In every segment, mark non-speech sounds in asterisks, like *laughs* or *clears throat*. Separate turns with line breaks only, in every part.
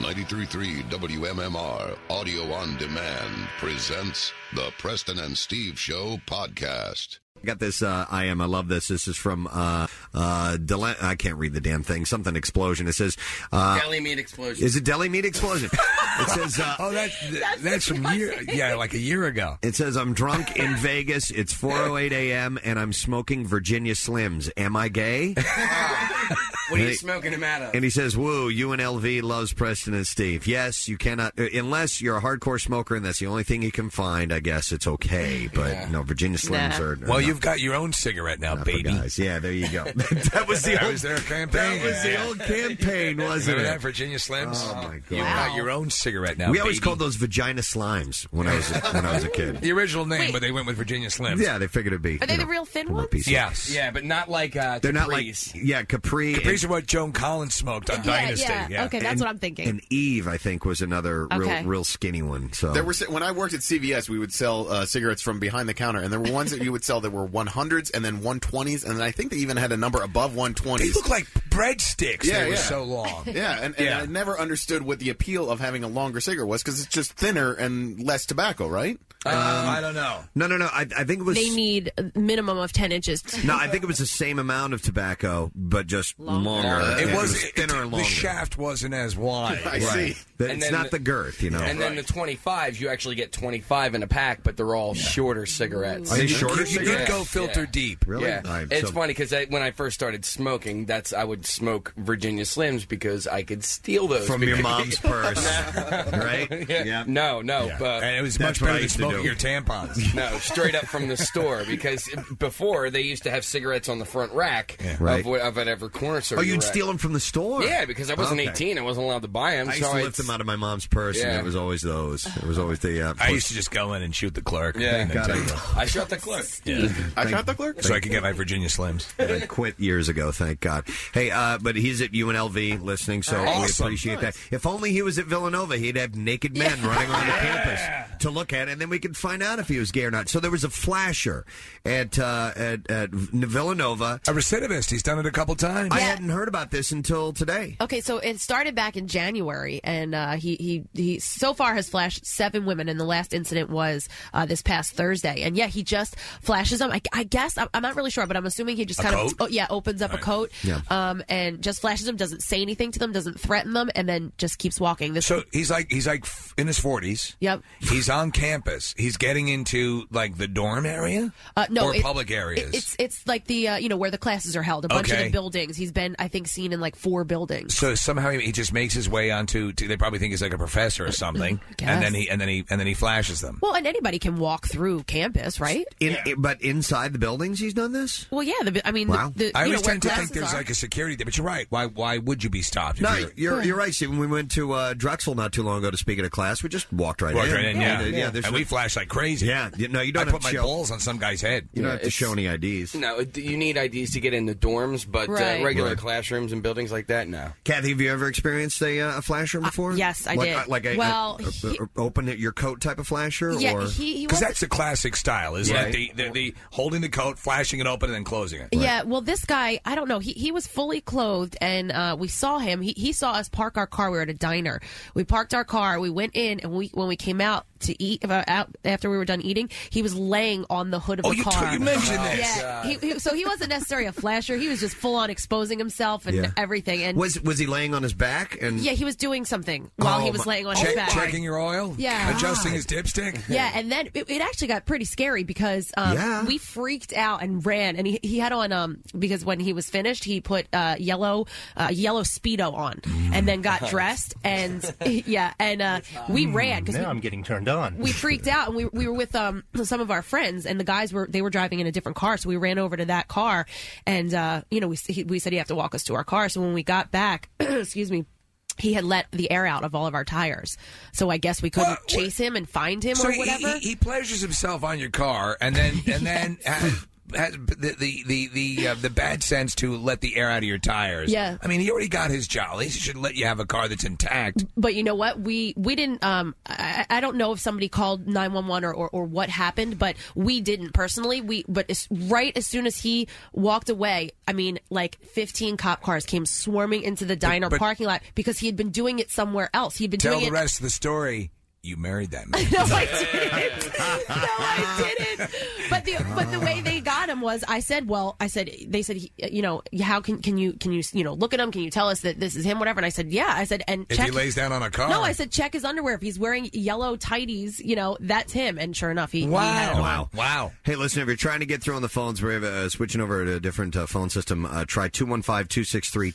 933 WMMR Audio on Demand presents the Preston and Steve Show podcast.
Got this. Uh, I am. I love this. This is from uh, uh, Dele- I can't read the damn thing. Something explosion. It says. Uh,
Deli meat explosion.
is it deli meat explosion?
*laughs*
It says. Uh, oh, *laughs* that's that's from year.
Oh,
Yeah, like a year ago. It says I'm drunk in Vegas. It's 4:08 a.m. and I'm smoking Virginia Slims. Am I gay?
What are you
Hey.
smoking him out of?
And he says, "Woo, UNLV loves Preston and Steve. Yes, you cannot uh, unless you're a hardcore smoker, and that's the only thing you can find. I guess it's okay, but no, Virginia Slims
Nah.
are.
Well, you've got your own cigarette now, baby.
Yeah, there you
*laughs*
go. *laughs* that was the
That
old-
was their campaign.
That was the
Yeah.
old campaign, wasn't
Remember
it?
that, Virginia Slims?
Oh, my God.
You've got your own cigarette now.
we always
baby.
called those vagina slimes when I was when I was a kid.
the original name, but they went with Virginia *laughs* Slims.
Yeah, they figured it'd be.
Are they
you
the
know,
real thin
more
ones?
pieces.
Yes.
Yeah, but not like uh,
They're not like
Capri's.
yeah, Capri.
Capri's are what Joan Collins smoked on
Yeah,
Dynasty.
yeah. Okay, that's
And-
what I'm thinking.
And Eve, I think, was another
Okay.
real real skinny one.
Oh.
So
There were when I worked at CVS, we would sell uh, cigarettes from behind the counter, and there were ones that you would sell that were 100s and then 120s, and then I think they even had a number above 120s. They look
like breadsticks.
Yeah,
They were
yeah.
so long.
*laughs* Yeah, and, and
Yeah.
I never understood what the appeal of having a longer cigarette was because it's just thinner and less tobacco, right?
Um, I don't know.
No, no, no. I, I think it was.
they need a minimum of 10
*laughs*
inches.
*laughs* no, I think it was the same amount of tobacco, but just longer.
It
Yeah,
was,
thinner
it-
and longer.
The shaft wasn't as wide.
I Right. see. That it's not the girth, you know.
And then the 25s, you actually get 25 in a pack, but they're all shorter cigarettes.
Are they shorter
Yeah,
You could cigarettes?
go filter deep.
Really?
Yeah.
All right,
it's
so-
funny because when I first started smoking, that's I would smoke Virginia Slims because I could steal those
From your
because-
mom's
*laughs*
purse, right?
Yeah. No, no.
Yeah.
But
And it was That's much what better I than used to smoking do. your tampons.
*laughs* no, straight up from the store because before they used to have cigarettes on the front rack
Right.
of, what, of whatever corner store.
Oh,
you
you'd
were at.
steal them from the store?
Yeah, because I wasn't
Okay.
18, I wasn't allowed to buy them.
I used
so
to lift
*laughs*
them out of my mom's purse,
Yeah.
and it was always those. It was always the. Uh,
I used to just go in and shoot the clerk.
Yeah.
And
God,
take
I-
them.
I shot the clerk.
*laughs*
I shot the clerk?
So I could get my Virginia Slims.
I quit years ago, thank God. Hey, uh, but he's at UNLV listening, so
Awesome.
we appreciate that. If only he was at Villanova, he'd have naked men running around the campus to look at, and then we could find out if he was gay or not. So there was a flasher at uh, at, at Villanova.
A recidivist. He's done it a couple times.
I hadn't heard about this until today.
Okay, so it started back in January, and uh, he, he he so far has flashed seven women, and the last incident was uh, this past Thursday. And yeah, he just flashes them. I, I guess I'm, I'm not really sure, but I'm assuming he just
A
kind
coat?
of oh, yeah opens up a coat,
Yeah.
um, and just flashes them, doesn't say anything to them, doesn't threaten them, and then just keeps walking. This
So he's like he's like f- in his forties.
Yep.
He's on campus. He's getting into like the dorm area.
Uh, no,
or
it-
public areas.
it- it's it's like the uh, you know where the classes are held, a bunch of
Okay.
the buildings. He's been I think seen in like four buildings.
so somehow he he just makes his way onto. To, they probably think he's like a professor or something,
Mm, guess.
and then he and then he and then he flashes them.
Well, and anybody can walk through campus, right?
In, But inside the buildings, he's done this.
Well, yeah. The, I mean, the, the,
I
you know,
always
where
tend to think
classes
there's
are.
like a security there, but you're right. Why why would you be stopped? if
No, you're you're right. Stephen. we went to uh, Drexel not too long ago to speak at a class. We just walked right
Walked
in.
right in, yeah.
yeah.
Yeah.
there's
And
no-
we flash like crazy.
Yeah, you- no, you don't.
I
have
put
to
my
show,
balls on some guy's head.
You don't
Yeah,
have to show any IDs.
*laughs* No, it- you need IDs to get into dorms, but
Right.
uh, regular
Right.
classrooms and buildings like that, no.
Kathy, have you ever experienced a, uh, a flasher before?
yes, I
like,
did.
uh, like a,
Well,
a- a- a- open at your coat type of flasher.
Yeah,
or?
he- he
Because
was-
that's the classic style, isn't
Yeah.
it? The, the, the holding the coat, flashing it open, and then closing it.
Yeah, well, this guy, I don't know. He, he was fully clothed, and uh, we saw him. He, he saw us park our car. We were at a diner. We parked our car. We went in, and we when we came out to eat uh, out after we were done eating, he was laying on the hood of
Oh,
the
you
car.
t- you mentioned
yeah.
this.
He, he- so he wasn't necessarily a flasher. He was just full on exposing himself and
Yeah.
everything. And
was was he laying on his back? And
yeah, he was doing something while
Oh,
he was
my-
laying on
Oh,
his
my
back.
Checking your oil.
Yeah.
Adjusting his *laughs* dipstick.
Yeah, and then it, it actually got pretty scary because um,
Yeah.
we freaked out and ran. And he, he had on um because when he was finished, he put uh, yellow uh, yellow speedo on, and then got dressed. And *laughs* yeah, and uh, we ran because
now I'm getting turned on.
we freaked out and we, we were with um some of our friends and the guys were they were driving in a different car so we ran over to that car and uh you know we s- he, we said you have to walk us to our car so when we got back *clears throat* excuse me he had let the air out of all of our tires so i guess we couldn't chase him and find him
so
or
he-
whatever *laughs*
He, he pleasures himself on your car, and then and then uh, has the the the the, uh, the bad sense to let the air out of your tires.
Yeah.
I mean, he already got his job. At least he should let you have a car that's intact.
But you know what? We we didn't. Um, I, I don't know if somebody called nine one one or or what happened, but we didn't personally. We but as, right as soon as he walked away, I mean, like fifteen cop cars came swarming into the diner
but-
parking lot because he had been doing it somewhere else. He'd been
Tell
doing
the
it.
rest of the story. You married that man.
*laughs* no, I didn't. no, I didn't. But the but the way they got him was, I said, well, I said, they said, he- you know, how can can you can you you know look at him? Can you tell us that this is him? Whatever. And I said, yeah. I said, and
If
check
he lays down on a car.
No, I said check his underwear. If he's wearing yellow tighties, you know that's him. And sure enough, he he had it on.
Oh, Wow. Wow. Hey, listen, if you're trying to get through on the phones, we're uh, switching over to a different uh, phone system. Uh, try 215 263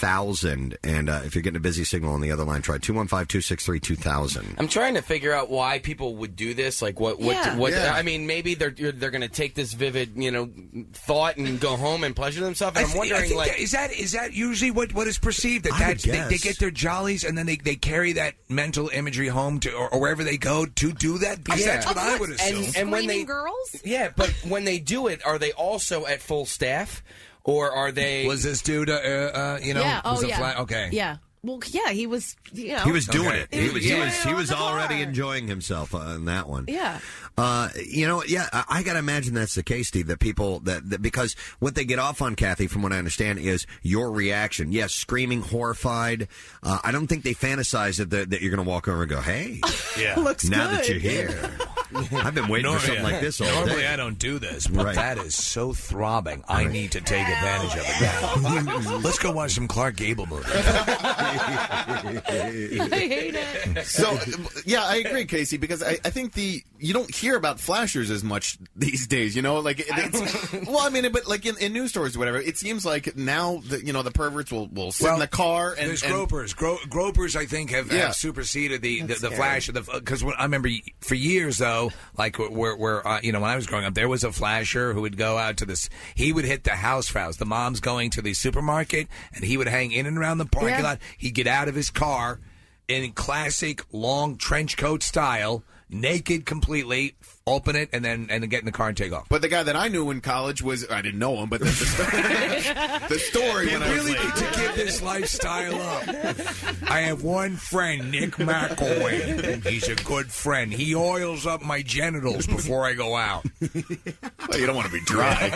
2000. And uh, if you're getting a busy signal on the other line, try 215 263 2000.
I'm trying to figure out why people would do this. Like, what, what,
Yeah.
what?
Yeah.
I mean, maybe they're you're- they're going to take this vivid, you know, thought and go home and pleasure themselves.
I
And I'm
thi- I
wondering,
think
like,
that- is that is that usually what, what is perceived that
I
that's,
would
they, they
guess.
get their jollies and then they, they carry that mental imagery home to or, or wherever they go to do that because that's what I would assume.
And, and when they
girls,
yeah, but when they do it, are they also at full staff, or are they?
Was this dude, uh, uh, you know,
yeah.
was
oh
a
yeah.
fly- okay?
Yeah. Well, yeah, he was. You know,
He was doing it. He
was
was, he
doing
was,
it
he
on
was
the car.
already enjoying himself on that one.
Yeah.
Uh, you know, yeah, I, I got to imagine that's the case, Steve. That people that, that because what they get off on, Kathy, from what I understand, is your reaction. Yes, screaming, horrified. Uh, I don't think they fantasize that that, that you're going to walk over and go,
*laughs*
"Hey,
*laughs*
Yeah.
looks now that you're here." I've been waiting for something like this all
Normally
day.
I don't do this, but
Right.
that is so throbbing. I need to take advantage of it.
*laughs*
now. Let's go watch some Clark Gable movies.
*laughs*
*laughs* hate it.
*laughs*
So, yeah, I agree, Casey, because I, I think the you don't hear about flashers as much these days. You know, like it's,
*laughs*
well, I mean, but like in, in news stories, or whatever. It seems like now the you know the perverts will will sit in the car and,
there's
and-
gropers. Gro- gropers, I think, have,
Yeah.
have superseded the the,
That's
the
scary.
flash of the because I remember y- for years though, like where- where where uh, you know when I was growing up, there was a flasher who would go out to this. He would hit the house frows. The mom's going to the supermarket, and he would hang in and around the parking
Yeah.
lot. He'd get out of his car in classic long trench coat style, naked completely. Open it and then and then get in the car and take off.
But the guy that I knew in college was I didn't know him, but the, the *laughs* story when I was like,
to give this lifestyle up. I have one friend, Nick McElwain. He's a good friend. He oils up my genitals before I go out.
well, you don't want to be dry.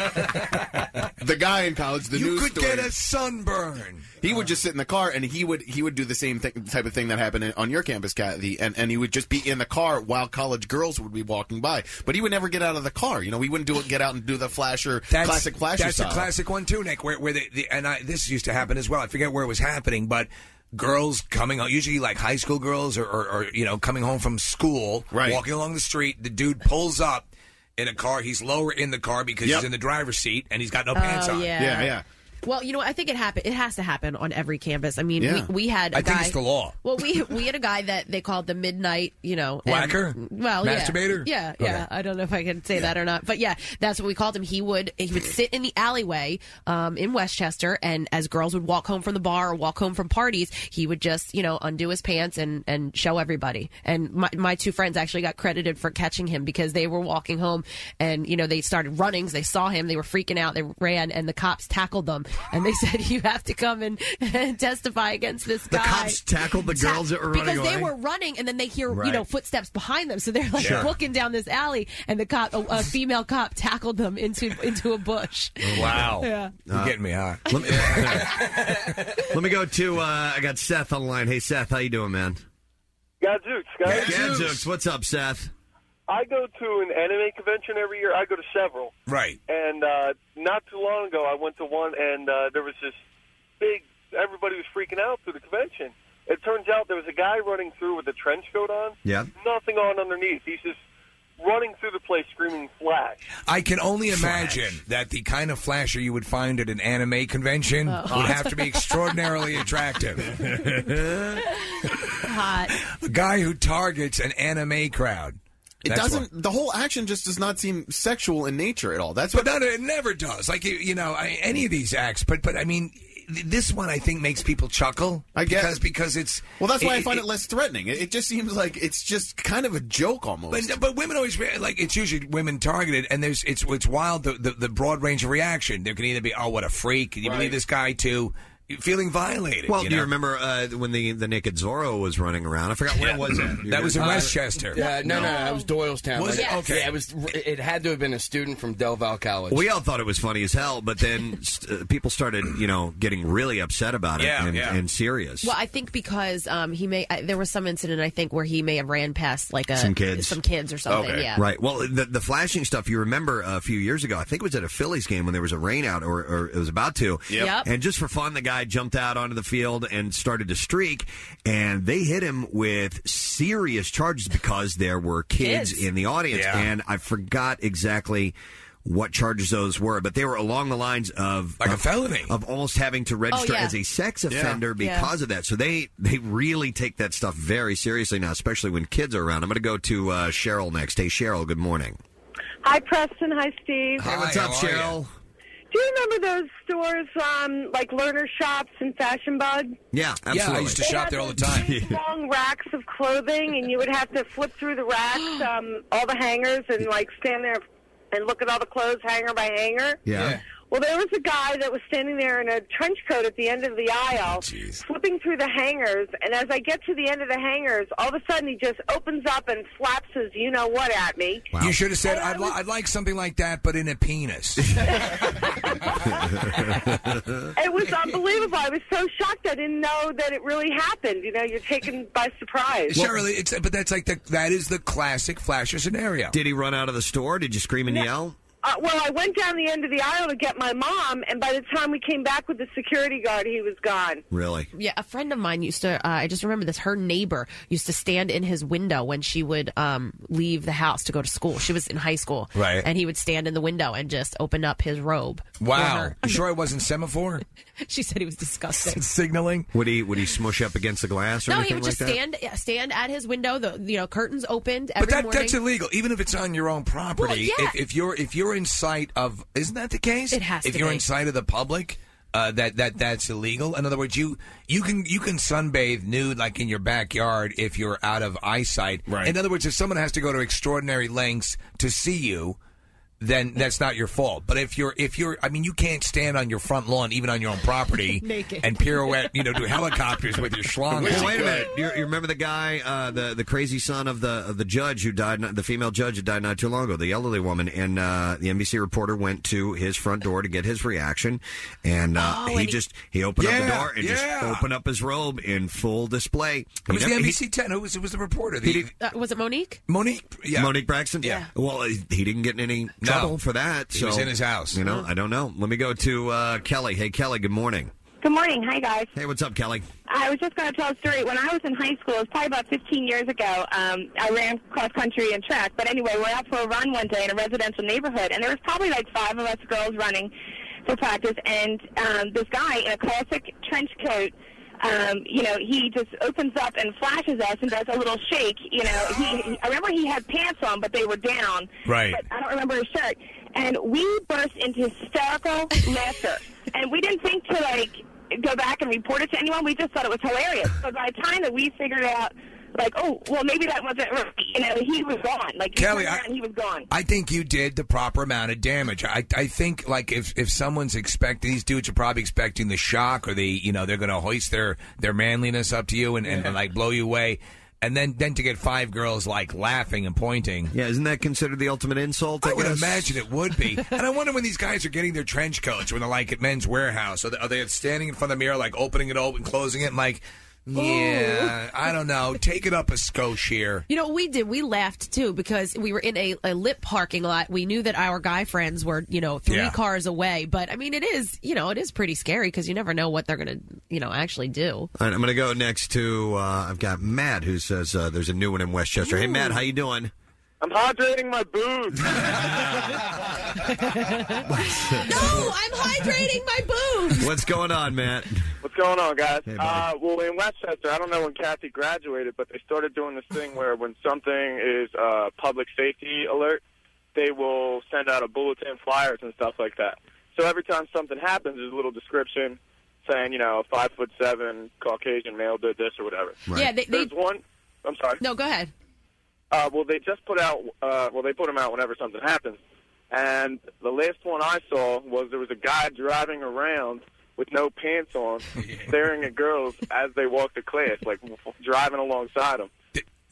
the guy in college, the
You
news
could
story,
get a sunburn.
*laughs* He would just sit in the car, and he would he would do the same thi- type of thing that happened on your campus, Kathy, and and he would just be in the car while college girls would be walking by, but he would never get out of the car. You know, he wouldn't do it, get out and do the flasher classic flasher
That's
style.
a classic one too, Nick. Where, where the, the and I, this used to happen as well. I forget where it was happening, but girls coming home, usually like high school girls or, or, or you know *laughs* coming home from school,
Right.
walking along the street. The dude pulls up in a car. He's lower in the car because
Yep.
he's in the driver's seat and he's got no pants
Oh,
on.
yeah. Yeah, yeah. Well, you know, I think it happened. It has to happen on every campus. I mean,
Yeah.
we, we had. a
I think
guy-
it's the law.
Well, we we had a guy that they called the midnight. You know, and-
Whacker?
well, yeah.
Masturbator?
Yeah, yeah.
Okay.
I don't know if I can say that or not, but yeah, that's what we called him. He would he would sit in the alleyway um, in Westchester, and as girls would walk home from the bar or walk home from parties, he would just you know undo his pants and and show everybody. And my my two friends actually got credited for catching him because they were walking home, and you know they started running. 'cause They saw him, they were freaking out, they ran, and the cops tackled them, and they *laughs* said you have to come and, *laughs* and testify against this
The
guy.
cops tackled the
Ta-
girls that were running
because they
away?
were running, and then they hear you
Right.
know footsteps behind them, so they're like
Sure.
looking down this alley, and the cop, a, a female cop, tackled them into into a bush.
Oh, Wow.
*laughs* Yeah.
You're getting me hot.
Uh, Let me,
*laughs*
let me go to. Uh, I got Seth on the line. Hey, Seth, how you doing, man?
Gadzooks, guys.
Gadzooks, what's up, Seth?
I go to an anime convention every year. I go to several.
Right.
And uh, not too long ago, I went to one, and uh, there was this big. Everybody was freaking out through the convention. It turns out there was a guy running through with a trench coat on,
Yeah.
nothing on underneath. He's just running through the place screaming "Flash!"
I can only imagine that the kind of flasher you would find at an anime convention
Oh.
would have to be extraordinarily attractive.
Hot.
A guy who targets an anime crowd.
It
That's
doesn't. The whole action just does not seem sexual in nature at all. That's
what. But no, no, it never does. Like you, you know, I, any of these acts. But but I mean, th- this one I think makes people chuckle. I
guess.
because because it's
Well, that's why I find it, less threatening. It, it just seems like it's just kind of a joke almost.
But, but women always rea- like it's usually women targeted, and there's it's it's wild the, the the broad range of reaction. There can either be oh what a freak, can you believe this guy to feeling violated.
Well,
you
do
know?
you remember uh, when the the naked Zorro was running around? I forgot where was it.
That was in Westchester.
Yeah, no, no, it was Doylestown.
Was
Like,
it? Okay.
Yeah, it was. It had to have been a student from Del Valle College.
We all thought it was funny as hell, but then st- uh, people started, you know, getting really upset about it
Yeah,
and,
yeah.
and serious.
Well, I think because um, he may I, there was some incident I think where he may have ran past like a
Some kids.
some kids or something. Yeah,
Right. Well, the the flashing stuff you remember a few years ago. I think it was at a Phillies game when there was a rain out or, or it was about to.
Yep. Yep.
And just for fun, the guy jumped out onto the field and started to streak, and they hit him with serious charges because there were kids,
Kids.
in the audience,
Yeah.
and I forgot exactly. What charges those were, but they were along the lines of like
a
felony of almost having to
Oh,
register
yeah.
as a sex
Yeah.
offender
Yeah.
because of that. So they they really take that stuff very seriously now, especially when kids are around. I'm going to go to uh, Cheryl next. Hey, Cheryl. Good morning.
Hi, Preston. Hi, Steve.
Hey, what's Hi, up, how are Cheryl?
Do you remember those stores, um, like Learner Shops and Fashion Bud?
Yeah,
I
absolutely.
used to shop there all the
*laughs*
time.
Long racks of clothing, and you would have to flip through
*gasps*
the racks, um, all the hangers, and like stand there and look at all the clothes hanger by hanger.
Yeah.
Well, there was a guy that was standing there in a trench coat at the end of the aisle, flipping through the hangers. And as I get to the end of the hangers, all of a sudden he just opens up and flaps his you know what at me.
You should have said I'd, li- I'd like something like that, but in a
*laughs*
penis.
It was unbelievable. I was so shocked. I didn't know that it really happened. You know, you're taken by surprise.
Cheryl, it's but that's like the that is the classic flasher scenario.
Did he run out of the store? Did you scream and yell?
Uh, well, I went down the end of the aisle to get my mom, and by the time we came back with the security guard, he was gone.
Really?
Yeah, a friend of mine used to. Uh, I just remember this. Her neighbor used to stand in his window when she would um, leave the house to go to school. She was in high school,
Right.
And he would stand in the window and just open up his robe. for
Wow,
her.
you sure I wasn't semaphore
*laughs* she said he was disgusting.
signaling?
Would he would he smush up against the glass or
No, he
anything
would
like
just
that?
stand yeah, stand at his window. The you know curtains opened every
But that,
morning.
that's illegal, even if it's on your own property.
Well, yeah.
if, if you're if you're in sight of, isn't that the case?
It has
If
to
you're
be.
in sight of the public, uh, that that that's illegal. In other words, you you can you can sunbathe nude like in your backyard if you're out of eyesight. Right. In other words, if someone has to go to extraordinary lengths to see you. Then that's not your fault. But if you're, if you're, I mean, you can't stand on your front lawn, even on your own
*laughs*
property,
Naked.
and pirouette, you know, do helicopters with your schlong.
Well, wait a minute. You, you remember the guy, uh, the the crazy son of the of the judge who died, not, the female judge who died not too long ago, the elderly woman, and uh, the NBC reporter went to his front door to get his reaction, and uh,
Oh,
he
and he-
just he opened up the
Yeah,
door and just
yeah.
opened up his robe in full display.
It was
He
the
never- he-
NBC Ten. Who was, who was the reporter? The,
He did-
Uh, was it Monique?
Monique, yeah.
Monique Braxton. Yeah. Well, he he didn't get in any trouble for that.
He
so,
was in his house.
You know, I don't know. Let me go to uh, Kelly. Hey, Kelly. Good morning.
Good morning. Hi, guys.
Hey, what's up, Kelly?
I was just going to tell a story. When I was in high school, it was probably about 15 years ago, um, I ran cross country and track. But anyway, we're out for a run one day in a residential neighborhood, and there was probably like five of us girls running for practice. And um, this guy in a classic trench coat, um, you know, he just opens up and flashes us and does a little shake. You know, he, he, I remember he had pants on, but they were down.
Right.
But I don't remember his shirt. And we burst into hysterical laughter. And we didn't think to, like, go back and report it to anyone. We just thought it was hilarious. But by the time that we figured out, like, oh, well, maybe that wasn't right, you know, he was gone. Like, he
Kelly,
turned
I-
around and he was gone.
I think you did the proper amount of damage. I, I think like if, if someone's expecting these dudes are probably expecting the shock or the you know they're going to hoist their their manliness up to you and, and, like blow you away, and then then to get five girls like laughing and pointing. *laughs*
Yeah, isn't that considered the ultimate insult?
I would imagine it would be, and I wonder when these guys are getting their trench coats when they're like at Men's Warehouse. Are they, are they standing in front of the mirror like opening it open, closing it, and like?
Oh.
Yeah, I don't know. Take it up a skosh here.
You know, we did. We laughed too because we were in a, a lit parking lot. We knew that our guy friends were, you know, three
Yeah.
cars away. But I mean, it is, you know, it is pretty scary because you never know what they're going to, you know, actually do.
*laughs* All right, I'm going to go next to uh, I've got Matt who says uh, there's a new one in Westchester. Hey, Matt, how you doing?
I'm hydrating my boobs.
no, I'm hydrating my boobs.
What's going on, Matt?
What's going on, guys?
Hey, buddy.
uh, well, in Westchester, I don't know when Kathy graduated, but they started doing this thing where when something is uh, public safety alert, they will send out a bulletin, flyers, and stuff like that. So every time something happens, there's a little description, saying, you know, a five foot seven Caucasian male did this or whatever.
Right. Yeah, they- they-
There's one. I'm sorry.
No, go ahead.
Uh, well, they just put out. Uh, well, they put them out whenever something happens. And the last one I saw was there was a guy driving around with no
*laughs*
pants on, staring at girls as they walked to class, like driving alongside them.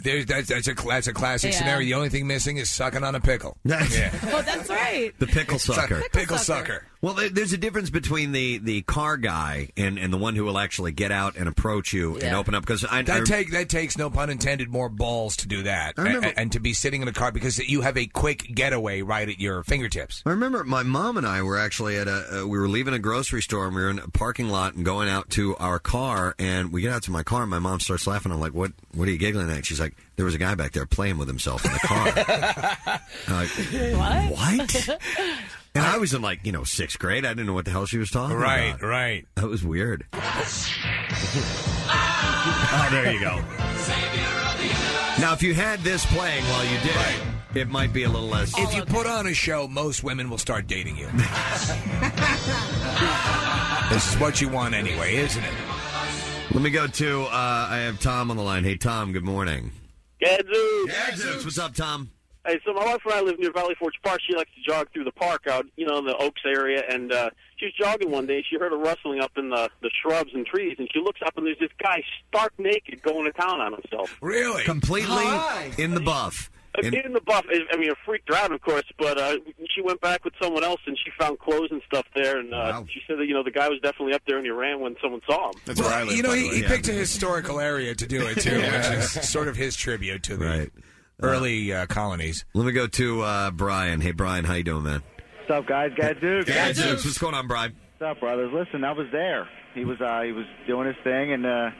There's that's that's a that's a classic
Yeah.
scenario. The only thing missing is sucking on a
*laughs*
pickle. yeah,
Oh, that's right.
The pickle sucker.
Pickle, sucker.
Well, there- there's a difference between the, the car guy and, and the one who will actually get out and approach you and
Yeah.
open up because I,
that
I-
take that takes no pun intended more balls to do that
I remember-
and, and to be sitting in a car because you have a quick getaway right at your fingertips.
I remember my mom and I were actually at a uh, we were leaving a grocery store and we were in a parking lot and going out to our car and we get out to my car and my mom starts laughing. I'm like, "What? What are you giggling at?" She's like, "There was a guy back there playing with himself in the *laughs* car." And I'm like,
What?
What? *laughs* and I was in like you know sixth grade. I didn't know what the hell she was talking
Right,
about.
right.
That was weird. *laughs* oh, there you go. Now, if you had this playing while you did, it, it might be a little less.
If you put on a show, most women will start dating
*laughs*
you. this is what you want anyway, isn't it?
Let me go to. Uh, I have Tom on the line. Hey, Tom. Good morning.
Gadzooks.
What's up, Tom?
Hey, so my wife and I live near Valley Forge Park. She likes to jog through the park out, you know, in the Oaks area. And uh, she was jogging one day. She heard a rustling up in the, the shrubs and trees. And she looks up, and there's this guy stark naked going to town on himself. Uh,
Really?
Completely in the buff.
In, the buff, I mean, it freaked her out, of course, but uh, she went back with someone else and she found clothes and stuff there. And uh, she said that, you know, the guy was definitely up there and he ran when someone saw him.
That's where I live.
You know,
by the
he,
way.
he
Yeah.
picked a historical area to do it
*laughs*
too, which is sort of his tribute to the early uh, colonies.
Let me go to uh, Brian. Hey, Brian. How you doing, man?
What's up, guys? Gadzooks.
Gadzooks. What's going on, Brian?
What's up, brothers? Listen, I was there. He was uh, he was doing his thing and uh,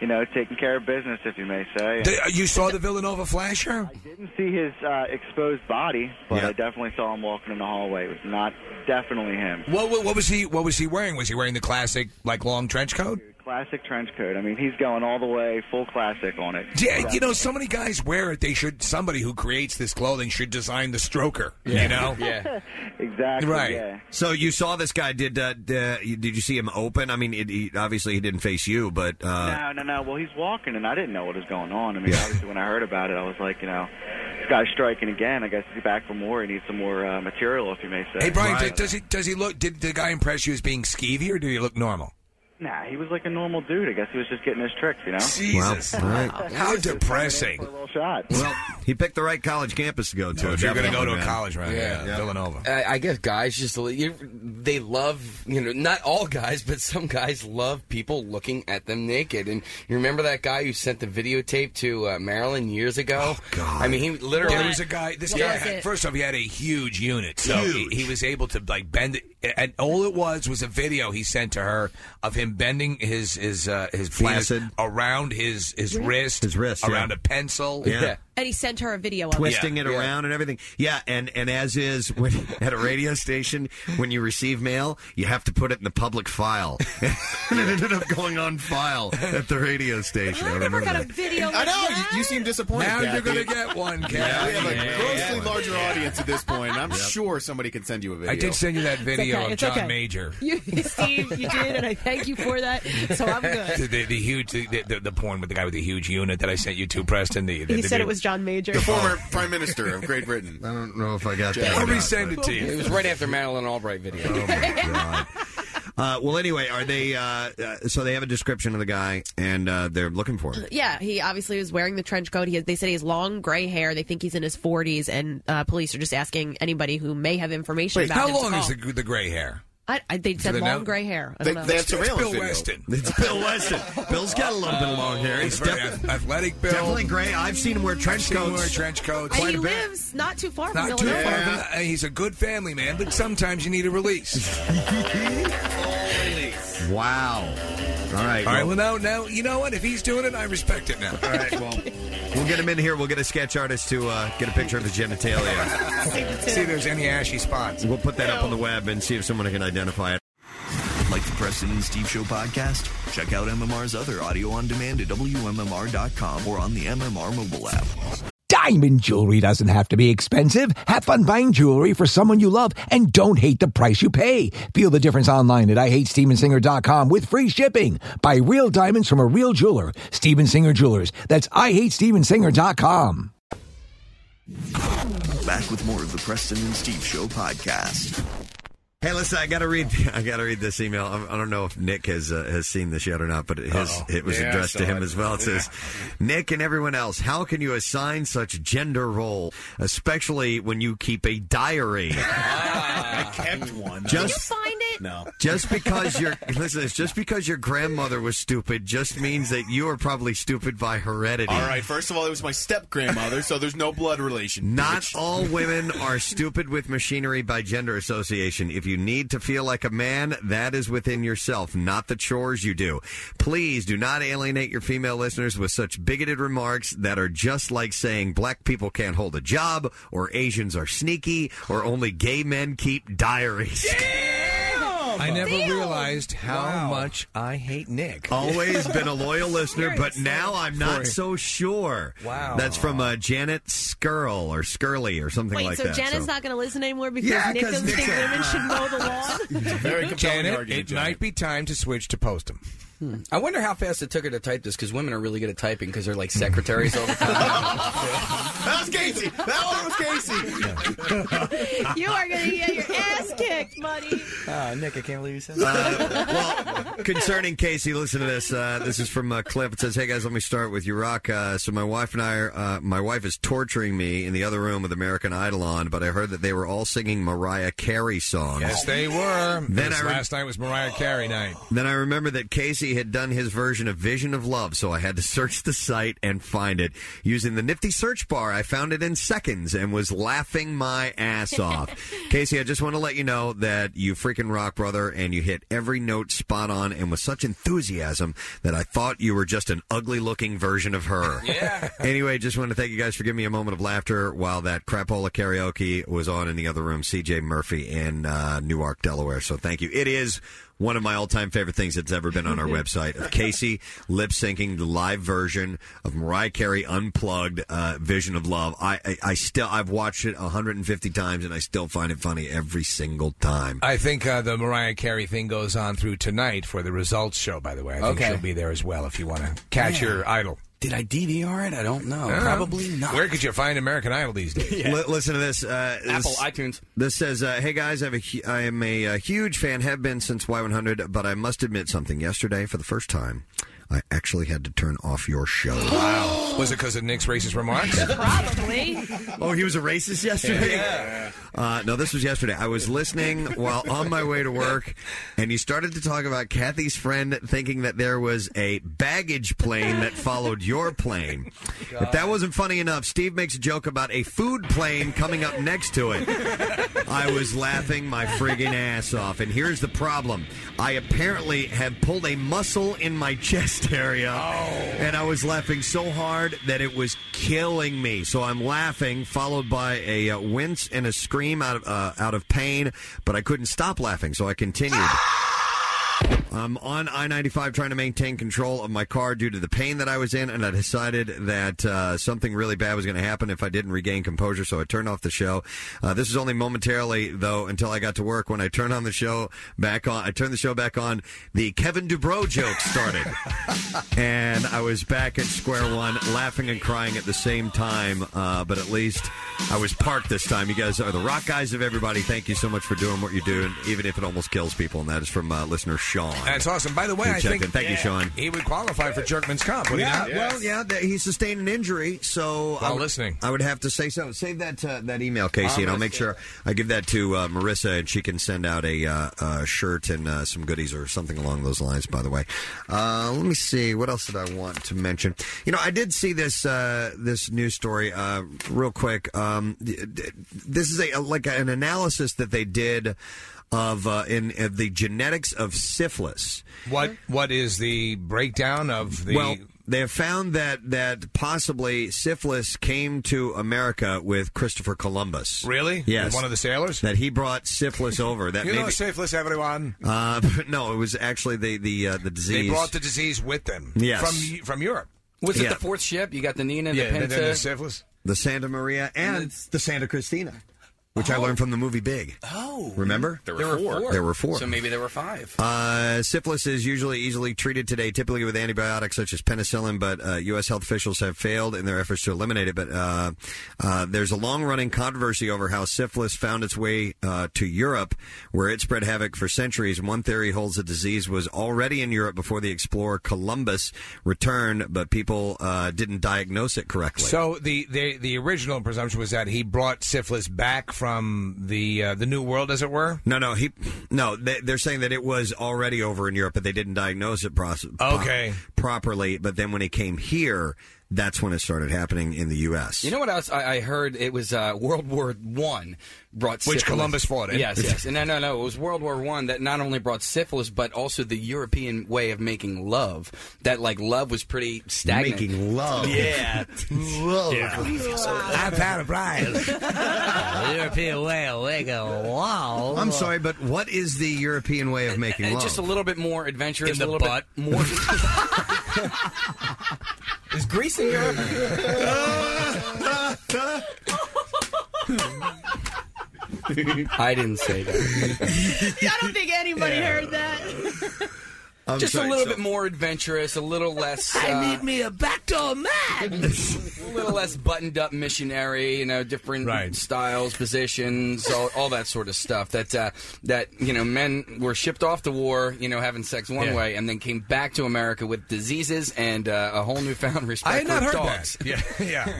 you know taking care of business, if you may say.
Th- You saw *laughs* the Villanova flasher?
I didn't see his uh, exposed body, but I definitely saw him walking in the hallway. It was not definitely him.
What, what, what was he? What was he wearing? Was he wearing the classic like long trench coat?
Classic trench coat. I mean, he's going all the way, full classic on it.
Yeah,
*laughs*
you know, so many guys wear it. They should. Somebody who creates this clothing should design the stroker. You know?
*laughs* exactly.
Right.
Yeah.
So you saw this guy? Did uh, d- uh, you- did you see him open? I mean, it, he, obviously he didn't face you, but uh,
no, no, no. Well, he's walking, and I didn't know what was going on. I mean, obviously, when I heard about it, I was like, you know, this guy's striking again. I guess he's back for more. He needs some more uh, material, if you may say.
Hey, Brian, d- does he does he look? Did the guy impress you as being skeevy, or did he look normal?
Nah, he was like a normal dude. I guess he was just getting his tricks, you know.
Jesus.
All right.
How depressing.
Little shot.
well, he picked the right college campus to go to.
if you're gonna go to a
definitely, man.
college, right, yeah, Villanova.
I, I guess guys just you, they love you know not all guys but some guys love people looking at them naked and you remember that guy who sent the videotape to uh, Marilyn years ago. God, I mean he literally
Oh, There was a guy. This
What
guy.
was it?
Had, first off, he had a huge unit, so he,
Huge.
he was able to like bend. It, and all it was was a video he sent to her of him bending his his uh, his penis
Flaccid.
around his his
Wrist.
wrist,
His wrist, yeah.
around a pencil.
Yeah.
And he sent her a video of
twisting
it.
it
*laughs*
around and everything. Yeah, and and as is when, *laughs* at a radio station, when you receive mail, you have to put it in the public file. *laughs* and it ended up going on file at the radio station. I, remember that.
video.
I know. You, you seem disappointed.
Now you're
Kathy.
gonna get one, Kathy.
Yeah, we have a
Yeah.
grossly larger audience at this point. and I'm sure somebody can send you a video.
I did send you that video of John Major.
You, Steve, you did, and I thank you for that.
*laughs*
*laughs*
So I'm good.
the, the, the huge the, the, the porn with the guy with the huge unit that I sent you to Preston. The, the,
He
the
said
dude-
it was John Major.
The former
Oh.
Prime Minister of Great Britain.
I don't know if I got
I'll resend it to you.
It was right after Marilyn Albright video.
Uh, well, anyway, are they? Uh, uh, so they have a description of the guy, and uh, they're looking for him.
*clears throat* Yeah, he obviously was wearing the trench coat. He has, they said he has long gray hair. They think he's in his 40s, and uh, police are just asking anybody who may have information
Wait,
about
how
him
long
to
is
call.
the, the gray hair?
I, I, they said
they
long
know?
gray hair. I
They-
don't know.
they have It's- it's surveillance Bill video. Weston.
It's
*laughs*
Bill Weston. Bill's got a little bit of long hair.
He's very
def-
ath- athletic. Bill,
definitely gray. I've seen him wear trench
Seen him
coats.
wear trench coats.
And
Quite
he
a bit.
lives not too far from
Not too
Illinois.
far. From, uh, he's a good family man, but sometimes you need a release.
Wow. All right.
All right.
well-
Well, now, now you know what? If he's doing it, I respect it now. All
right. Well, We'll get him in here. We'll get a sketch artist to uh, get a picture of his genitalia.
*laughs* see if there's any ashy spots.
We'll put that up on the web and see if someone can identify it.
Like the Preston and Steve Show podcast? Check out MMR's other audio on demand at WMMR.com or on the MMR mobile app.
Diamond jewelry doesn't have to be expensive. Have fun buying jewelry for someone you love and don't hate the price you pay. Feel the difference online at IHateStevensinger.com with free shipping. Buy real diamonds from a real jeweler. Steven Singer Jewelers. That's IHateStevensinger.com.
Back with more of the Preston and Steve Show podcast.
Hey, listen. I gotta read. *laughs* I gotta read this email. I, I don't know if Nick has uh, has seen this yet or not, but his
Uh-oh.
it was
Yeah, I
addressed to
saw
him
it.
as well. It says, "Nick and everyone else, how can you assign such gender role, especially when you keep a
*laughs*
diary?"
I kept one.
Just-
Did you find it?
No.
Just because
*laughs*
your listen, to this, just because your grandmother was stupid, just means that you are probably stupid by heredity.
All right. First of all, it was my step grandmother, so there's no blood relation.
Not
Which-
*laughs* all women are stupid with machinery by gender association. If you need to feel like a man, that is within yourself, not the chores you do. Please do not alienate your female listeners with such bigoted remarks that are just like saying black people can't hold a job, or Asians are sneaky, or only gay men keep diaries.
I never realized how much I hate Nick.
*laughs* Always been a loyal listener, but now I'm not so sure.
Wow.
That's from uh, Janet Skirl or Skirly or something
Wait,
like
so
that.
Janet's
so-
not going to listen anymore because
Yeah,
Nick
'cause
doesn't
Nick
think
said-
women should mow the lawn?
Very compelling
Janet,
argument,
it might be time to switch to post them.
Hmm.
I wonder how fast it took her to type this because women are really good at typing because they're like secretaries all the time.
That was Casey. That one was Casey.
*laughs* you are going to get your ass kicked, buddy.
*laughs* Ah, Nick, I can't believe you said
Uh,
Concerning Casey, listen to this. Uh, this is from uh, Cliff. It says, "Hey guys, let me start with you, Rock. Uh, so my wife and I are. Uh, my wife is torturing me in the other room with American Idol on, but I heard that they were all singing Mariah Carey songs.
Yes, they were.
Then
This
I re-
last night was Mariah Carey night.
Then I remember that Casey had done his version of Vision of Love, so I had to *laughs* search the site and find it. Using the nifty search bar, I found it in seconds and was laughing my ass off. Casey, I just want to let you know that you freaking rock, brother, and you hit every note spot on and with such enthusiasm that I thought you were just an ugly looking version of her. Yeah. anyway, just want to thank you guys for giving me a moment of laughter while that crapola karaoke was on in the other room. CJ Murphy in uh, Newark, Delaware. So thank you. It is one of my all-time favorite things that's ever been on our website of Casey lip syncing the live version of Mariah Carey unplugged uh, "Vision of Love." I, I, I still I've watched it 150 times and I still find it funny every single time.
I think uh, the Mariah Carey thing goes on through tonight for the results show. By the way, I think
Okay.
she'll be there as well if you want to catch
Yeah.
your idol.
Did I DVR it? I don't know.
Uh,
Probably not.
Where could you find American Idol these
*laughs*
days?
Li- listen to this. Uh,
Apple,
this,
iTunes.
This says, uh, "Hey guys, I'm a hu- I am a, uh huge fan. Have been since Y100, but I must admit something. Yesterday, for the first time, I actually had to turn off your show.
Wow. Was it because of Nick's racist
*laughs*
remarks?
Probably.
Oh, he was a racist yesterday? Uh, no, this was yesterday. I was listening while on my way to work, and you started to talk about Kathy's friend thinking that there was a baggage plane that followed your plane. If that wasn't funny enough, Steve makes a joke about a food plane coming up next to it. I was laughing my friggin' ass off, and here's the problem: I apparently have pulled a muscle in my chest area, and I was laughing so hard that it was killing me. So I'm laughing, followed by a uh, wince and a scream out of uh, out of pain, but I couldn't stop laughing, so I continued. *laughs* I'm on I 95 trying to maintain control of my car due to the pain that I was in, and I decided that uh, something really bad was going to happen if I didn't regain composure, so I turned off the show. Uh, this was only momentarily, though, until I got to work. When I turned on the show back on, I turned the show back on, the Kevin Dubrow joke started. and I was back at square one, laughing and crying at the same time, uh, but at least I was parked this time. You guys are the rock guys of everybody. Thank you so much for doing what you do, and even if it almost kills people, and that is from uh, listener Sean.
That's awesome. By the way,
Who
I
checked
think
in. Thank you, Sean.
He would qualify for Jerkman's comp. Would
Yeah,
he not?
well, yeah, that he sustained an injury, so um,
While
I would,
listening.
I would have to say so. Save that uh, that email,
I'm
Casey, and I'll
gonna
make
save
sure I give that to uh, Marissa, and she can send out a, uh, uh shirt and uh, some goodies or something along those lines. By the way, uh, let me see what else did I want to mention. You know, I did see this uh, this news story uh, real quick. Um, d- d- this is a like an analysis that they did of uh, in of the genetics of syphilis.
What What is the breakdown of the?
Well, they have found that that possibly syphilis came to America with Christopher Columbus.
Really?
Yes.
One of the sailors
That he brought syphilis over. That
*laughs* you know,
maybe-
syphilis, everyone.
uh, *laughs* no, it was actually the the uh, the disease.
They brought the disease with them.
Yes.
From from Europe.
Was it
Yeah.
the fourth ship? You got the Nina,
Yeah,
the
and then
Pinta,
the syphilis.
the Santa Maria, and, the Santa Cristina, which I learned from the movie Big.
Oh,
*laughs* Remember?
There were, four.
There were four.
So maybe there were five.
Uh, syphilis is usually easily treated today, typically with antibiotics such as penicillin, but uh, U.S. health officials have failed in their efforts to eliminate it. But uh, uh, there's a long running controversy over how syphilis found its way uh, to Europe, where it spread havoc for centuries. One theory holds the disease was already in Europe before the explorer Columbus returned, but people uh, didn't diagnose it correctly.
So the, the the original presumption was that he brought syphilis back from the uh, the New World, as it were.
No, no, he no. They, they're saying that it was already over in Europe, but they didn't diagnose it pros- pro-
Okay.
properly. But then when it came here, that's when it started happening in the U.S.
You know what else I, I heard? It was uh, World War One brought
Which
syphilis.
Columbus fought in.
Yes,
*laughs*
yes. And no, no, no. It was World War One that not only brought syphilis, but also the European way of making love. That like love was pretty stagnant.
Making love.
*laughs*
yeah, *laughs*
love.
I've had a prize. European way, Lego. Wow.
I'm sorry, but what is the European way of making
And
love?
Oh. Uh, just a little bit more adventurous,
In the
a little
butt.
bit
*laughs*
more. Is Greece in Europe? *laughs* I didn't say that.
*laughs* I don't think anybody
Yeah.
heard that.
I'm
just
sorry,
a little
so-
bit more adventurous, a little less.
I
uh,
need
me a backdoor man.
a little less buttoned up missionary, you know, different styles, positions, all, all that sort of stuff. That uh, that you know, men were shipped off to war, you know, having sex one
Yeah.
way, and then came back to America with diseases and uh, a whole newfound *laughs* respect.
I had
for
not heard
dogs.
that. Yeah,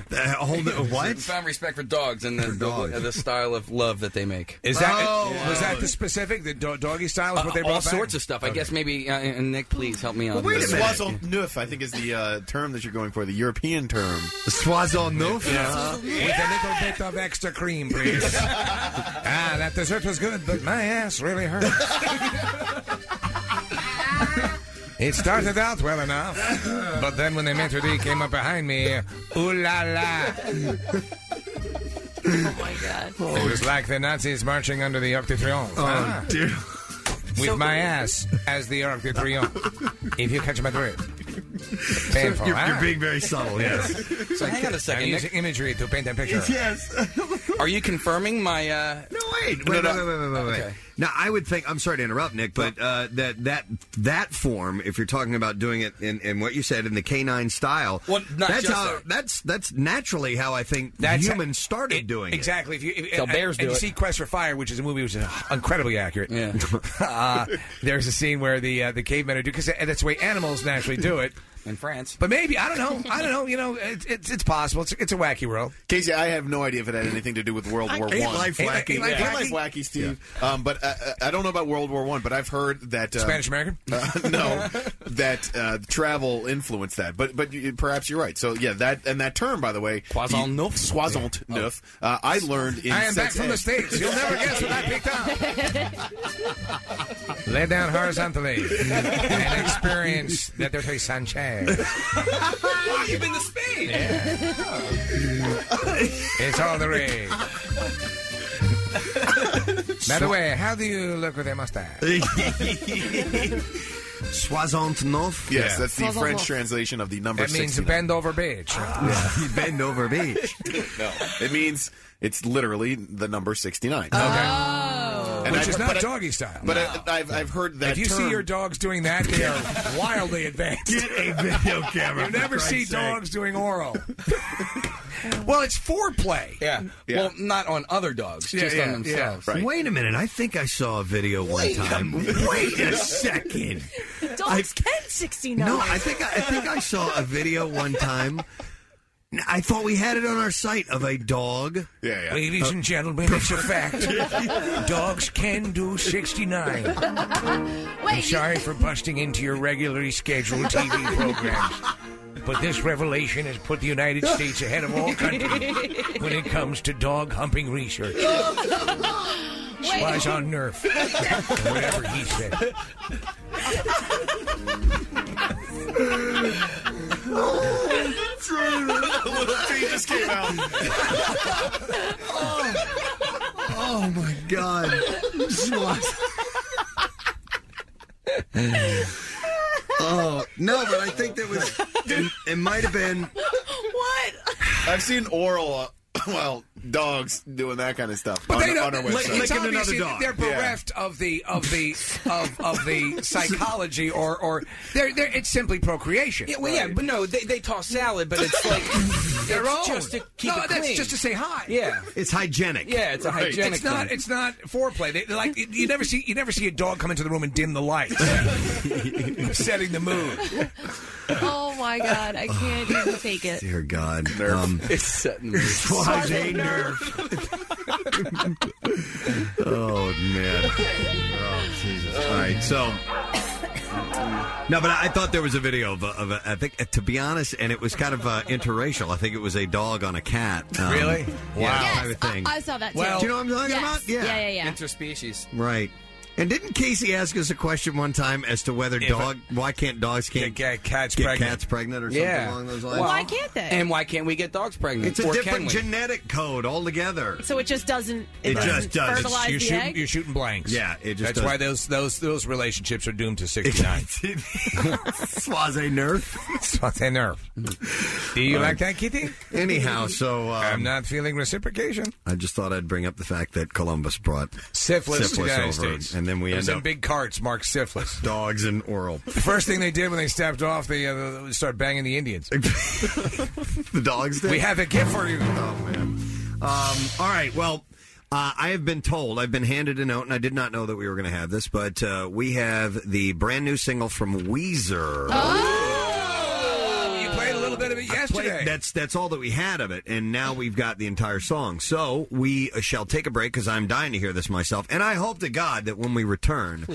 *laughs*
yeah.
Oh
A whole new,
Found respect for dogs and the,
dogs. Oh,
The, the style of love that they make.
Is that
Oh,
was that the specific the do- doggy style? Is what they
Uh,
brought
all
back?
sorts of stuff. I guess maybe. Uh, and Nick, please help me out.
Wait
This.
Swazzle Neuf, I think, is the uh, term that you're going for, the European term.
Swazzle Neuf?
With a little bit of extra cream, please.
*laughs*
ah, that dessert was good, but my ass really
*laughs*
hurt. It started out well enoff, but then when the maitre d' came up behind me, ooh la la.
oh my god.
It was like the Nazis marching under the Arc de Triomphe.
Oh,
Ah.
dear.
With my ass as the Arc de Triomphe. if you catch my drift. Painful,
You're-
huh?
you're being very
*laughs*
subtle, yes.
So hang on a second,
I'm
Nick.
using imagery to paint a picture.
Yes.
Are you confirming my? Uh...
No, wait, wait, wait, wait, wait, wait, wait.
Okay.
Now, I would think I'm sorry to interrupt, Nick, but uh, that that that form, if you're talking about doing it in, in what you said in the canine style,
Well, not
that's
just
how
that.
that's that's naturally how I think
That's-
humans started doing
Exactly. If you if,
So
and-
bears
and
do
you
it.
see Quest for Fire, which is a movie which is incredibly accurate. Yeah. *laughs* uh, there's a scene where the uh, the cavemen are do because that's the way animals naturally do it.
In France,
but maybe I don't *laughs* know. I don't know. You know, it's it's, it's possible. It's, it's a wacky world.
Casey, I have no idea if it had anything to do with World War
Ain't
One.
life Ain't- wacky. ain't life
Ain't
wacky?
wacky, Steve. Um, but uh, uh, I don't know about World War One, but I've heard that uh,
Spanish
*laughs*
American.
uh, no, *laughs* that uh, travel influenced that. But but you, perhaps you're right. So yeah, that and that term, by the way,
Soissons neuf.
Soissons
Oh.
neuf. Uh, I learned in
I am back
sex
from
ed.
the states. You'll never guess what I picked
*laughs*
up. Lay down *laughs* horizontally and experience that there's a Sanchez.
oh, you've been to Spain.
It's all the rage. By the way, how do you look with a mustache?
it. Soixante neuf.
*laughs* Yes, that's the French translation of the number.
That means
69.
bend over bitch.
*laughs* bend over beach.
*laughs* no, it means it's literally the number sixty-nine.
Okay.
And
Oh. Which
I-
is
but
not
I-
doggy style.
But I, I've, I've heard that
if you see
term- *laughs*
your dogs doing that, they are wildly advanced.
Get a video camera,
You
for
never
Christ's
see
sake.
dogs
*laughs*
doing oral. well, it's foreplay.
Yeah. Well, not on other dogs, just on themselves.
Wait a minute. I think I saw a video one
Wait a
time.
minute.
Wait a second.
Dogs can 69.
No, I think I, I think I saw a video one time. I thought we had it on our site of a dog.
Yeah, yeah.
Ladies and gentlemen, it's a *laughs* fact.
*laughs*
Dogs can do 69. I'm sorry for busting into your regularly scheduled
*laughs*
TV programs, but this revelation has put the United States ahead of
*laughs*
all countries when it comes to dog humping research. Spies on Nerf. or whatever he said.
Little tree just came out.
Oh my god.
*laughs*
oh no, but I think that was it, it might have been
what?
I've seen oral, uh, *coughs* well, dogs doing that kind of stuff.
But
on,
they
on
don't.
our
like,
website.
it's obviously They're bereft of the of the of, of
*laughs*
the psychology or or they're, they're, it's simply procreation.
Yeah, well, yeah, but no, they, they toss salad, but it's
*laughs*
like
Their
it's
own.
Just to keep
No,
it
that's
clean.
just to say hi.
Yeah,
It's hygienic.
Yeah, it's a
Right.
hygienic
It's not.
thing.
It's not foreplay. They, they're like you- you never see. You never see a dog come into the room and dim the
*laughs*
lights, setting the mood.
oh my god, I can't even take
*laughs*
it.
Dear God. Um,
*laughs* it's setting
*laughs* Swaz a nerve. oh, man. Oh, Jesus. All right, so. No, but I I thought there was a video of, a, of a, I think, uh, to be honest, and it was kind of uh, interracial. I think it was a dog on a cat. um,
Really?
Yeah,
Wow.
type of thing.
*laughs* I saw that too.
Do you know what I'm talking
Yes.
about? Yeah.
yeah, yeah, yeah.
Interspecies.
Right. And didn't Casey ask us a question one time as to whether
If
dog why can't dogs can't
get, cats
pregnant.
cats pregnant or something
yeah.
along those lines?
Why can't they?
And why can't we get dogs pregnant?
It's a
Or can
different
we?
genetic code altogether.
So it just doesn't.
It
doesn't
just does.
Fertilize
You're
the
shooting,
egg.
you're shooting blanks.
Yeah, it just
That's
does.
why those those those relationships are doomed to sixty
*laughs*
nine.
Swaze
*laughs*
nerf.
Swaze nerf. Do you
Um,
like that, Kitty?
Anyhow, so um,
I'm not feeling reciprocation.
I just thought I'd bring up the fact that Columbus brought
Syphilis, to the United
over,
States,
and then we
it was
end
in
up
big carts marked
*laughs*
syphilis.
dogs and oral.
The first thing they did when they stepped off, they uh, started banging the
*laughs*
Indians.
the dogs did.
We have a gift
*laughs*
for you.
Um, all right. Well, uh, I have been told, I've been handed a note, and I did not know that we were going to have this, but uh, we have the brand new single from Weezer.
Oh,
Oh!
You played a little bit of it yesterday.
Play- that's that's all that we had of it, and now we've got the entire song. So we uh, shall take a break because I'm dying to hear this myself, and I hope to God that when we return,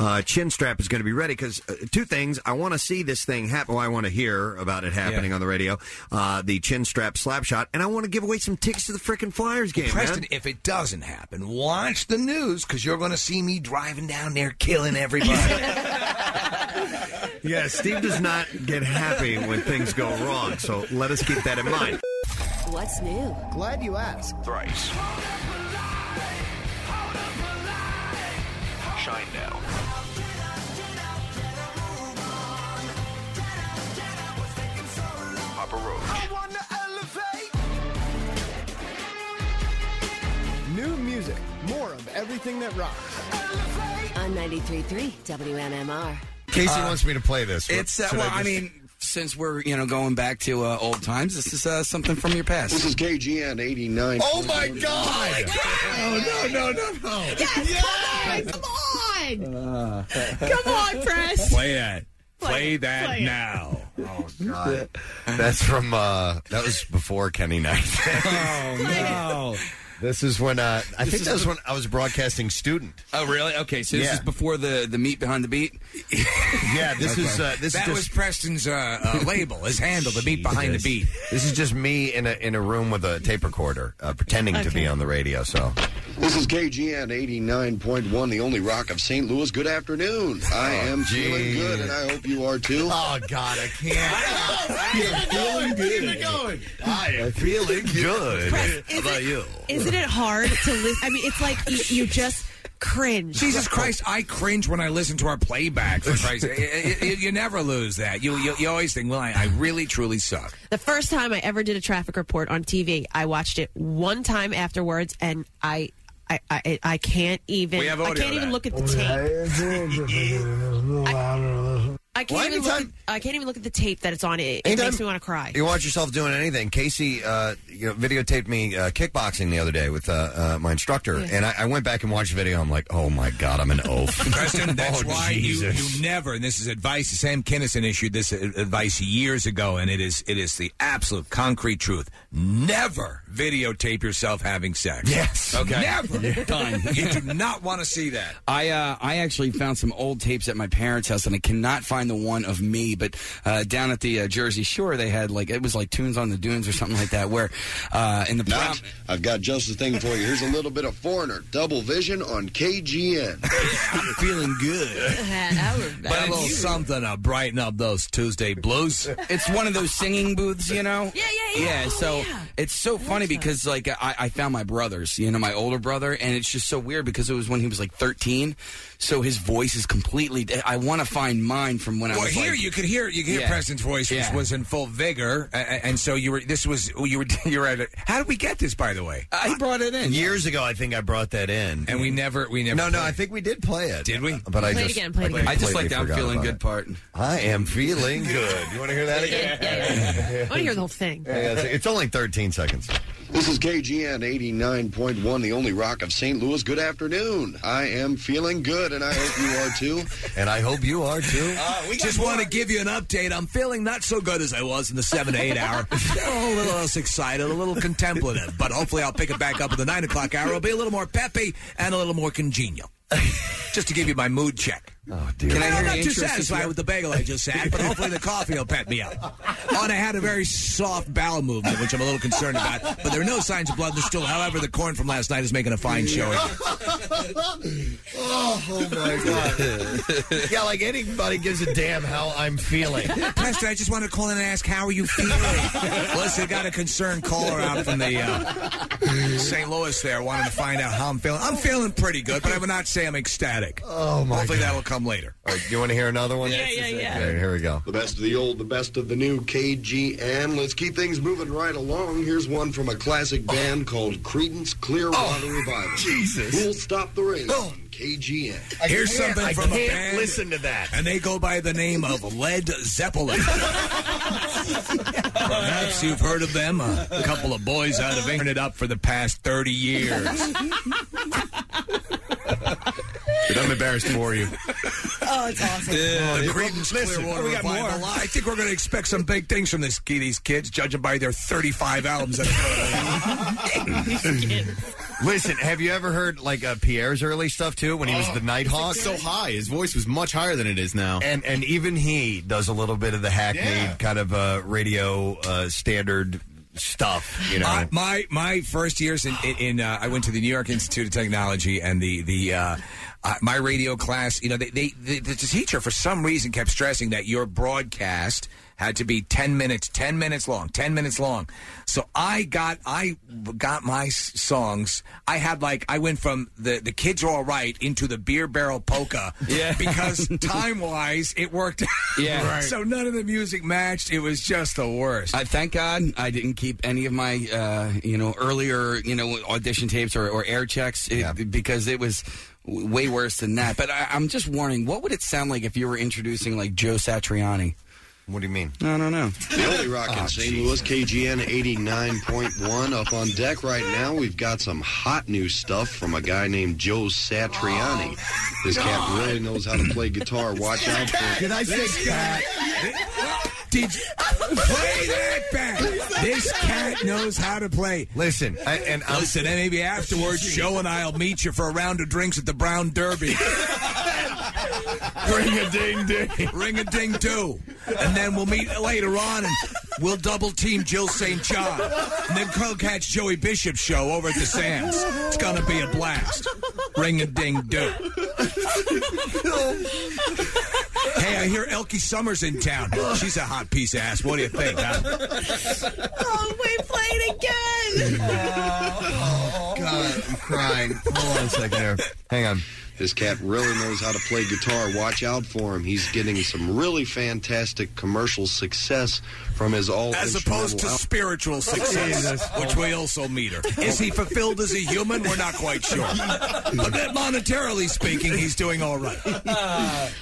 uh, Chin Strap is going to be ready. Because uh, two things, I want to see this thing happen. Well, I want to hear about it happening on the radio, uh, the Chin Strap Slap Shot, and I want to give away some tickets to the frickin' Flyers game.
Preston,
man.
if it doesn't happen, watch the news because you're going to see me driving down there killing everybody.
Yeah, Steve does not *laughs* get happy when things go wrong, so let us keep that in mind.
What's new? Glad you asked.
Thrice. Shine now. Papa Roach.
New music. More of everything that rocks. On 93.3 WMMR.
Casey wants me to play this.
It's uh, well, I, mean, since we're Uh, you know going back to uh, old times, this is uh, something from your past.
This is KGN 89.
Oh, my God!
Oh, no, no, no, no.
Yes, come on, come on.
Come on, Press. *laughs*
Play that. Play, that
play it.
now.
Oh, God. *laughs* That's from, uh, that was before Kenny Knight. oh, no. This is when, uh, I
This
think
is
that was
the-
when I was a broadcasting student.
Oh really? Okay, so this
Yeah.
is before the the meat behind the beat.
*laughs* Yeah, this is, uh, this is
that
just-
was Preston's uh, uh, label, his handle, the
*laughs*
beat behind the
Jesus.
beat.
This is just me in a, in a room with a tape recorder, uh, pretending to be on the radio, so.
This is KGN 89.1, the only rock of St. Louis. Good afternoon. I am feeling
Oh, gee.
good, and I hope you are too.
Oh, God, I
can't. feeling good.
going. I am feeling good. How about you?
Isn't it hard to listen? I mean, it's like you, you just cringe.
Jesus Christ, I cringe when I listen to our playback. For Christ's sake. I- I- I- you never lose that. You, you you always think, well, I, I really truly
*laughs*
suck.
The first time I ever did a traffic report on TV, I watched it one time afterwards, and I. I, I, I can't even
We have audio
I can't
of
even
that.
look at the tape. *laughs* I, I
Well,
can't even look at, I can't even look at the tape that it's on. It, it
Anytime-
makes me want to cry.
You watch yourself doing anything. Casey, uh, you know, videotaped me uh, kickboxing the other day with uh, uh, my instructor,
Yeah.
and I, I went back and watched the video. I'm like, oh my god, I'm an oaf.
*laughs* Preston, that's
*laughs* Oh,
why you,
Jesus.
you never, and this is advice, Sam Kinnison issued this a- advice years ago, and it is it is the absolute concrete truth. Never videotape yourself having sex.
Yes.
Okay.
Never.
Never.
Done.
You do not want to see that.
I uh, I actually found some old tapes at my parents' house, and I cannot find the one of me. But uh, down at the uh, Jersey Shore, they had like it was like Tunes on the Dunes or something like that. Where uh, in the
Not, I've got just the thing for you. Here's a little bit of Foreigner, Double Vision on
*laughs*
KGN.
I'm feeling good. But a little something to brighten up those Tuesday blues.
it's one of those singing booths, you know.
Yeah, Oh,
yeah, yeah. so it's so funny because like I, I found my brothers, you know, my older brother, and it's just so weird because it was when he was like 13, so his voice is completely. I want to find mine from from when I
well,
was
here
like-
you could hear you could hear
Yeah.
Preston's voice, which
Yeah.
was in full vigor, a- a- and so you were. This was you were *laughs* you were at. A, how did we get this, by the way?
I
brought it in
years ago. I think I brought that in,
and we never we never.
No, no, I think we did play it.
Did we?
But I
Play it
just
again, play it again.
I just like
completely
the I'm
forgot
feeling
about
good
it.
part.
I am feeling good. You want to
*laughs*
hear that again?
I want to hear the whole thing.
Yeah, it's- it's only 13 seconds.
This is KGN 89.1, the only rock of St. Louis. Good afternoon. I am feeling good, and I hope you are
*laughs*
too. Uh,
And I hope you are too.
just want to give you an update. I'm feeling not so good as I was in the seven to eight *laughs* hour. a little less excited, a little contemplative, but hopefully I'll pick it back up in the nine o'clock hour. I'll be a little more peppy and a little more congenial. Just to give you my mood check. Oh
dear!
Can I
hear
am not
your
too
interest if
satisfied
you-
with the bagel I just had, but hopefully the coffee will pep me up. And I had a very soft bowel movement, which I'm a little concerned about. But there are no signs of blood in the stool. However, the corn from last night is making a fine
*laughs*
showing.
oh, oh my
*laughs*
god! yeah, like anybody gives a damn how I'm feeling.
Pastor, I just want to call in and ask, how are you
*laughs*
feeling? Listen, got a concerned caller out from the uh, St. Louis there wanting to find out how I'm feeling. I'm feeling pretty good, but I would not say I'm ecstatic.
Oh my!
Hopefully that'll come later.
All right, you want to hear another one?
Yeah, yeah, yeah.
Okay, here we go.
The best of the old, the best of the new KGN. Let's keep things moving right along. Here's one from a classic
Oh.
band called Credence Clearwater Revival.
Jesus.
We'll stop the rain on KGN.
Oh. Here's something from a band.
to that.
And they go by the name of Led
*laughs*
Zeppelin. Perhaps you've heard of them. A couple of boys out of England up for the past 30
Oh,
years.
I'm embarrassed for you.
Oh, it's awesome.
Yeah, the Creedence Clearwater
we got
Revival.
more.
I think we're going to expect some big things from this, these kids, judging by their 35 albums that have come out.
Listen, have you ever heard like uh, Pierre's early stuff too? When he
Oh.
was the Nighthawk,
so high. His voice was much higher than it is now.
and and even he does a little bit of the hackneyed kind of uh, radio uh, standard stuff. You know,
Uh, my my first years in, in, in uh, I went to the New York Institute of Technology and the the uh, uh, my radio class. You know, they, they, the the teacher for some reason kept stressing that your broadcast had to be ten minutes, ten minutes long, ten minutes long. So I got I got my s- songs. I had like I went from the the kids are all right into the beer barrel polka.
Yeah.
*laughs*
*laughs*
*laughs*
because time wise it worked. out.
Yeah.
*laughs* so none of the music matched. It was just the worst.
I thank God I didn't keep any of my uh, you know earlier you know audition tapes or, or air checks it, because it was w- way worse than that. But I, I'm just warning. What would it sound like if you were introducing like Joe Satriani?
What do you mean?
I don't know.
The only rock in St. Louis, KGN 89.1. Up on deck right now, we've got some hot new stuff from a guy named Joe Satriani. this cat really knows how to play guitar. Watch out for
Did I say This cat?
Did you play that back? This cat knows how to play.
Listen, I, and I'm-
listen, and maybe afterwards, Joe and I'll meet you for a round of drinks at the Brown Derby. Ring a ding ding, ring a ding do, and then we'll meet later on, and we'll double team Jill St. John, and then Crow catch Joey Bishop's show over at the Sands. It's gonna be a blast. Ring a ding do. Hey, I hear Elkie Summers in town. She's a hot piece of ass. What do you think? huh?
oh, we played again.
Oh, God, I'm crying. Hold on a second there. Hang on.
This cat really knows how to play guitar. Watch out for him. He's getting some really fantastic commercial success from his all
As opposed to spiritual
Jesus.
success, which we also meter. Is he fulfilled as a human? We're not quite sure. But that monetarily speaking, he's doing all right.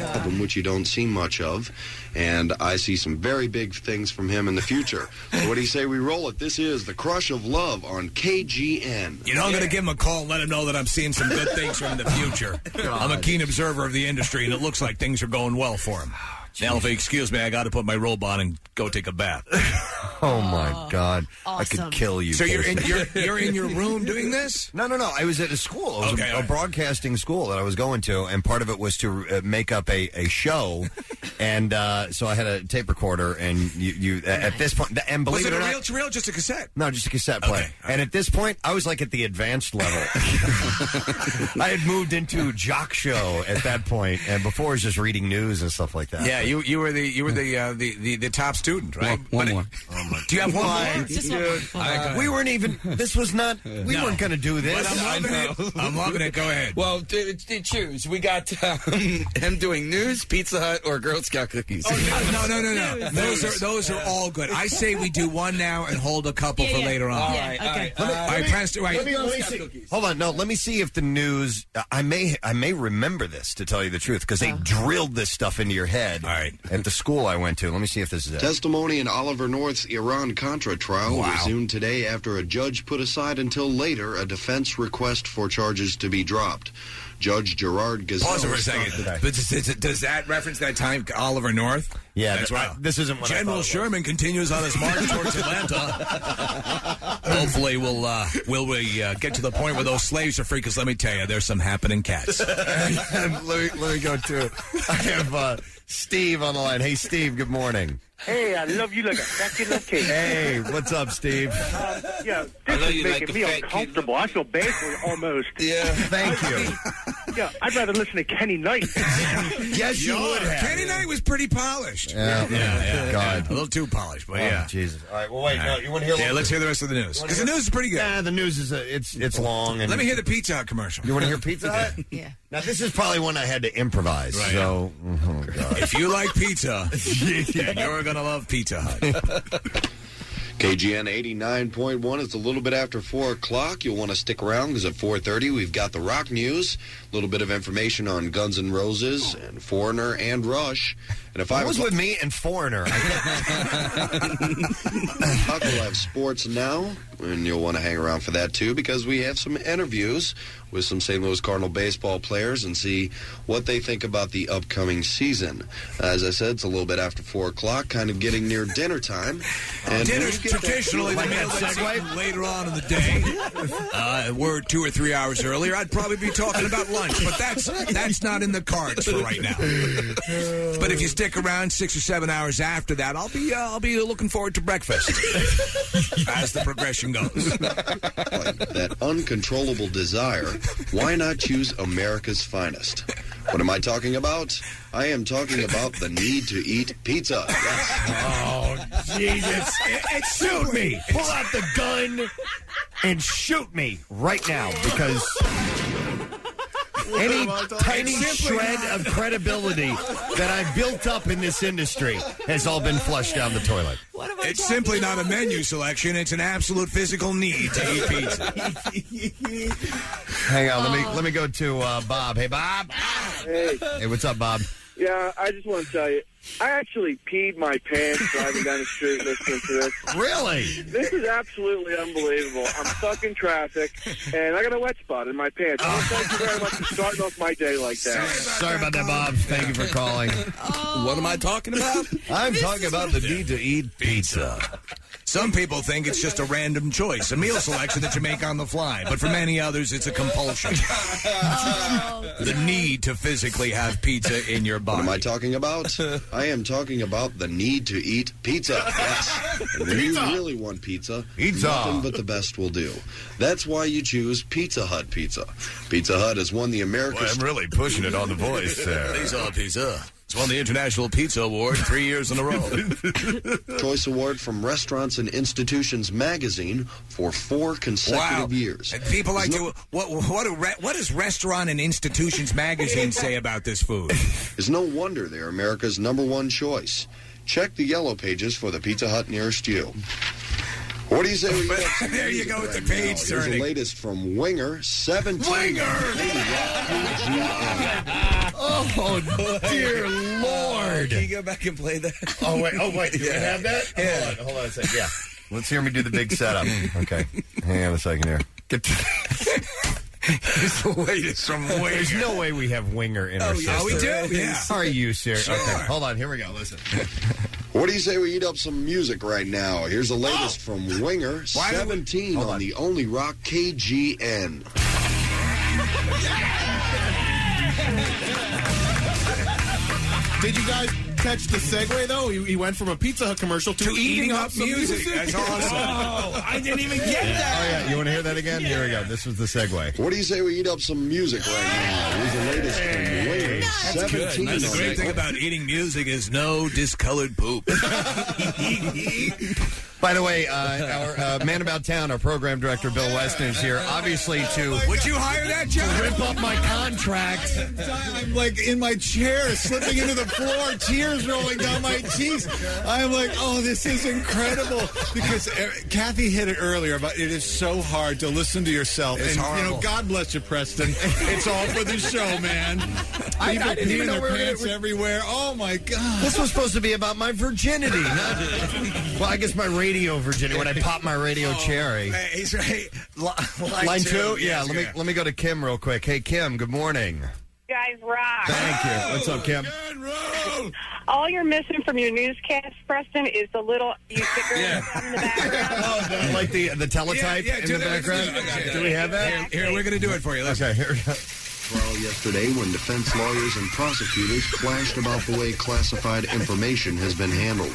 album, which you don't see much of, and I see some very big things from him in the future. So what do you say we roll it? This is The Crush of Love on KGN.
You know, I'm going to give him a call and let him know that I'm seeing some good things from the future. I'm a keen observer of the industry, and it looks like things are going well for him.
Oh,
Now, if he excuse me, I got to put my robe on and go take a bath.
Oh my God, I could kill you.
So you're in,
Casey.
you're, you're in your room doing this?
*laughs* No, no, no. I was at a school. It was a, a broadcasting school that I was going to, and part of it was to uh, make up a,
*laughs*
a show. and uh, so I had a tape recorder, and you, you at this point, and believe
Was it
or
a
not,
real, real, just a cassette?
No, just a cassette player. And at this point, I was like at the advanced level. I had moved into jock show at that point, and before it was just reading news and stuff like that.
Yeah, you you were the you were the uh, the, the the top student, right? One, more.
Oh,
Do you have one
Why?
more?
Just one more. Dude.
All right, go ahead.
We weren't even. This was not.
Uh,
We
No.
weren't going to do this.
But I'm loving it. *laughs* I'm loving it. Go ahead.
Well, d- d- choose. We got um, *laughs* him doing news, Pizza Hut, or Girl Scout cookies.
Oh, No, no, no,
*laughs*
no. Those are those are all good. I say we do one now and hold a couple
Yeah,
for
yeah.
later on.
All Yeah, right, all okay. right.
All
Uh,
right,
let me-
Preston. all right.
let me- let me see.
Hold on, no. Let me see if the news. I may, I may remember this to tell you the truth because they
Uh-huh.
drilled this stuff into your head. All right. At the school I went to, let me see if this is it.
Testimony in Oliver North's Iran Contra trial
Wow.
resumed today after a judge put aside until later a defense request for charges to be dropped. Judge Gerard Gazelle.
Pause it for a second. But does, does- does that reference that time Oliver North?
Yeah,
that's
th-
right.
uh, this isn't what I
General
thought it was.
Sherman continues on his
*laughs*
march towards Atlanta. Hopefully, we'll uh, will we uh, get to the point where those slaves are free? Because let me tell you, there's some happening cats.
let, me, let me go to. I have uh, Steve on the line. Hey, Steve. Good morning.
Hey, I love you like a fat kid love
*laughs*
cake.
Hey, what's up, Steve?
Uh,
Yeah, this is making me uncomfortable. I feel bad for you *laughs* almost.
Yeah, thank you.
Yeah, I'd rather listen to Kenny
*laughs*
Knight.
yes,
you would have.
Kenny Knight was pretty *laughs* polished.
Yeah,
yeah, yeah.
God.
A little too polished, but
Oh,
yeah.
Jesus. All right. Well, wait. No,
All right.
you want to hear? a
Yeah,
little-
let's hear the rest of the news
You wanna
because the
hear-
news is pretty good.
Nah, the news is a, it's it's long. And
Let me hear the Pizza Hut commercial.
You want to hear
*laughs*
Pizza Hut? yeah. Now this is probably one I had to improvise.
Right.
So, oh, God.
If you like
*laughs*
pizza, then you're gonna love Pizza Hut.
KGN 89.1. It's a little bit after 4 o'clock. You'll want to stick around because at 4.30 we've got the rock news, a little bit of information on Guns N' Roses and Foreigner and Rush. And if I
What was with me and Foreigner?
Huck will have sports now, and you'll want to hang around for that too because we have some interviews with some St. Louis Cardinal baseball players and see what they think about the upcoming season. As I said, it's a little bit after four o'clock, kind of getting near dinner
*laughs*
time. And
Dinner's
we'll get that-
traditionally the meal that's eaten later on in the day. Uh, we're two or three hours earlier. I'd probably be talking about lunch, but that's that's *laughs* not in the cards for right now. But if you stick around six or seven hours after that, I'll be uh, I'll be looking forward to
*laughs*
breakfast as the progression goes.
that uncontrollable desire, why not choose America's finest? What am I talking about? I am talking about the need to eat pizza.
Oh, Jesus. It, it shoot me. Pull out the gun and shoot me right now because any tiny shred of credibility that I've built up in this industry has all been flushed down the toilet.
It's simply not a menu selection. It's an absolute physical need to eat pizza.
Hang on, let me let me go to uh, Bob. Hey, Bob.
Hey.
Hey, what's up, Bob?
Yeah, I just want to tell you, I actually peed my pants driving down the street listening to this.
Really?
This is absolutely unbelievable. I'm stuck in traffic, and I got a wet spot in
*laughs*
my pants. Well, Thank you very much for starting off my day like that.
Sorry about that, Bob. Thank you for calling.
What am I talking about?
I'm talking about the need to eat pizza.
Some people think it's just a random choice, a meal selection that you make on the fly, but for many others, it's a compulsion. the need to physically have pizza in your body.
What am I talking about? I am talking about the need to eat pizza. Yes. And when
Pizza.
you really want pizza,
Pizza.
nothing but the best will do. That's why you choose Pizza Hut pizza. Pizza Hut has won the America's.
really pushing it on the voice there.
Pizza, pizza. It's won the International Pizza Award three years in a row.
*laughs* Choice Award from Restaurants and Institutions magazine for four *laughs* consecutive
Wow.
years.
And People like
There's no-
to. What, what, do re, what does Restaurant and Institutions magazine say about this food?
It's no wonder they're America's number one choice. Check the yellow pages for the Pizza Hut nearest you. What do
*laughs*
you say? we get some
There you
music
go with the
right now?
page
Here's the
turning.
latest from Winger 17.
*laughs*
Oh dear
Oh,
lord!
Can you go back and play that?
Oh wait, oh wait, do
Yeah.
we have that?
Yeah.
Hold on, hold on a second. Yeah. Let's hear me do the big setup. *laughs* okay. Hang on a second here. Get to *laughs*
It's the latest from Winger.
There's no way we have Winger in our
Oh, yeah,
system.
we do, yeah.
Are you serious?
Sure.
Okay, hold on. Here we go. Listen.
What do you say we eat up some music right now? Here's the latest
Oh.
from Winger 17 on, the Only Rock KGN.
Did you guys? catch the segue though? He, he went from a Pizza Hut commercial to,
To
eating, up some music.
That's all I'm saying.
I didn't even
Oh, yeah. You want to hear that again? Here we go. This was the segue.
What do you say we eat up some music right now? Here's the latest from the latest.
That's good.
17
That's the
on
great
that.
thing about eating music is no discolored poop.
By the way, uh, our uh, man about town, our program director Bill Weston is here. Obviously, to
would you hire that job?
Rip up my
*laughs*
contract.
I'm like in my chair, slipping into the floor, tears rolling down my cheeks. I'm like, oh, this is incredible because uh,
eh,
Kathy hit it earlier about it is so hard to listen to yourself.
It's
and you
horrible.
know, God bless you, Preston. It's all for the show, man.
I-
People
I didn't
peeing
even know
their
we were gonna-
pants everywhere. Oh my God!
This was supposed to be about my virginity. Not, *laughs* well, I guess my radio virginity when I pop my radio
Oh.
cherry.
hey, he's right.
Line, two, yeah. Let me let me go to Kim real quick. Hey, Kim. Good morning.
guys rock.
Thank you. What's up, Kim?
All you're missing from your newscast, Preston, is the little you sticker in the background.
like the the teletype
Yeah, yeah,
in
do
the
that. Let's do
background.
that. Okay.
Do we have that?
Here, here, we're going to do it for you. Let's
Okay. Here we go.
Well, yesterday, when defense lawyers and prosecutors clashed about the way classified information has been handled.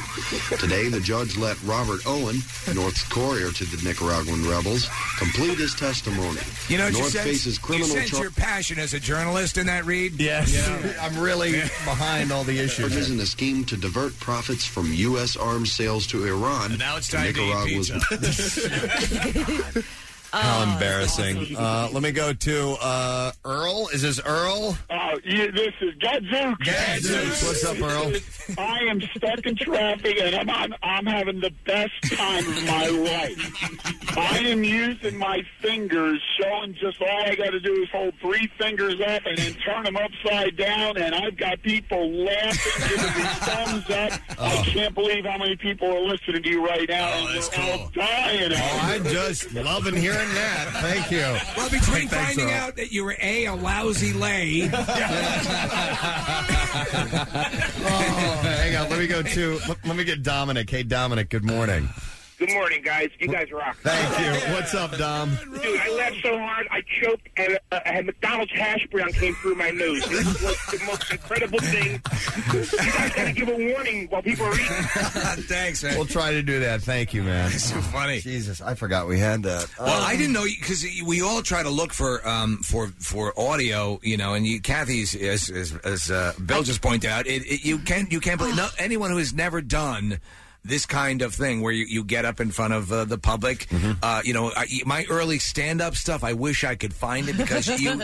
Today, the judge let Robert Owen, North's courier to the Nicaraguan rebels, complete his testimony.
You know, what
North
you sense,
faces criminal
you sense
char-
your passion as a journalist in that read.
Yes,
Yeah.
I'm really behind
*laughs*
all the issues.
Charges in a scheme to divert profits from U.S. arms sales to Iran.
And now it's
to
time to eat
Nicaragua's- *laughs*
Oh,
How embarrassing. Uh, let me go to uh, Earl. Is this Earl?
Oh, yeah, this is Gadzooks.
Gadzooks. What's up, Earl?
I am stuck in traffic, and I'm, I'm I'm having the best time of my life. I am using my fingers, showing just all I got to do is hold three fingers up and then turn them upside down, and I've got people laughing, giving me thumbs up.
Oh.
I can't believe how many people are listening to you right now, and we're all dying.
Oh, I'm just loving hearing that. Thank you.
Well, between
Hey, thanks,
finding
Earl.
out that you were a a lousy lay, *laughs* Oh.
*laughs* Hang on. Let me go to. Let, let me get Dominic. Hey, Dominic. Good morning.
Good morning, guys. You guys rock.
Thank you. What's up, Dom?
Dude, I laughed so hard I choked, and uh, a McDonald's hash brown came through my nose. This was
*laughs*
the most incredible thing. You guys gotta give a warning while people are eating.
*laughs* Thanks, man.
We'll try to do that. Thank you, man. It's
so funny.
Jesus, I forgot we had that.
Well, I didn't know because we all try to look for um, for for audio, you know. And you, Kathy's, as, as, as uh, Bill just pointed out, it, it, you can't you can't believe no, anyone who has never done this kind of thing where you, you get up in front of uh, the public. Uh, you know, I, my early stand up stuff. I wish I could find it because
*laughs*
you,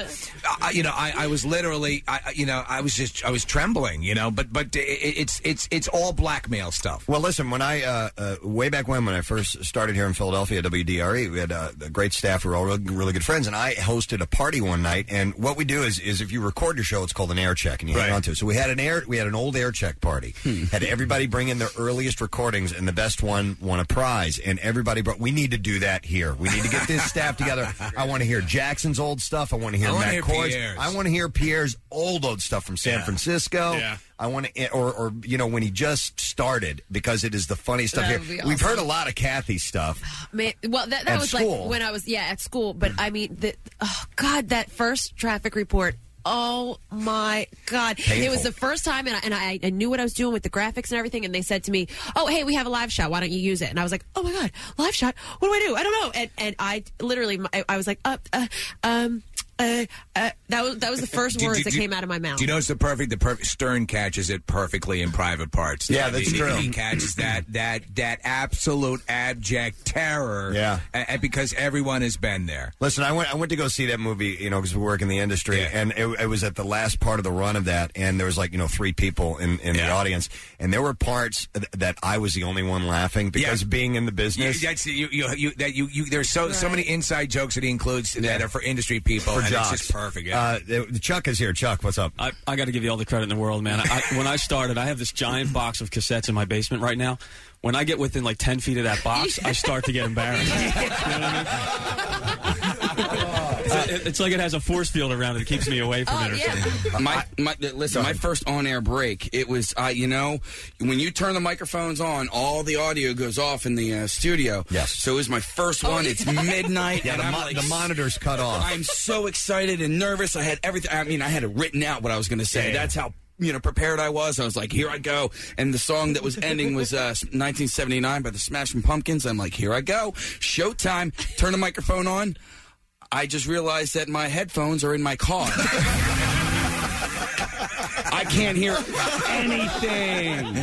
I, you know, I, I was literally, I, I- you know, I was just I was trembling, you know. But but it, it's it's it's all blackmail stuff.
Well, listen, when I, uh, uh, way back when, when I first started here in Philadelphia at WDRE, we had uh, a great staff. We were all really, really good friends. And I hosted a party one night. And what we do is, is if you record your show, it's called an air check and you hang on to it. So we had an air, we had an old air check party.
Hmm.
Had everybody bring in their earliest recordings and the best one won a prize. And everybody brought, we need to do that here. We need to get this staff together.
*laughs*
I want to hear Jackson's old stuff. I want to hear
I wanna
Matt
hear
Corr's.
Pierre's.
I want to hear Pierre's old, old stuff from San Francisco.
Yeah.
I want to, or, or you know, when he just started, because it is the funny stuff here.
That would be
We've
awesome.
heard a lot of Kathy stuff.
Man, well, that, that
At
was
school.
like when I was yeah at school, but I mean, the, oh god, that first traffic report. Oh my God! It
Painful.
was the first time, and, I, and I, I knew what I was doing with the graphics and everything. And they said to me, "Oh, hey, we have a live shot. Why don't you use it?" And I was like, "Oh my God, live shot? What do I do? I don't know." And and I literally, I, I was like, "Up, uh, um, uh, uh, that was that was the first
Do- do-
words that
do-
came out of my mouth."
Do you know it's the perfect? The perfect Stern catches it perfectly in private parts. I
Yeah,
mean,
that's
he-
true.
He catches that that that absolute abject terror.
Yeah.
a- a- because everyone has been there.
Listen, I went. I went to go see that movie, you know, because we work in the industry, and it, it was at the last part of the run of that, and there was like you know three people in, in the audience, and there were parts th- that I was the only one laughing because being in the
You,
business,
that's you, you, you, that you, you. There's so so many inside jokes that he includes that are for industry people.
for
and
jocks.
it's just perfect. Yeah.
Uh, th- Chuck is here. Chuck, what's up?
I, I got to give you all the credit in the world, man. I, when I *laughs* started, I have this giant box of cassettes in my basement right now. When I get within like 10 feet of that box, I start to get embarrassed. You know what I mean? It's- it- Uh, it's like Oh, it has a force field around it that keeps me away from it or
*laughs*
something.
my, my listen, my first on-air break. It was, uh, you know, when you turn the microphones on, all the audio goes off in the uh, studio. Yes. So it was my first one. It's midnight.
Oh, Yeah,
and
the
I'm
mo-
like,
the monitor's cut off.
I'm so excited and nervous. I had everything. I mean, I had it written out what I was going to say. That's how you know prepared I was. I was like, here I go. And the song that was ending was uh, 1979 by the Smashing Pumpkins. I'm like, here I go. Showtime. Turn the microphone on. I just realized that my headphones are in my car. *laughs* I can't hear anything.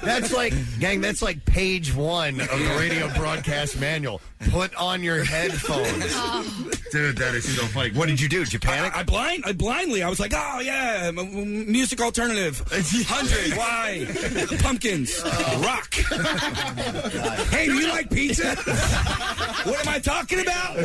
*laughs* That's like, gang, that's like page one of the radio broadcast manual. Put on your headphones. Dude, that is so funny. What did you do? Did you panic?
I blind, I blindly, I was like, oh yeah, m- m- music *laughs* alternative, hundred, why, pumpkins, rock. Uh.
*laughs*
hey, do you like pizza? what am I talking about?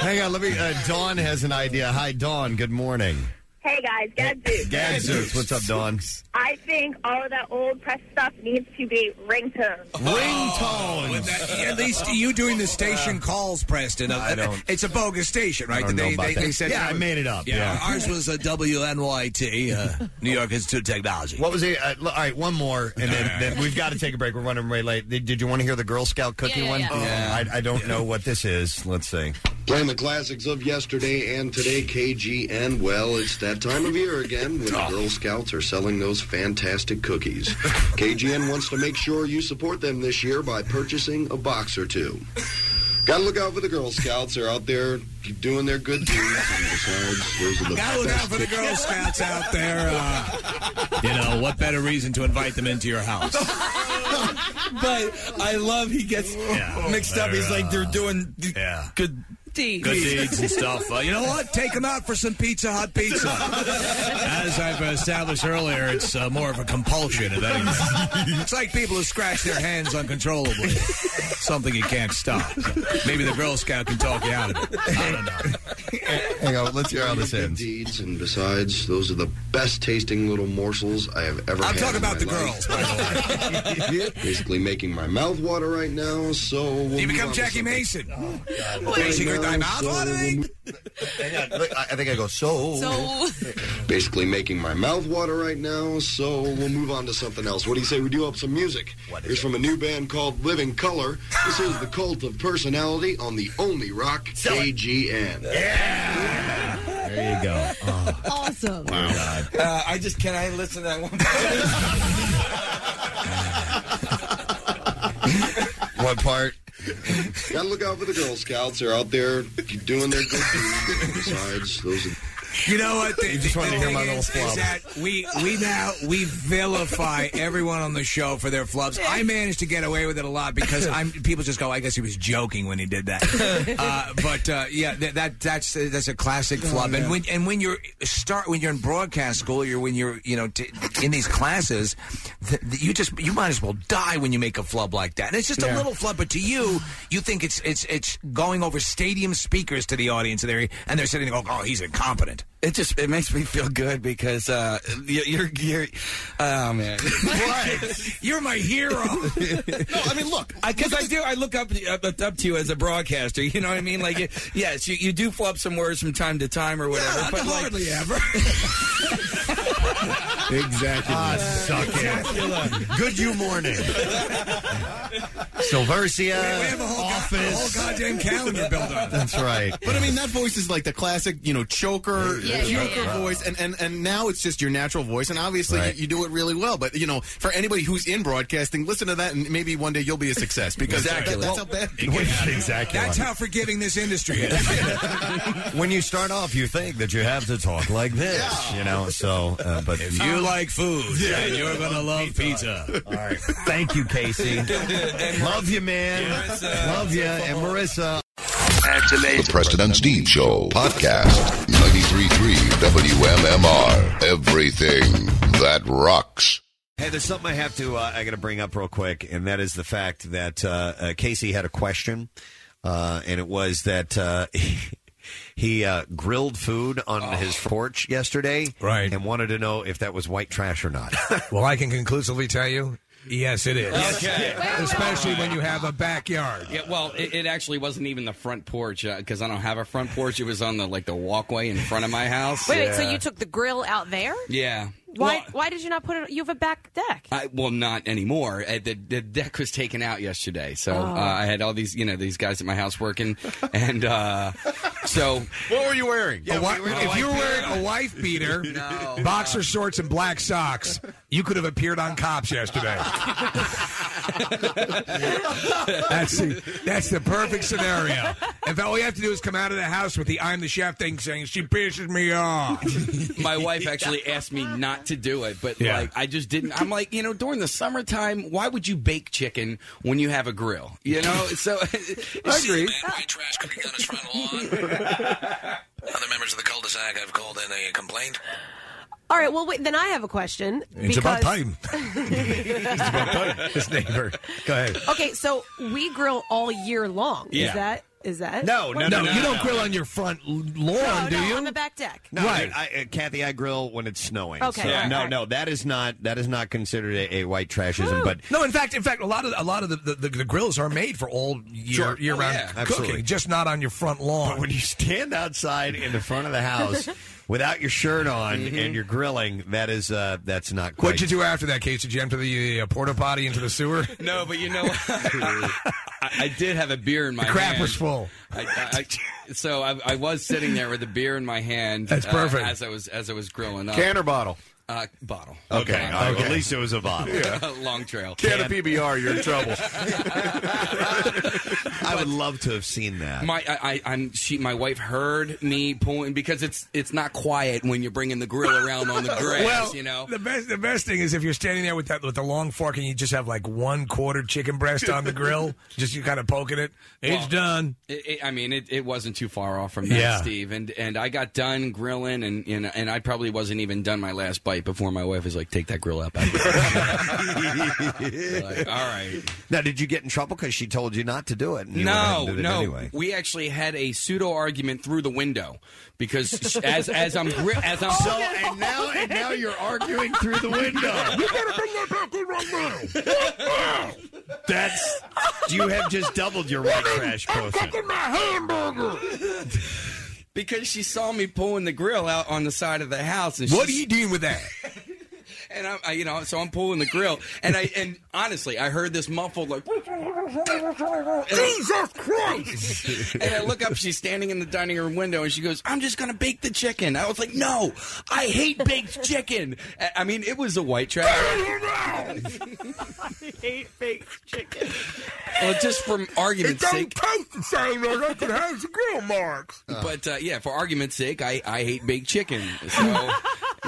Hang on, let me. Uh, Dawn has an idea. Hi, Dawn. Good morning.
Hey guys, Gadzooks.
Gadzooks. What's up, Dawn?
I think all of that old press stuff needs to be ringtones.
Ringtones. at least you doing the station calls, Preston. I
don't-
It's a bogus station, right?
I don't know
they,
about
they,
that.
they said
Yeah, I made it up, yeah.
ours was a WNYT, uh, New York Institute of Technology.
What was it? Uh, l- all right, one more, and then, then we've got to take a break. We're running way late. Did, did you want to hear the Girl Scout cookie
Yeah, yeah,
one? Oh,
yeah. Yeah.
I, I don't know what this is. Let's
*laughs*
see.
Playing the classics of yesterday and today, KGN. Well, it's that time of year again when the Girl Scouts are selling those fantastic cookies. KGN wants to make sure you support them this year by purchasing a box or two. Gotta look out for the Girl Scouts. They're out there doing their good deeds. And besides, those are the
Gotta look
best
out for the
cookies.
Girl Scouts out there. Uh, you know, what better reason to invite them into your house?
*laughs* but I love he gets mixed up. He's like they're doing d- good
Good deeds and stuff. Uh, you know what? Take them out for some Pizza Hut pizza.
*laughs*
As I've established earlier, it's uh, more of a compulsion of anything. It's like people who scratch their hands uncontrollably. Something you can't stop. Maybe the Girl Scout can talk you out of it. I don't know.
Hang on, let's hear how this
Good
ends.
deeds, and besides, those are the best tasting little morsels I have ever
I'm
had.
talking
in
about
my
the
life.
girls.
*laughs* Basically making my mouth water right now, so we'll
You
move
become
on to
Jackie
something
Mason. *laughs*
Right
Basically,
now,
my mouth
so
watering.
Hang on, look, I I think I go so. *laughs*
*laughs* Basically making my mouth water right now, so we'll move on to something else. What do you say we do up some music? Here's from a new band called Living Color. This is the Cult of Personality on the Only Rock KGN.
There you go.
Awesome.
Wow. Uh, I just can I listen to that one.
What part?
Gotta look out for the Girl Scouts. They're out there doing their good deeds. And Besides, those are
You know what? The,
You just
the
wanted to hear
thing
my little
is-
flub.
Is that we we now we vilify everyone on the show for their flubs. I managed to get away with it a lot because I'm people just go. I guess he was joking when he did that. uh, but uh, yeah, that, that that's that's a classic flub. And when and when you're start when you're in broadcast school, you're when you're you know t- in these classes, th- th- you just you might as well die when you make a flub like that. And it's just a
Yeah.
little flub, but to you, you think it's it's it's going over stadium speakers to the audience, and they're and they're sitting there going, "Oh, he's incompetent."
It just it makes me feel good because uh, you're, you're you're oh man,
you're
*laughs*
my hero.
no,
I mean look,
because I, do I look up, up up to you as a broadcaster. You know what I mean? Like it, yes, you, you do flub some words from time to time or whatever.
Yeah,
but like,
hardly ever.
Exactly. Ah, suck it. Good you morning. Silversia.
We have a whole, go- a whole goddamn calendar built up.
That's right.
*laughs* But I mean, that voice is like the classic, you know, choker,
Yeah, yeah,
choker
yeah.
voice, and, and and now it's just your natural voice, and obviously
Right.
you, you do it really well. But you know, for anybody who's in broadcasting, listen to that, and maybe one day you'll be a success because
Exactly.
that- that's
Well,
how bad
exactly.
That's how forgiving this industry is.
when you start off, you think that you have to talk like this, you know. So, uh, but
If you like food, then you're going to love pizza.
All right. Thank
*laughs*
you, Casey. Love you, man. Love you, and Marissa.
The Preston and Steve Show podcast. 93.3 WMMR. Everything that rocks.
Hey, there's something I have to uh, I got to bring up real quick, and that is the fact that uh, uh, Casey had a question, uh, and it was that uh, *laughs* he uh, grilled food on
Oh.
his porch yesterday, right, and wanted to know if that was white trash or not.
well, I can *laughs* conclusively tell you, yes, it is.
Okay.
Especially when you have a backyard.
Yeah, well, it, it actually wasn't even the front porch
uh,
because I don't have a front porch. It was on the like the walkway in front of my house.
Wait, wait, so you took the grill out there?
yeah.
Why? why did you not put it? You have a back deck.
I, well, not anymore. Uh, the, the deck was taken out yesterday, so
Oh.
uh, I had all these, you know, these guys at my house
*laughs*
working, and uh, so
what were you wearing?
A wi- if you were wearing a wife beater, boxer shorts, and black socks, you could have appeared on Cops yesterday. that's, the, that's the perfect scenario. In fact, all you have to do is come out of the house with the "I'm the chef" thing, saying she pisses me off.
My
*laughs*
wife
actually asked me not to do it, but
Yeah.
like I just didn't. I'm like, you know, during the summertime, why would you bake chicken when you have a grill? You know, so *laughs*
I
agree.
trash cooking on his front
Other members of the cul-de-sac have called in a complaint.
All right. Well, wait, then I have a question.
It's about time.
it's
This neighbor.
Go ahead.
*laughs*
Okay, so we grill all year long.
Yeah.
Is that? Is that?
you don't grill on your front l- lawn,
No,
do
no,
you?
on the back deck.
No, Right. dude,
I, uh, Kathy, I grill when it's snowing.
Okay,
so-
all right,
no,
all right.
no, that is not that is not considered a, a white trashism. But
No, in fact, in fact, a lot of a lot of the, the, the grills are made for all year
Sure.
year
Oh,
round
yeah.
cooking,
Absolutely.
just not on your front lawn.
when you stand outside in the front of
*laughs*
the
*laughs*
house without your shirt on
Mm-hmm.
and you're grilling, that is uh, that's not quite.
What'd you do after that, Case? Did you enter the uh, porta potty into the
*laughs*
sewer?
No, but you know, what? I, *laughs* I did have a beer in my
crap
hand.
was full.
I, I, I- so I, I was sitting there with a beer in my hand.
That's
uh,
perfect.
as I was as I was grilling up.
Can or bottle?
Uh, bottle.
Okay,
Bottle.
all right, well, at least it was
*laughs*
a bottle. *laughs* Yeah.
Long trail.
Can of
*laughs*
PBR, you're in trouble.
I would love to have seen that.
My I, I I'm she my wife heard me pulling because it's it's not quiet when you're bringing the grill around
*laughs*
on the grass.
well,
you know.
the best the best thing is if you're standing there with that with the long fork and you just have like one quarter chicken breast on the
*laughs*
grill, just you kind of poking it. It's
Well,
done.
It, it, I mean, it, it wasn't too far off from that,
Yeah.
Steve. And and I got done grilling, and, and and I probably wasn't even done my last bite before *laughs* my wife was like, "Take that grill out." back." Like, All right.
Now, did you get in trouble because she told you not to do it? And you went ahead
no,
and did it
no.
Anyway.
We actually had a pseudo argument through the window because sh- as as I'm gri- as I'm
so Oh, and now and now you're arguing through the window. That's *laughs* you have just doubled your white
*laughs*
trash quotient.
my hamburger. Because she saw me pulling the grill out on the side of the house, and
What
she's-
are you doing with that?
*laughs* and I, I, you know, so I'm pulling the grill, and I, and honestly, I heard this muffled like, Jesus Christ! and I look up, she's standing in the dining room window, and she goes, "I'm just gonna bake the chicken." I was like, "No, I hate baked chicken." I- I mean, it was a white trash. *laughs*
I hate baked chicken.
well, just from argument's sake.
taste the same as I could have the grill marks.
But uh, yeah, for argument's sake, I, I hate baked chicken. So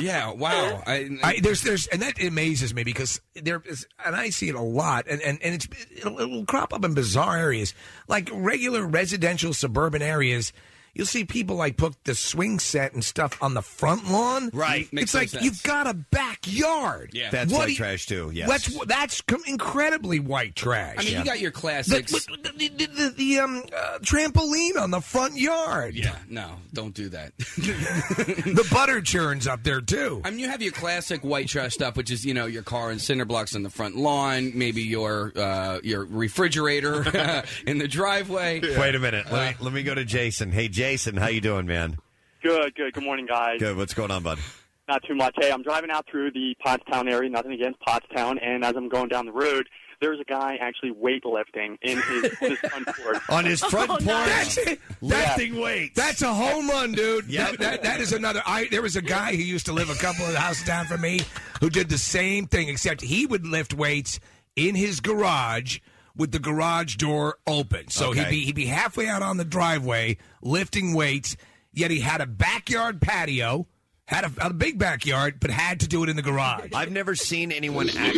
yeah, wow. I,
I, there's, there's, and that amazes me because there is, and I see it a lot, and and, and it's it'll, it'll crop up in bizarre areas, like regular residential suburban areas. You'll see people like put the swing set and stuff on the front lawn. Right, it's
Makes no
like
sense.
you've got a backyard.
Yeah. That's white
do
trash, too, yes.
that's that's com- incredibly white trash.
I mean, you got your classics.
The, but the, the, the, the, um, uh, trampoline on the front yard.
yeah, no, don't do that.
*laughs* the butter churns up there too.
I mean, you have your classic white trash stuff, which is you know your car and cinder blocks on the front lawn, maybe your uh, your refrigerator *laughs* in the driveway.
Wait a minute. Let me, let me go to Jason. Hey, Jason, how you doing, man?
Good, good. Good morning, guys.
Good. What's going on, bud?
Not too much. Hey, I'm driving out through the Pottstown area. Nothing against Pottstown. And as I'm going down the road, there's a guy actually weightlifting in his, his front porch.
*laughs* On his front
Oh,
Oh,
porch,
That's it.
lifting weights.
That's a home run, dude.
Yep.
That, that, that is another. I there was a guy who used to live a couple of houses down from me who did the same thing, except he would lift weights in his garage with the garage door open. So he'd
Okay.
be he'd be halfway out on the driveway lifting weights. Yet he had a backyard patio, had a, a big backyard, but had to do it in the garage.
I've never seen anyone. Act-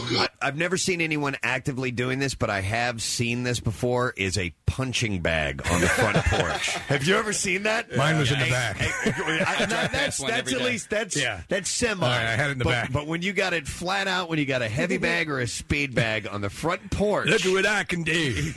I, have never seen anyone actively doing this, but I have seen this before. Is a punching bag on
*laughs*
the front porch. have you ever seen that?
Mine was in the back.
*laughs*
I, no, that's that's at least that's that's semi.
All right, I had it in the
but,
back.
But when you got it flat out, when you got
*laughs*
a heavy bag or a speed bag on the front porch,
look at what I can
*laughs*
do.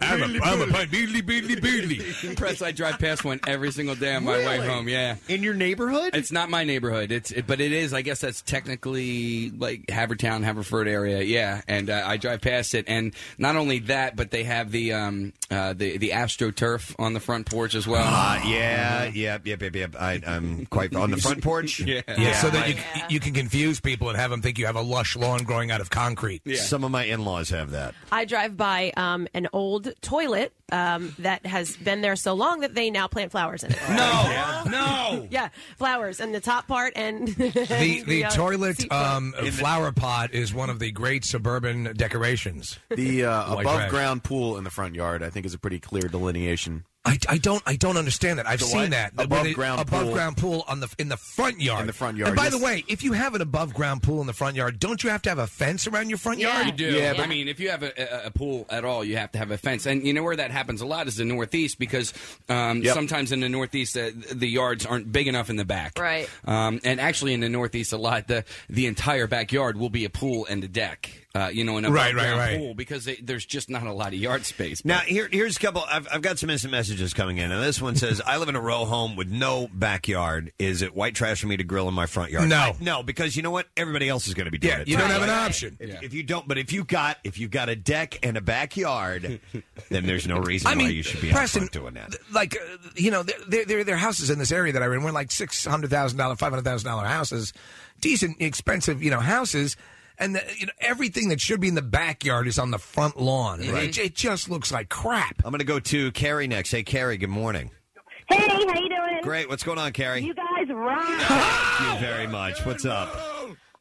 I'm a, I'm a punch. Beedly, beedly, beedly.
Press, I drive past one every single day on my way
Really?
home. Yeah,
in your neighborhood,
it's not my neighborhood. It's it, but it is. I guess that's technically like Havertown, Haverford area. Yeah, and uh, I drive past it, and not only that, but they have the um, uh, uh, the the AstroTurf on the front porch as well.
Uh, yeah, yep, yep, yep, yep. I, I'm quite on the front
*laughs*
porch.
yeah.
Yeah, so that you, you can confuse people and have them think you have a lush lawn growing out of concrete.
Some of my in-laws have that.
I drive by um, an old toilet um, that has been there so long that they now plant flowers in it.
No, no.
*laughs* Yeah, flowers in the top part and *laughs*
The the
uh,
toilet
seat
um, flower pot is one of the great suburban decorations.
The uh,
*laughs* White
above
trash.
ground pool in the front yard, I think, is a pretty clear delineation.
I, I don't I don't understand that. I've
The
seen
what?
that
Above
Where they-
ground
above
pool.
ground *laughs* pool on the in the front yard.
In the front yard,
And by
yes.
the way, if you have an above ground pool in the front yard, don't you have to have a fence around your front
Yeah,
yard?
you do. I mean, if you have a, a- a pool at all, you have to have a fence. And you know where that happens a lot is the Northeast because um, sometimes in the Northeast uh, the yards aren't big enough in the back.
Right.
Um, and actually, in the Northeast, a lot the the entire backyard will be a pool and a deck. Uh, you know, an
Right,
above-ground
right, right.
pool because they, there's just not a lot of yard space.
Now here, here's a couple. I've, I've got some instant messages coming in, and this one says, "I live in a row home with no backyard. Is it white trash for me to grill in my front yard?
No.
I- no, because you know what? Everybody else is going to be doing
Yeah,
it.
you don't have an
Right.
option.
If, if you don't, but if you got if you got a deck and a backyard, then there's no reason
I mean,
why you should be
Preston,
out front doing that.
like uh, you know there there there are houses in this area that I were in were like six hundred thousand dollar five hundred thousand dollar houses, decent expensive you know houses. And the, you know everything that should be in the backyard is on the front lawn. And
Right.
It, it just looks like crap.
I'm going to go to Carrie next. Hey, Carrie. Good morning.
Hey, how you doing?
Great. What's going on, Carrie?
You guys rock.
Thank you very much. What's up?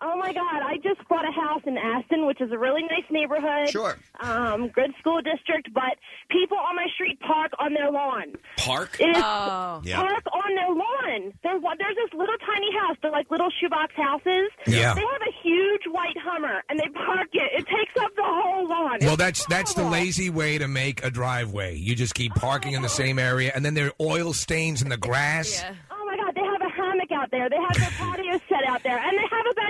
Oh my God! I just bought a house in Aston, which is a really nice neighborhood.
Sure.
Um, good school district, but people on my street park on their lawn.
Park?
It is
Oh. Yeah.
park on their lawn. There's one- there's this little tiny house. They're like little shoebox houses.
Yeah.
They have a huge white Hummer, and they park it. It takes up the whole lawn.
Well, that's that's the lazy way to make a driveway. You just keep parking in the same area, and then there are oil stains in the grass.
Oh my God! They have a hammock out there. They
*laughs*
have their patio set out there, and they have a backyard.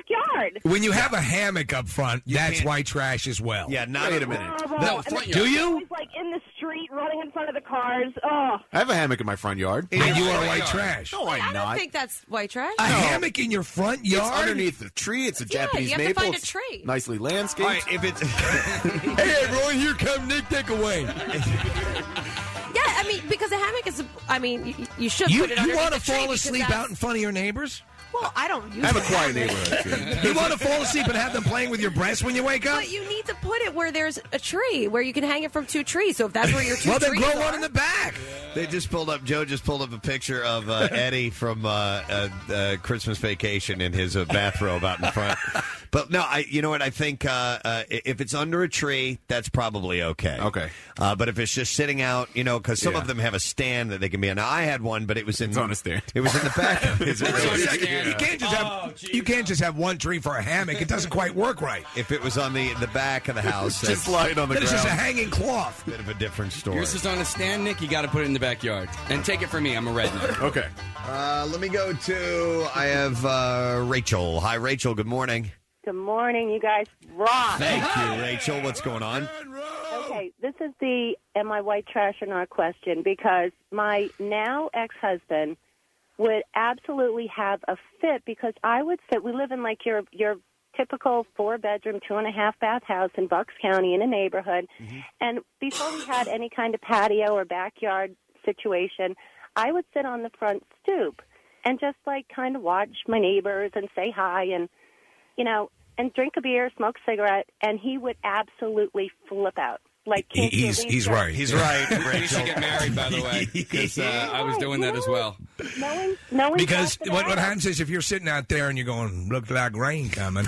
When you have a hammock up front, that's white trash as well.
Yeah, not
Wait a minute.
Horrible.
No,
Oh, And the
do
kids
you?
are always, like in the street, running in front of the cars. Oh.
I have a hammock in my front yard.
And you are white trash.
No, I'm
I
not.
don't think that's white trash.
A hammock in your front
It's
yard?
underneath the tree. It's a
Yeah,
Japanese
you have to
maple.
find a
It's
tree.
Nicely landscaped.
if
*laughs*
*laughs*
it's
hey everyone, here come Nick Dickaway.
Yeah, I mean because a hammock is. a- I mean, you, you should.
You,
put it
you
underneath
want
the
to
tree
fall
because
asleep
that's-
out in front of your neighbors?
Well, I don't. Use
I have
a quiet neighborhood.
you want to fall asleep and have them playing with your breasts when you wake up?
But you need to put it where there's a tree, where you can hang it from two trees. So if that's where your two
Well, then
trees
grow
are,
one
in the back.
They just pulled up. Joe just pulled up a picture of uh, Eddie from uh, uh, uh, Christmas Vacation in his uh, bathrobe out in front. But no, I. You know what? I think uh, uh, if it's under a tree, that's probably okay. Okay. Uh, but if it's just sitting out, you know, because some
Yeah.
of them have a stand that they can be on. Now, I had one, but it was in
It's on a stand.
It was in the back. It's really-
You can't just have
Oh,
you can't just have one tree for a hammock. It doesn't quite work right.
If it was on the the
*laughs*
back of the house,
Just lying on the This is ground. a hanging cloth.
Bit of a different story.
Yours is on a stand, Nick. You got to put it in the backyard. And take it from me, I'm a redneck.
okay. Uh, let me go to. I have uh, Rachel. Hi, Rachel. Good morning.
Good morning, you guys rock.
Thank you, Rachel. What's going on?
Okay, this is the am I white trash or not question because my now ex husband would absolutely have a fit because I would sit. We live in like your your typical four bedroom, two and a half bath house in Bucks County in a neighborhood,
Mm-hmm.
and before we had any kind of patio or backyard situation, I would sit on the front stoop and just like kind of watch my neighbors and say hi and you know, and drink a beer, smoke a cigarette, and he would absolutely flip out. Like
He-
can't you
he's-
at
he's
least just-
right. He's *laughs* right, We should get married, by the way. *laughs* Because uh, I was doing that as well.
Knowing, knowing
Because
Johnson
what, what
Adams-
happens is if you're sitting out there and you're going, look like rain
*laughs*
coming.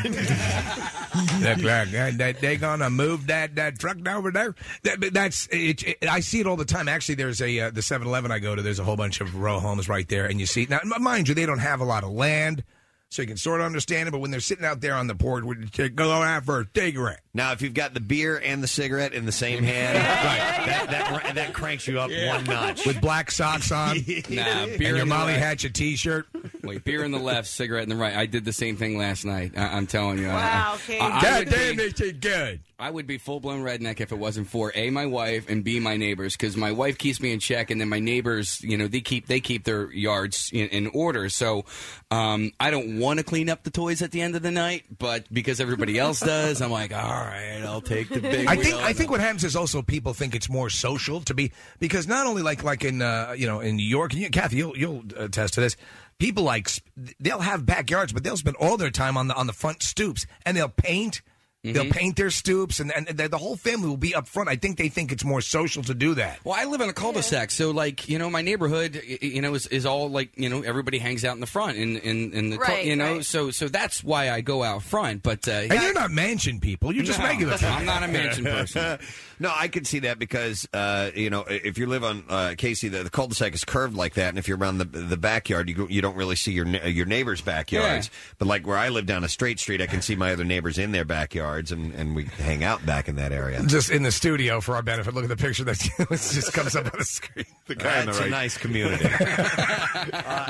look like uh, they, they gonna move that that truck over there. That, but that's it, it- I see it all the time. Actually, there's a uh, the 7-Eleven I go to. There's a whole bunch of row homes right there, and you see now, m- mind you, they don't have a lot of land. So you can sort of understand it, but when they're sitting out there on the porch, we just go out for a cigarette.
Now, if you've got the beer and the cigarette in the same hand, that, that, that cranks you up one notch.
with black socks on,
*laughs* Nah, beer
and your
in the
Molly
way.
Hatchet T-shirt.
Wait, beer in the left, cigarette in the right. I did the same thing last night. I- I'm telling you. I-
Wow,
I,
Casey.
I, I would
Goddamn,
be- I would be full blown redneck if it wasn't for a my wife and b my neighbors because my wife keeps me in check and then my neighbors you know they keep they keep their yards in, in order so um, I don't want to clean up the toys at the end of the night but because everybody else does I'm like all right I'll take the big
I think
wheel."
I think what happens is also people think it's more social to be because not only like like in uh, you know in New York and you, Kathy you'll you'll attest to this people like sp- they'll have backyards but they'll spend all their time on the on the front stoops and they'll paint
Mm-hmm.
they'll paint their stoops and and the the whole family will be up front I think they think it's more social to do that
Well, I live in a cul-de-sac, so like you know, my neighborhood, y- you know, is, is all like you know, everybody hangs out in the front, in in, in the cul-
Right,
you know,
right.
so so that's why I go out front. But uh,
and
yeah,
you're not mansion people you're just
No,
regular people.
I'm not a
*laughs*
mansion person.
no, I could see that because uh, you know if you live on uh, Casey, the, the cul-de-sac is curved like that, and if you're around the the backyard, you go- you don't really see your ne- your neighbors' backyards. But like where I live down a straight street, I can see my other neighbors in their backyards, and and we hang out back in that area.
just in the studio for our benefit. Look at the picture that *laughs* just comes up on the screen.
The guy on the That's a right. nice *laughs* community.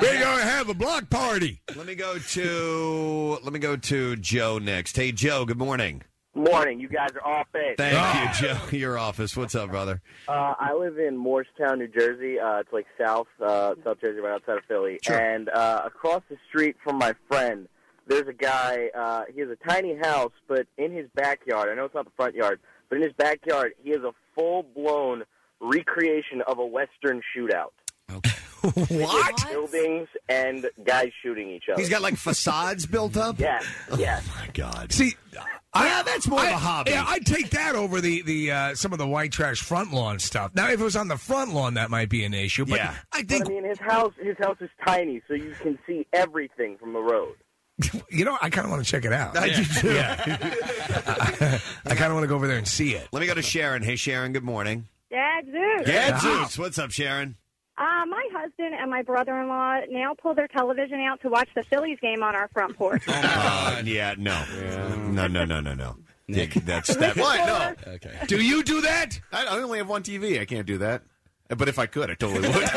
We're gonna have a block party.
Let me go to let me go to Joe next. Hey, Joe. Good morning.
Morning, you guys are off base.
Thank you, Joe. Your office. What's up, brother?
Uh, I live in Morristown, New Jersey. Uh, it's like South uh, South Jersey, right outside of Philly.
Sure.
And uh, across the street from my friend, there's a guy. Uh, he has a tiny house, but in his backyard, I know it's not the front yard, but in his backyard, he has a full blown recreation of a Western shootout. Okay.
*laughs* what?
Buildings and guys shooting each other.
He's got like facades built up.
Yeah. Yeah.
my God.
See, I,
yeah, that's more
I,
of a hobby.
Yeah, I'd take that over the the uh, some of the white trash front lawn stuff. Now, if it was on the front lawn, that might be an issue. But yeah. I think.
But, I mean, his house his house is tiny, so you can see everything from the road.
you know, I kind of want to check it out. I kind of want to go over there and see it.
Let me go to Sharon. Hey, Sharon. Good morning.
Gadzooks.
Zeus. What's up, Sharon?
Uh, my husband and my brother-in-law now pull their television out to watch the Phillies game on our
*laughs*
front porch.
Uh, yeah, no, no, no, no, no, no. Nick, that's
*laughs*
that-
What? No.
Okay.
Do
you do that?
I, I only have one TV. I can't do that. But if I could, I totally *laughs* would.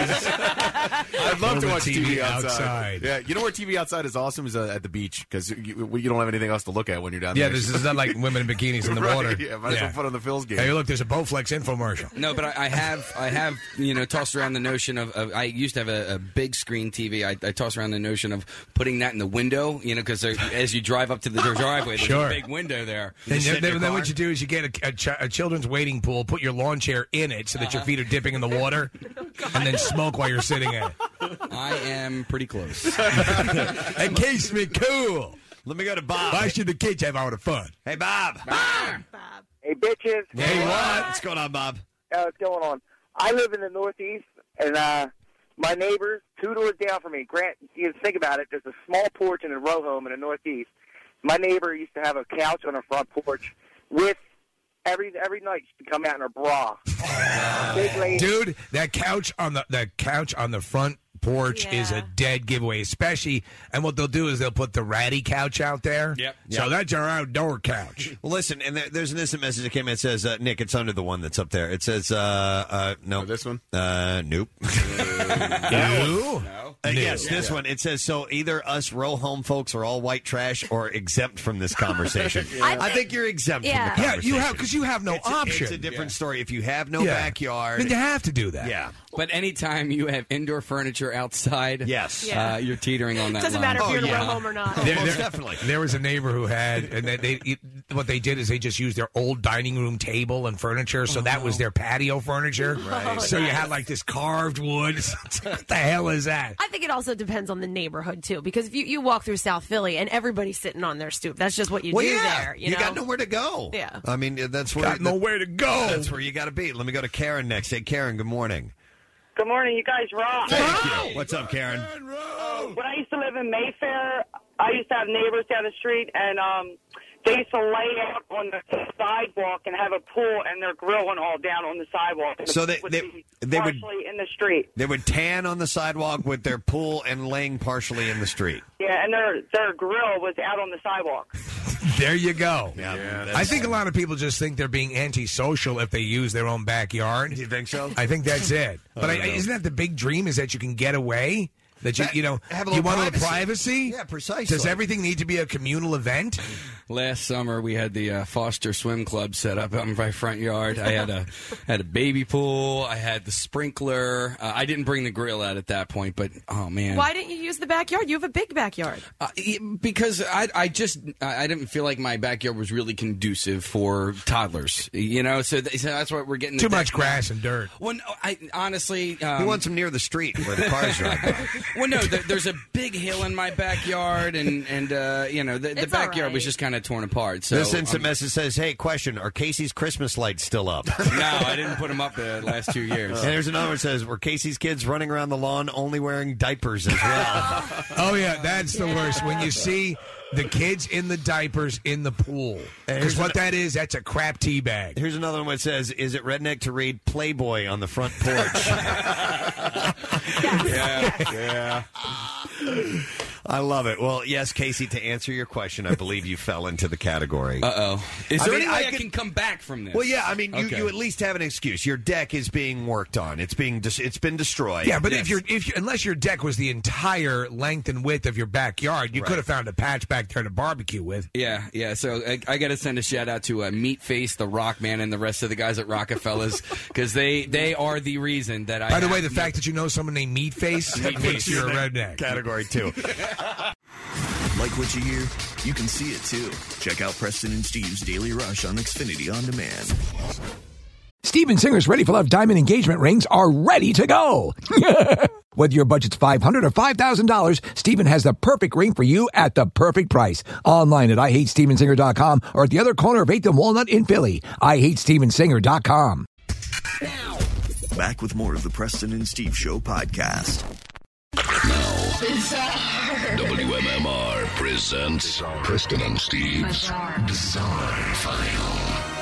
I'd love to
Over
watch
TV
TV, outside.
outside.
Yeah, you know where TV outside is awesome is uh, at the beach because you, you don't have anything else to look at when you're down
Yeah,
there.
this is not
*laughs*
like women in bikinis in the
Right,
water.
Yeah, might as well put on the Phil's game.
Hey, look, there's a Bowflex infomercial.
No, but I, I have I have you know tossed around the notion of, of I used to have a, a big screen TV. I, I toss around the notion of putting that in the window, you know, because as you drive up to the driveway, there's
Sure.
a big window there.
Then, then, then what you do is you get a, a, chi- a children's waiting pool, put your lawn chair in it so that your feet are dipping in the *laughs* water, and then smoke while you're sitting *laughs* in it.
*laughs* I am pretty close.
and keeps me cool.
Let me go to Bob.
Why should the kids have all the fun?
Hey, Bob.
Hey, bitches.
Hey,
what? What's going on, Bob?
Uh, what's going on? I live in the Northeast,
*laughs*
and uh, my neighbors, two doors down from me, Grant, you think about it, there's a small porch in a row home in the Northeast. My neighbor used to have a couch on her front porch with every every night she'd come out in her bra. Big lady.
Dude, that couch on the that couch on the front porch is a dead giveaway, especially. And what they'll do is they'll put the ratty couch out there. Yep. So
Yep.
that's our outdoor couch.
Well, listen, and there, there's an instant message that came in. It says, uh, Nick, it's under the one that's up there. It says, uh, uh, no. this one? Uh, nope.
no.
Uh, yes, this one. It says, so either us row home folks are all white trash or exempt from this
*laughs*
conversation.
I
I think you're exempt
Yeah.
from the
Yeah, you
conversation.
have- 'cause you have no
It's a-
option.
it's a different story. If you have no
Yeah.
backyard.
Then you have
to do that.
Yeah.
But anytime you have indoor furniture outside,
yes,
uh,
Yeah.
you're teetering on that.
Doesn't
line.
matter
Oh,
if you're in a row home or not.
definitely. Oh, There was a neighbor who had, and they, they what they did is they just used their old dining room table and furniture, so that was their patio furniture.
Oh. Right.
So you had like this carved wood. *laughs* what the hell is that?
I think it also depends on the neighborhood too, because if you, you walk through South Philly and everybody's sitting on their stoop, that's just what you
Well,
do
yeah.
there. You,
You
know?
got nowhere to go.
Yeah.
I mean, uh, that's where
Got nowhere to go.
That's where you got to be. Let me go to Karen next. Hey, Karen. Good morning.
Good morning, you guys rock.
What's up, Karen?
When I used to live in Mayfair, I used to have neighbors down the street, and um, they used to lay out on the sidewalk and have a pool and their grill and all down on the sidewalk. And
So
the
they
pool would
they,
be
they would
partially in the street.
they would tan on the sidewalk with their pool and laying partially in the street.
Yeah, and their their grill was out on the sidewalk.
There you go.
Yeah,
I think a lot of people just think they're being antisocial if they use their own backyard. Do you
think so?
I think that's it.
*laughs* I
But I
don't know.
isn't that the big dream? Is that you can get away? That you you know
have a
you
little
want a little
privacy.
privacy.
Yeah, precisely.
Does everything need to be a communal event?
Last summer, we had the uh, Foster Swim Club set up out in my front yard. I
*laughs*
had a had a baby pool. I had the sprinkler. Uh, I didn't bring the grill out at that point, but oh man,
Why didn't you use the backyard? You have a big backyard.
Uh, y- because I, I just I I didn't feel like my backyard was really conducive for toddlers, you know. So, th- so that's why we're getting the
Too
deck
much
now.
grass and dirt.
Well, no, I honestly, um,
he wants them near the *laughs* street where the cars drive.
well, no, there, there's a big hill in my backyard, and and uh, you know the, the
It's all
backyard was just kind of *laughs* torn apart. So
this
I'm-
instant message says, "Hey, question: Are Casey's Christmas lights still up?"
no, I didn't put them up the last two years.
and there's another one that says, "Were Casey's kids running around the lawn only wearing diapers as well?"
Oh yeah, that's the worst. When you see the kids in the diapers in the pool, because what that is, that's a crap tea bag.
Here's another one that says, "Is it redneck to read Playboy on the front
*laughs*
porch?"
yeah,
yeah.
*laughs*
I love it. Well, yes, Casey. To answer your question, I believe you fell into the category. Uh
oh. Is there
I mean,
any way I,
I
can,
could-
come back from this?
Well, yeah. I mean, you,
Okay.
you at least have an excuse. Your deck is being worked on. It's being dis- it's been destroyed.
Yeah, but if you're if you, unless your deck was the entire length and width of your backyard, you
Right.
could have found a patch back there to barbecue with.
Yeah, yeah. So I, I got to send a shout out to uh, Meatface, the Rock Man, and the rest of the guys at Rockefellers because they they are the reason that I.
By the *laughs*
have
way, the fact that you know someone named
*laughs*
Meatface *laughs*
Meatface.
means you're a redneck.
Category two.
*laughs* Like what you hear? You can see it too. Check out Preston and Steve's Daily Rush on Xfinity On Demand.
Steven Singer's Ready for Love diamond engagement rings are ready to go. *laughs* Whether your budget's 500 or $5,000, Steven has the perfect ring for you at the perfect price. Online at IHateStevenSinger.com or at the other corner of 8th and Walnut in Philly. IHateStevenSinger.com.
Back with more of the Preston and Steve Show podcast.
WMMR presents Preston and Steve's Bizarre File. *laughs*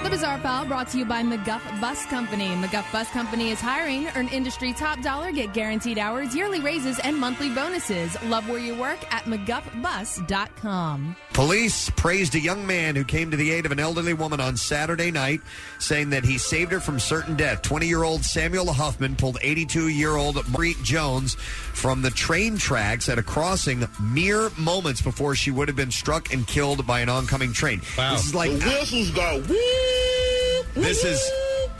The Bizarre File brought to you by McGuff Bus Company. McGuff Bus Company is hiring. Earn industry top dollar, get guaranteed hours, yearly raises, and monthly bonuses. Love where you work at McGuffBus.com.
Police praised a young man who came to the aid of an elderly woman on Saturday night, saying that he saved her from certain death. 20 year old Samuel Huffman pulled 82 year old Marguerite Jones from the train tracks at a crossing mere moments before she would have been struck and killed by an oncoming train. This is like.
the whistles go. Whoop,
This is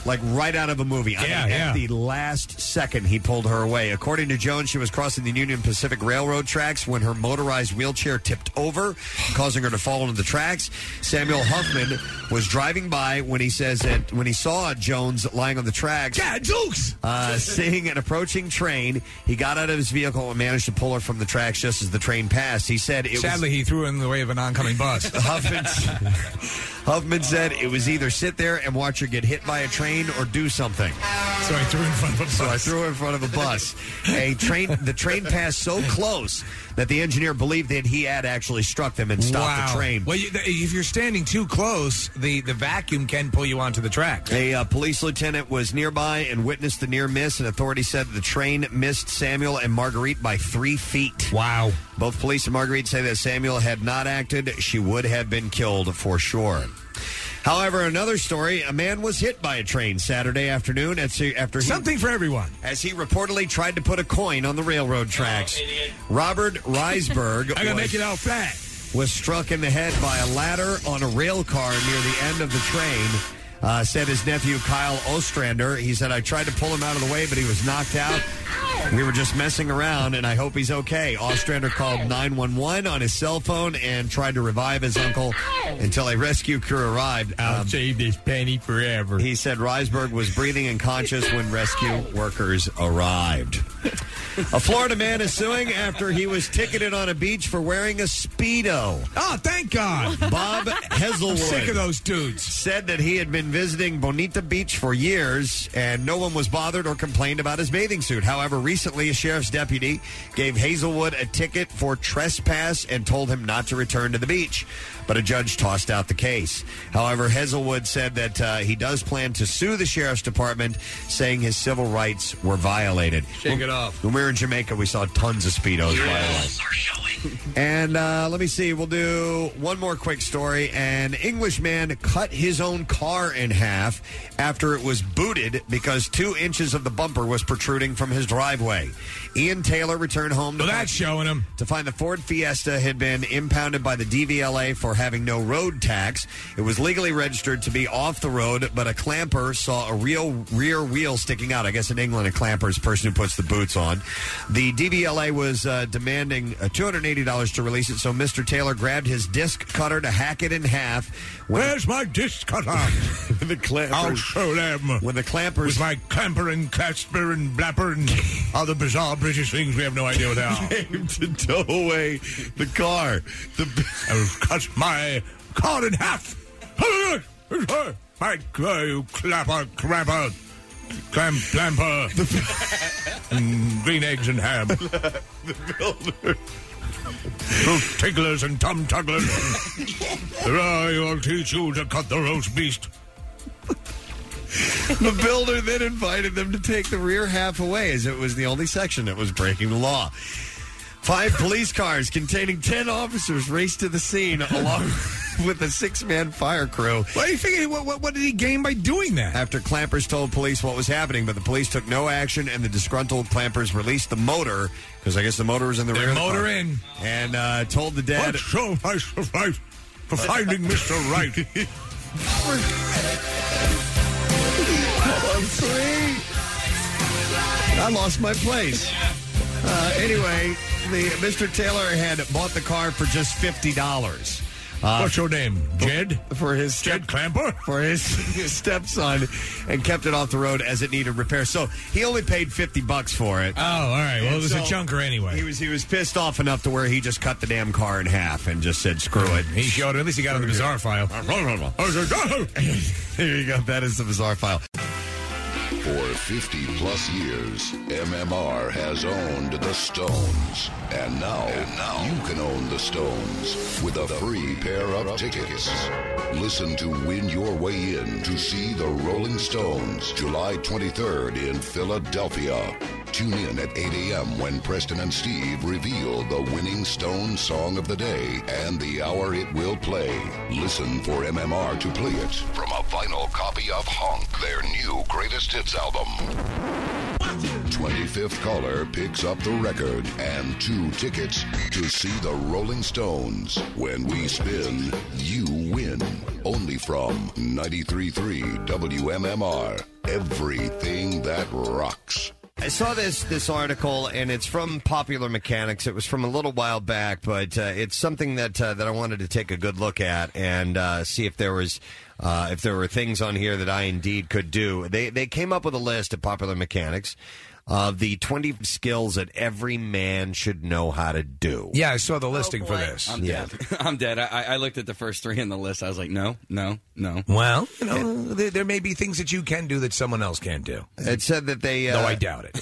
like right out of a movie. I
Yeah,
mean,
yeah.
At the last second, he pulled her away. According to Jones, she was crossing the Union Pacific Railroad tracks when her motorized wheelchair tipped over, causing her to fall into the tracks. Samuel Huffman was driving by when he says that when he saw Jones lying on the tracks. Yeah,
jokes.
Uh, seeing an approaching train, he got out of his vehicle and managed to pull her from the tracks just as the train passed. He said it was
Sadly, he threw in the way of an oncoming
*laughs*
bus.
Huffman,
*laughs*
Huffman said it was either sit there and watch her get hit by a train or do something. So
I threw in front of a bus.
So I threw her in front of a
*laughs*
bus. a train the train passed so close that the engineer believed that he had actually struck them and stopped
wow.
the train.
Well, you, th- if you're standing too close, the, the vacuum can pull you onto the track.
A uh, police lieutenant was nearby and witnessed the near miss, and authorities said the train missed Samuel and Marguerite by three feet.
Wow.
Both police and Marguerite say that Samuel had not acted, she would have been killed for sure. However, another story a man was hit by a train Saturday afternoon at, after he,
Something for everyone.
As he reportedly tried to put a coin on the railroad tracks. Robert Reisberg.
*laughs* I gotta
was-
make it out fat.
was struck in the head by a ladder on a rail car near the end of the train. Uh, said his nephew Kyle Ostrander. He said, I tried to pull him out of the way, but he was knocked out. We were just messing around, and I hope he's okay. Ostrander called 911 on his cell phone and tried to revive his uncle until a rescue crew arrived. I'll
save this penny forever.
He said Reisberg was breathing and conscious when rescue workers arrived. *laughs* A Florida man is suing after he was ticketed on a beach for wearing a Speedo.
Oh, thank God.
Bob
*laughs*
Heselwood.
I'm sick of those dudes.
Said that he had been visiting Bonita Beach for years and no one was bothered or complained about his bathing suit. However, recently a sheriff's deputy gave Hazelwood a ticket for trespass and told him not to return to the beach. But a judge tossed out the case. However, Hazelwood said that uh, he does plan to sue the sheriff's department, saying his civil rights were violated.
Shake it off.
When we we were in Jamaica, we saw tons of speedos. by the way. And uh, let me see. We'll do one more quick story. An Englishman cut his own car in half after it was booted because two inches of the bumper was protruding from his driveway. Ian Taylor returned home. To well, that's
showing him
to find the Ford Fiesta had been impounded by the DVLA for having no road tax. It was legally registered to be off the road, but a clamper saw a real rear wheel sticking out. I guess in England, a clamper is a person who puts the boots on. The DVLA was uh, demanding uh, $280 to release it, so Mr. Taylor grabbed his disc cutter to hack it in half. Where's
my disc cutter?
*laughs*
Oh,
the clampers.
I'll show them.
When the clampers.
With my clamper and clasper and blapper
*laughs*
and other bizarre British things, we have no idea what they are.
Came to tow away the car.
*laughs*
The...
I'll cut my car
*laughs*
in half. *laughs* My car, you clapper, crapper, clam, *laughs* clamper, Mm, green eggs and ham. *laughs* the builder. Root tigglers and tum tugglers. I will teach you to cut the roast beast.
the builder then invited them to take the rear half away as it was the only section that was breaking the law. Five police cars containing 10 officers raced to the
*laughs*
scene along with a six man fire crew.
What do you think? What, what, what did he gain by doing that?
After clampers told police what was happening, but the police took no action and the disgruntled clampers released the motor because I guess the motor was in the
Their
rear. of the
motor
car,
in. Oh,
And uh, told the dad.
What so nice of right for finding Mr.
*laughs*
Right?
Oh, sweet. I lost my place. Uh, anyway, the Mr. Taylor had bought the car for just fifty dollars. Uh,
What's your name, Jed?
For, his Jed
Clamper
for his, *laughs* his stepson, and kept it off the road as it needed repair. So he only paid fifty bucks for it.
Oh, all right. Well,
And
it was a
so
chunker anyway.
He was he was pissed off enough to where he just cut the damn car in half and just said screw it.
He showed it. At least he got on the bizarre file. "Oh,
there you go. That is the bizarre file.
For 50 plus years, MMR has owned the Stones. And now, you can own the Stones with a free pair of tickets. Listen to Win Your Way In to see the Rolling Stones July 23rd in Philadelphia. Tune in at 8 a.m. when Preston and Steve reveal the winning Stone song of the day and the hour it will play. Listen for MMR to play it from a vinyl copy of Honk, their new greatest hits album. 25th caller picks up the record and two tickets to see the Rolling Stones. When we spin, you win. Only from 93.3 WMMR. Everything that rocks.
I saw this this article, and it's from Popular Mechanics. It was from a little while back, but uh, it's something that uh, that I wanted to take a good look at and uh, see if there was uh, if there were things on here that I indeed could do. They they came up with a list at Popular Mechanics of the twenty skills that every man should know how to do.
Yeah, I saw the listing for this.
Oh, I'm dead. *laughs* I'm dead. I, I- I looked at the first three in the list. I was like, no, no, no.
Well, you know, there, there may be things that you can do that someone else can't do.
It said that they. Uh,
no, I doubt it.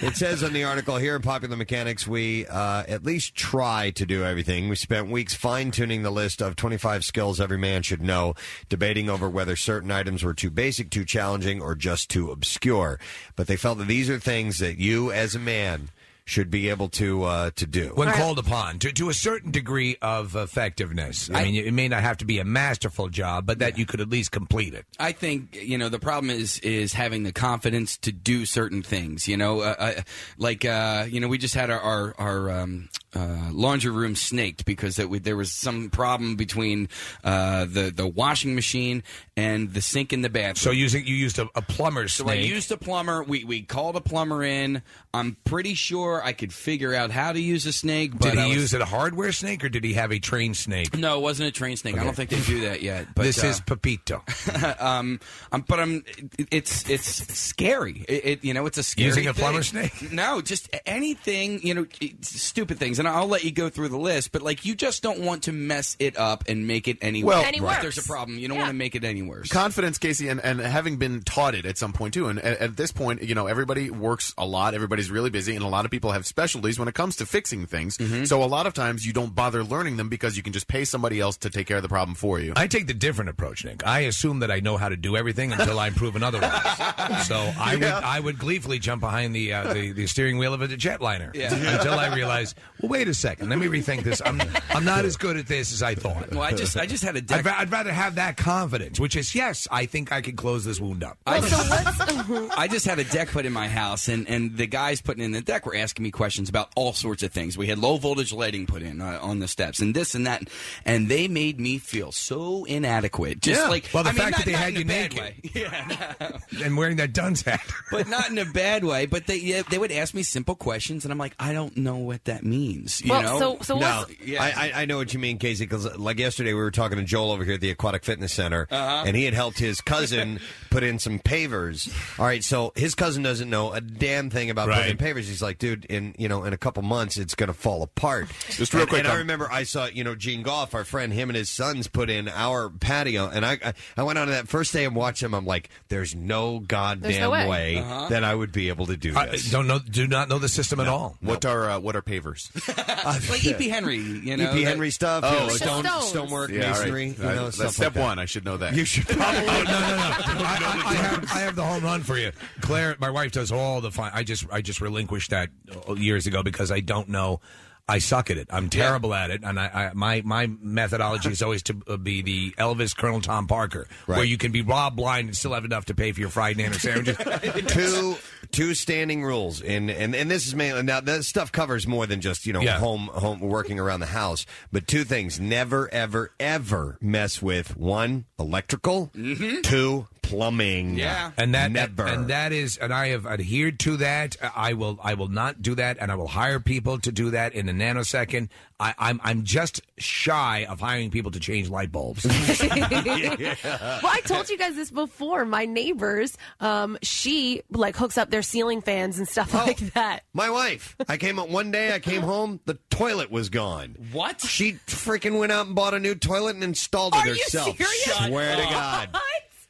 It says in the article here in Popular Mechanics, we uh, at least try to do everything. We spent weeks fine tuning the list of 25 skills every man should know, debating over whether certain items were too basic, too challenging, or just too obscure. But they felt that these are things that you, as a man, should be able to uh, to do
when called upon to, to a certain degree of effectiveness. I mean, it may not have to be a masterful job, but that you could at least complete it.
I think you know the problem is is having the confidence to do certain things. You know, uh, uh, like uh, you know, we just had our our, our um, uh, laundry room snaked because that we, there was some problem between uh, the the washing machine and the sink in the bathroom.
So using you used a, a plumber's
So I
snake.
used a plumber. We we called a plumber in. I'm pretty sure I could figure out how to use a snake. But
did he
I was-
use it a hardware snake or did he have a trained snake?
No, it wasn't a trained snake. I don't think they do that
*laughs*
yet. But
this
uh,
is Pepito.
*laughs* um, um, but I'm. it- It's it's scary. It, it you know it's a scary
Using a
thing. *laughs*
plumber snake?
No, just anything you know, stupid things. And and I'll let you go through the list, but like you just don't want to mess it up and make it any
Well,
worse.
Any
If
worse.
there's a problem, you don't want to make it any worse.
Confidence, Casey, and, and having been taught it at some point too. And at, at this point, you know, everybody works a lot. Everybody's really busy, and a lot of people have specialties when it comes to fixing things. So a lot of times you don't bother learning them because you can just pay somebody else to take care of the problem for you.
I take the different approach, Nick. I assume that I know how to do everything until I'm proven
*laughs*
otherwise. so I would I would gleefully jump behind the uh, the, the steering wheel of a jetliner
Yeah. *laughs*
until I realize, well, wait a second, let me rethink this. I'm I'm not as good at this as I thought.
Well, I just- I just had a deck-
I'd, ra- I'd rather have that confidence, which is yes, I think I could close this wound up.
I just,
*laughs*
I just had a deck put in my house, and, and the guys putting in the deck were asking me questions about all sorts of things. We had low voltage lighting put in uh, on the steps, and this and that, and they made me feel so inadequate. Just
Yeah.
like
Well, the
I mean,
fact
not-
that they
not
had
in a
you
bad
naked.
way. *laughs* yeah,
and wearing that dunce hat.
*laughs* but not in a bad way. But they yeah, they would ask me simple questions, and I'm like, I don't know what that means. You know? E
no, I, I I know what you mean, Casey. Because like yesterday, we were talking to Joel over here at the Aquatic Fitness Center,
Uh-huh.
and he had helped his cousin put in some pavers. All right, so his cousin doesn't know a damn thing about putting in pavers. He's like, dude, in you know, in a couple months, it's going to fall apart.
Just real
And-
quick,
and I
um,
remember I saw Uh, you know Gene Goff, our friend, him and his sons put in our patio, and I I, I went on to that first day and watched him. I'm like, there's no goddamn
There's no way.
way,
Uh-huh.
that I would be able to do
I
this.
Uh, don't know, do not know the system at all.
What are uh, what are pavers?
like E.P. Henry, you know, Oh,
E.P. Henry stuff, you know,
it's-
stone- Stones. stonework, masonry, you know,
Uh,
stuff
that's
like
step
that.
one. I should know that.
You should
probably. no, no, no. I, I- I have, I have the home run for you, Claire. My wife does all the fine. I just I just relinquished that uh, years ago because I don't know. I suck at it. I'm terrible at it, and I, I my my methodology is always to uh, be the Elvis Colonel Tom Parker, where you can be rob blind and still have enough to pay for your fried nanner sandwiches.
two two standing rules, and and and this is mainly now. This stuff covers more than just you know
Yeah.
home home working around the house, but two things: never, ever, ever mess with one electrical,
Mm-hmm.
*laughs*
two *laughs* plumbing.
and that
never.
and that is, and I have adhered to that. I will, I will not do that, and I will hire people to do that in a nanosecond. I, I'm, I'm just shy of hiring people to change light
*laughs*
bulbs.
*laughs* well, I told you guys this before. My neighbors, um, she like hooks up their ceiling fans and
Oh.
stuff like that.
My wife. I came up one day. I came home. The toilet was gone.
What?
She freaking went out and bought a new toilet and installed it
Are you
herself.
serious? Shut
Swear to
up.
God.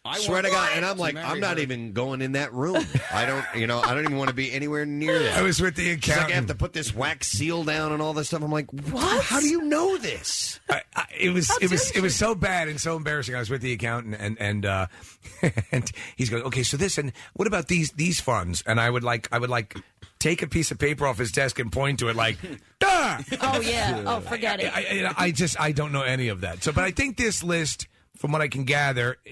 I
Swear to
want-
God, and I'm
To
like,
marry
I'm not
her.
even going in that room. I don't, you know, I don't even want to be anywhere near that.
I was with the
She's like, I have
accountant.
to put this wax seal down and all this stuff. I'm like, what? How do you know this?
I, I, it was it was it was so bad and so embarrassing. I was with the accountant and and uh, *laughs* and he's going, okay, so this and what about these these funds? And I would like I would like take a piece of paper off his desk and point to it
*laughs*
like, duh.
Oh yeah. Oh, forget it.
I, I,
*laughs*
I just I don't know any of that. So, but I think this list, from what I can gather, eh,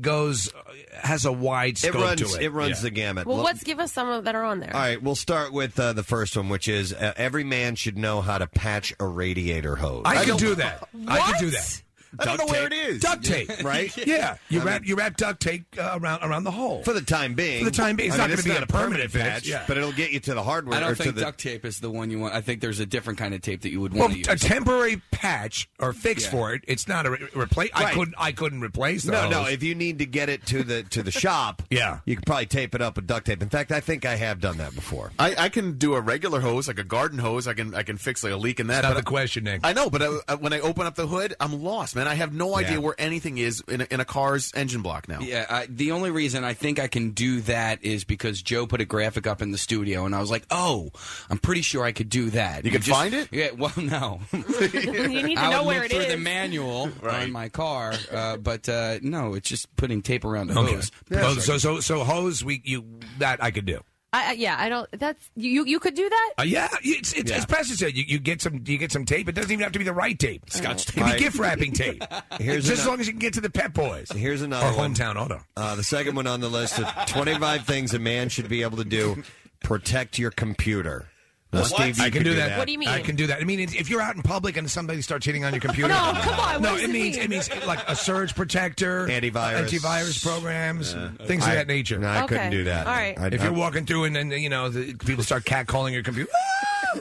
goes has a wide
It
scope
runs,
to
it.
it.
runs
Yeah.
the gamut.
well,
Let-
let's give us some of that are on there.
All right, we'll start with uh, the first one, which is uh, every man should know how to patch a radiator hose.
I can do that. I can do that.
I don't Duct know where tape. it is.
Duct tape,
*laughs* Right?
Yeah, you
I
wrap you wrap duct tape uh, around around the hole
For the time being,
For the time being, it's
I
not
mean,
going to be a
not
permanent patch.
but it'll get you to the
I
hardware. or
don't
to
think
the,
duct tape is the one you want. I think there's a different kind of tape that you would
Well,
want to
a
use.
temporary patch or fix
Yeah.
for it. It's not a re- replace. I
Right.
couldn't. I couldn't replace. The
No, no.
hose.
If you need to get it to the to the shop,
yeah,
you can probably tape it up with duct tape. In fact, I think I have done that before.
*laughs* I, I can do a regular hose, like a garden hose. I can I can fix like a leak in that.
It's not
but
the question, Nick.
I know, but I, I- when I open up the hood, I'm lost, man. I have no idea where anything is in a, in a car's engine block now.
Yeah, I, the only reason I think I can do that is because Joe put a graphic up in the studio, and I was like, "Oh, I'm pretty sure I could do that."
You could find it?
Yeah. *laughs* Well, no.
you need to
*laughs* I
know
would
where
look
it
for the
*laughs*
is.
manual on my car, uh, but uh, no, it's just putting tape around the
Okay.
hose.
Well, so so so hose. We you that I could do.
I, I, yeah, I don't. That's you. You could do that.
Uh, yeah, it's it's as Pastor said. You, you get some you get some tape. It doesn't even have to be the right tape. Scotch
tape. Right.
gift wrapping tape.
*laughs* Here's
just as
ano-
long as you can get to the Pep Boys.
Here's another
or
one.
hometown auto.
Uh, the second one on the list: of 25 things a man should be able to do. Protect your computer. Now,
What?
Steve, you
I can do that.
What do you mean?
I can do that. I mean, it's- if you're out in public and somebody starts hitting on
*laughs*
your computer,
No, come on, what
No,
does
it
it
means
mean?
it means like a surge protector, uh,
Antivirus.
antivirus programs, things of
I-
that nature.
no, I couldn't Okay. do that.
All right.
I-
if
I-
you're walking through and then you know the, people start catcalling your computer, *laughs*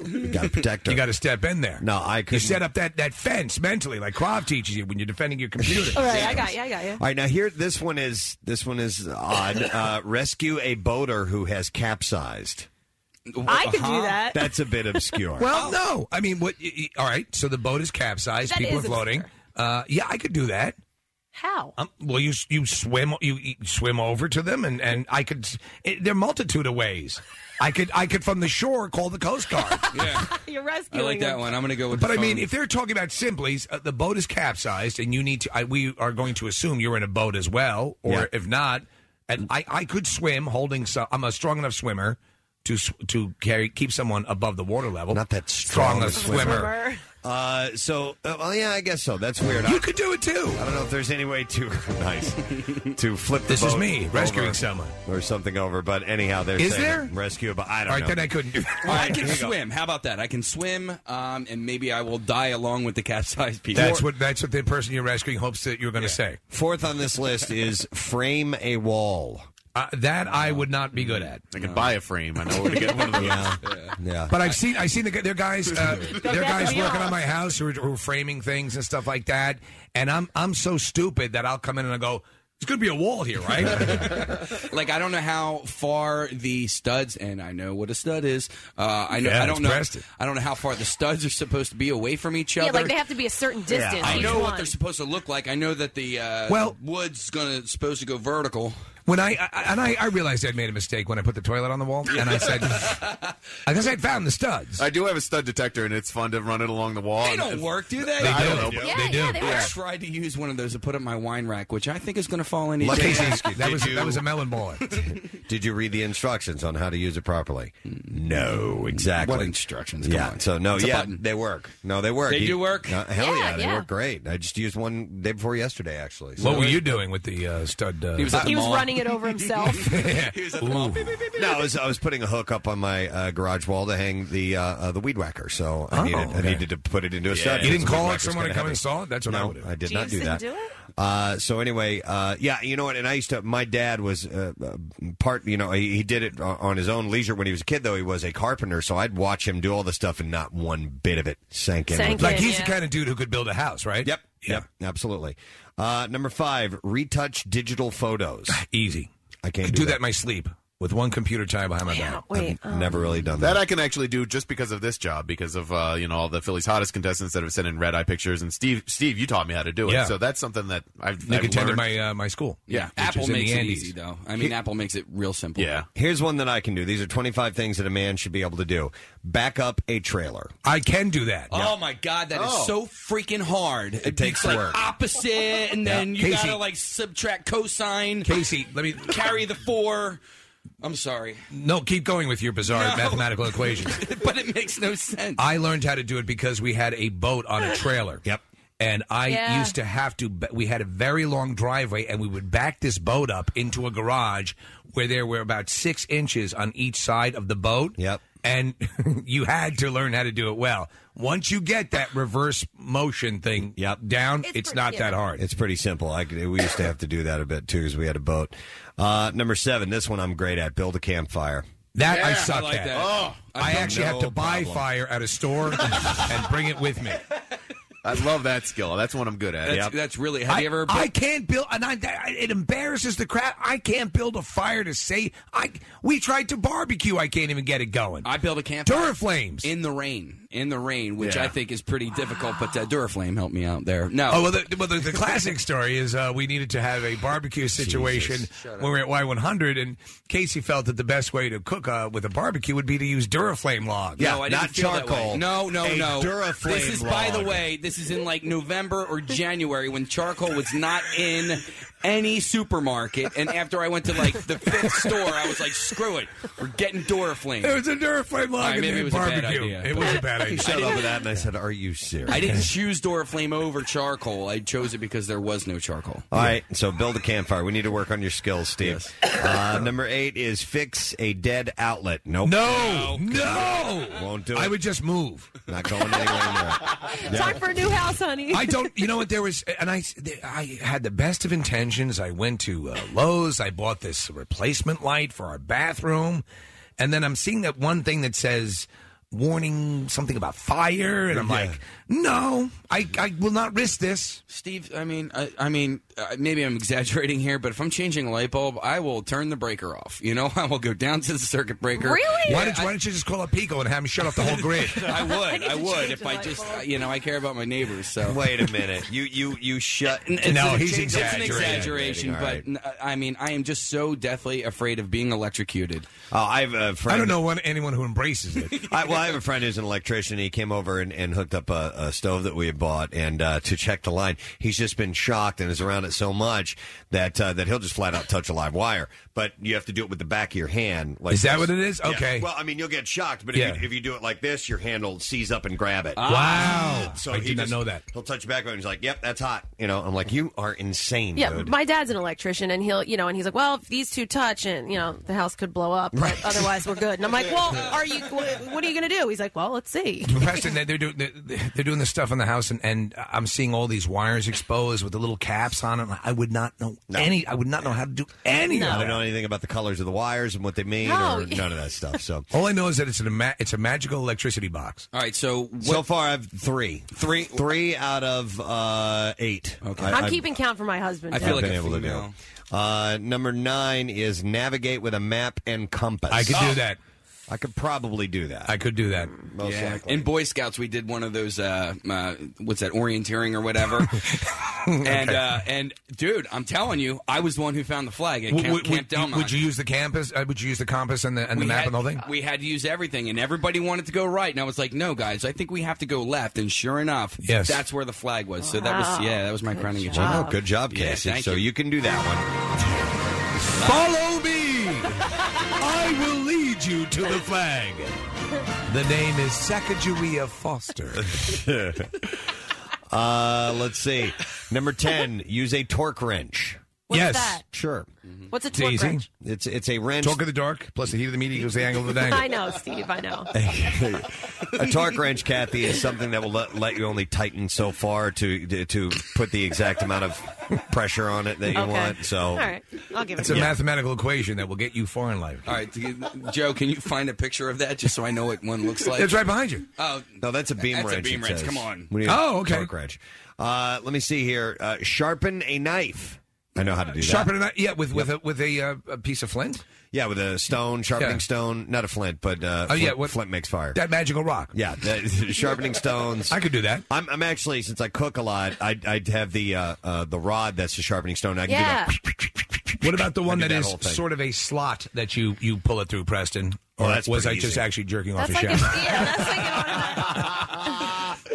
You got to protect her.
you got to step in there.
No, I
You
couldn't.
set up that, that fence mentally, like Krav teaches you when you're defending your
*laughs*
computer.
All right, I got you. I got you.
All right, now here, this one is this one is odd. Uh, rescue a boater who has capsized.
I could do that. Oh.
That's
a bit obscure.
Uh-huh. well, no. I mean, what? y- y- all right. So the boat is capsized.
That
People
is
are floating. Uh, yeah, I could do that.
How?
Um, well, you s- you swim you, you swim over to them, and and I could. s- It, there are multitude of ways. I could I could from the shore call the Coast *laughs* Guard.
yeah.
You're
I
rescuing
like that one. I'm going to go with.
But
the
I mean,
phone.
if they're talking about Simply's, uh, the boat is capsized, and you need to. I, we are going to assume you're in a boat as well, or
Yeah.
if not, and I, I could swim holding. So I'm a strong enough swimmer to s- to carry keep someone above the water level. Not that strong, enough swimmer.
Uh, so, uh, well, yeah, I guess so. That's weird.
You could do it too.
I don't know if there's any way to *laughs* nice to flip. The
This is
boat
me, rescuing
over
someone.
or something over. But anyhow, there's
Is there?
rescue? But I
*laughs*
don't.
All
know.
right, then I
couldn't do.
Well, I can
Here you go.
swim. How about that? I can swim, um, and maybe I will die along with the capsized people.
That's what that's what the person you're rescuing hopes that you're going to say.
Fourth on this list is frame a wall.
Uh, that I would not be good at.
I could buy a frame. I know where to get one of those. Yeah, yeah.
But I've seen I've seen the gu- their guys
*laughs*
uh, their
back
guys
me
working
up.
on my house who are, who are framing things and stuff like that. And I'm I'm so stupid that I'll come in and I go, "It's going to be a wall here,
*laughs*
right?"
like I don't know how far the studs, and I know what a stud is. Uh, I know
Yeah,
I
it's
don't know.
breasted.
I don't know how far the studs are supposed to be away from each other.
Yeah, like they have to be a certain distance.
I
each
know
one.
what they're supposed to look like. I know that the uh,
Well-
wood's gonna supposed to go vertical.
when I, I and I, I realized I'd made a mistake when I put the toilet on the wall, and I
*laughs*
said, "I guess I'd found the studs."
I do have a stud detector, and it's fun to run it along the wall.
They
and-
don't work, do they?
They I do. don't know. Yeah, They do. yeah, they
I
work.
tried to use one of those to put up my wine rack, which I think is going to fall any
Lucky
day.
Zinsky.
That was that was a
*laughs*
melon baller.
Did you read the instructions on how to use it properly? No, exactly.
What instructions? Come
Yeah.
on.
So no,
It's a
yeah,
button.
they work. No, they work.
They
You-
do work?
Uh, hell yeah,
Yeah,
they
yeah.
work great. I just used one day before yesterday, actually.
What were you doing with the uh, stud? Uh,
he was running it over himself.
No, I was I was putting a hook up on my uh, garage wall to hang the uh, uh, the weed whacker. So I
Oh,
needed I
okay.
needed to put it into a
Yeah.
stud.
You didn't
because the
call
weed
out
whacker's
someone to
gonna
come
have
and
it.
install it? That's what I
No,
would do.
I did
Jeeves
not do
didn't
that.
do
Uh, so anyway, uh, yeah, you know what? And I used to. My dad was uh, uh, part. You know, he, he did it o- on his own leisure when he was a kid. Though he was a carpenter, so I'd watch him do all the stuff, and not one bit of it sank in. with me.
like he's the kind of dude who could build a house, right? Yep.
Yep, absolutely. Uh, number five, retouch digital photos.
*sighs* Easy.
I can't
I do that in my sleep with one computer tied behind my back.
wait,
I've never really done that.
That I can actually do just because of this job, because of uh, you know all the Philly's hottest contestants that have sent in red eye pictures, and Steve, Steve, you taught me how to do it.
Yeah.
So that's something that I've,
You
I've
could tend to
learned.
my uh, my school.
Yeah,
Which
Apple
is in
makes
the
it
Andes.
easy though. I mean, Apple makes it real simple.
Yeah. Here's one that I can do. These are 25 things that a man should be able to do. Back up a trailer.
I can do that.
Oh my god, that is
Oh.
so freaking hard. It
takes
it's like
work.
opposite, and then
Yeah.
you
Casey.
gotta like subtract cosine.
Casey, let me
carry the four. I'm sorry, *laughs*
No, keep going with your bizarre
No. *laughs*
mathematical equations.
but it makes no sense.
I learned how to do it because we had a boat
*gasps*
on a trailer. Yep. And I
Yeah.
used to have to. ba- We had a very long driveway, and we would back this boat up into a garage where there were about six inches on each side of the boat. Yep. And *laughs* you had to learn how to do it well. Once you get that reverse motion thing yep. down, it's, not that hard.
It's pretty simple. I could, we used to have to do that a bit too because we had a boat. Uh, number seven, this one I'm great at. Build a campfire.
That I suck at.
Oh,
I actually have to buy fire at a
*laughs*
store and bring it with me.
I love that skill. That's what I'm good at.
That's-
that's really.
I, I can't build, and I, that- it embarrasses the crap. I can't build a fire to say I. We tried to barbecue. I can't even get it going.
I built a camp.
Duraflames
in the rain, in the rain, which
Yeah.
I think is pretty difficult. But uh, Duraflame helped me out there. No,
Oh well, the, well, the, the
*laughs*
classic story is uh, we needed to have a barbecue situation when we were at Y100, and Casey felt that the best way to cook uh, with a barbecue would be to use Duraflame logs.
no, I didn't feel that way. No, no,
A
no.
Duraflame
this is, by the
log.
way, this is in like November or January when charcoal was not in any supermarket. And after I went to like the fifth store, I was like, screw it, we're getting Duraflame.
It was a Duraflame
All
log
right,
and
maybe
then
it was a bad
barbecue.
idea,
it
but-
was
*laughs*
a bad
He
idea.
shut up with that,
and I said, "Are you serious?"
I
*laughs*
didn't choose Duraflame over charcoal. I chose it because there was no charcoal.
All right, so build a campfire. We need to work on your skills, Steve. Uh, number eight is fix a dead outlet. Nope.
No, no,
won't do it.
I would just move.
Not going anywhere near it.
*laughs* Time for a new house, honey.
I don't. You know
*laughs*
what? There was, and I, I had the best of intentions. I went to uh, Lowe's. I bought this replacement light for our bathroom, and then I'm seeing that one thing that says warning something about fire, and I'm
Yeah.
like, no, I, I will not risk this.
Steve, I mean, I, I mean, uh, maybe I'm exaggerating here, but if I'm changing a light bulb, I will turn the breaker off. You know, *laughs* I will go down to the circuit breaker.
Why,
Yeah,
did,
I-
why don't you just call up Pico and have him shut off the whole grid?
*laughs* I
*laughs*
would, I, would, if I
light
just, uh, you know, I care about my neighbors. So
Wait a minute. You you you shut.
No, he's
It's an
exaggerating.
exaggeration,
All right.
but n- I mean, I am just so deathly afraid of being electrocuted.
Oh, I've a friend.
I don't
know one, anyone who embraces it.
I, well, I have a friend who's an electrician. He came over and, and hooked up a, a stove that we had bought, and uh, to check the line, he's just been shocked and is around it so much that uh, that he'll just flat out touch a live wire. But you have to do it with the back of your hand. Like
Is that
this.
what it is?
Yeah.
Okay.
Well, I mean, you'll get shocked, but if,
Yeah.
you, if you do it like this, your hand will seize up and grab it.
Ah. Wow.
So
I
he
did not
just,
know that.
He'll touch you back and he's like, "Yep, that's hot." You know, I'm like, "You are insane,
Yeah,
dude."
my dad's an electrician, and he'll, you know, and he's like, "Well, if these two touch, and you know, the house could blow up, but otherwise we're good." And I'm like, "Well, are you? wh- What are you going to do?" He's like, "Well, let's see."
Preston, they're, they're doing they're, they're doing this stuff in the house, and, and I'm seeing all these wires exposed with the little caps on it. I would not know any. I would not know how to do any
I
of
don't
that.
know anything about the colors of the wires and what they mean,
No.
or none of that stuff.
*laughs*
So
All I know is that it's a ma- it's a magical electricity box.
All right, so what,
So far, I've three,
three,
three out of uh, eight. Okay,
I, am keeping count for my husband.
I
too.
feel like been able to do. Uh, number nine is navigate with a map and compass.
I could do Oh. that.
I could probably do that.
I could do that.
Most
yeah.
likely.
In Boy Scouts, we did one of those. Uh, uh, what's that? Orienteering or
*laughs*
whatever. and
Okay.
uh, and dude, I'm telling you, I was the one who found the flag at
W-
Camp,
would,
Camp
would,
Delmont.
would you use the campus? Uh, would you use the compass and the and the
We
map
had-
and the whole thing?
We had to use everything, and everybody wanted to go right. And I was like, "No, guys, I think we have to go left." And sure enough,
Yes.
that's where the flag was. So that was
Wow.
yeah, that was my crowning
Well,
achievement.
no, good job, Casey.
Yeah, thank
so you. can do that one.
Follow me. *laughs* I will lead you to the flag. The name is Sacagawea Foster.
*laughs* uh, let's see. Number ten, use a torque wrench.
What's Yes. that?
sure.
What's a torque wrench?
It's it's a wrench.
Talk of the dark plus the heat of the meat equals the angle of the
*laughs*
dangle.
I know, Steve. I know.
a torque wrench, Kathy, is something that will let, let you only tighten so far to, to to put the exact amount of pressure on it that you
Okay.
want. So
All right. I'll give it
It's
a
a
go.
*laughs* mathematical equation that will get you far in life.
All right, to- Joe, can you find a picture of that just so I know what one looks like?
*laughs* It's right behind you.
Oh,
no, that's a beam
that's
wrench.
a beam
it
wrench.
says.
Come on.
We need a
Oh, okay.
Torque wrench. Uh, let me see here. Uh, sharpen a knife. I know how to do that.
Sharpen a knife, yeah, with with a, with a, uh, a piece of flint.
Yeah, with a stone, sharpening
Yeah.
stone, not a flint, but uh,
Oh, yeah,
flint,
what-
flint makes fire.
That magical rock.
yeah, that- *laughs* sharpening stones.
I could do that.
I'm, I'm actually since I cook a lot, I I have the uh, uh, the rod that's the sharpening stone. I can
Yeah.
do that.
What about the
I
one
do
that
that
is
whole thing.
sort of a slot that you you pull it through, Preston?
Oh,
Or
that's
was I
pretty
just
easy.
actually jerking
That's
off
like
a
a-
shaft?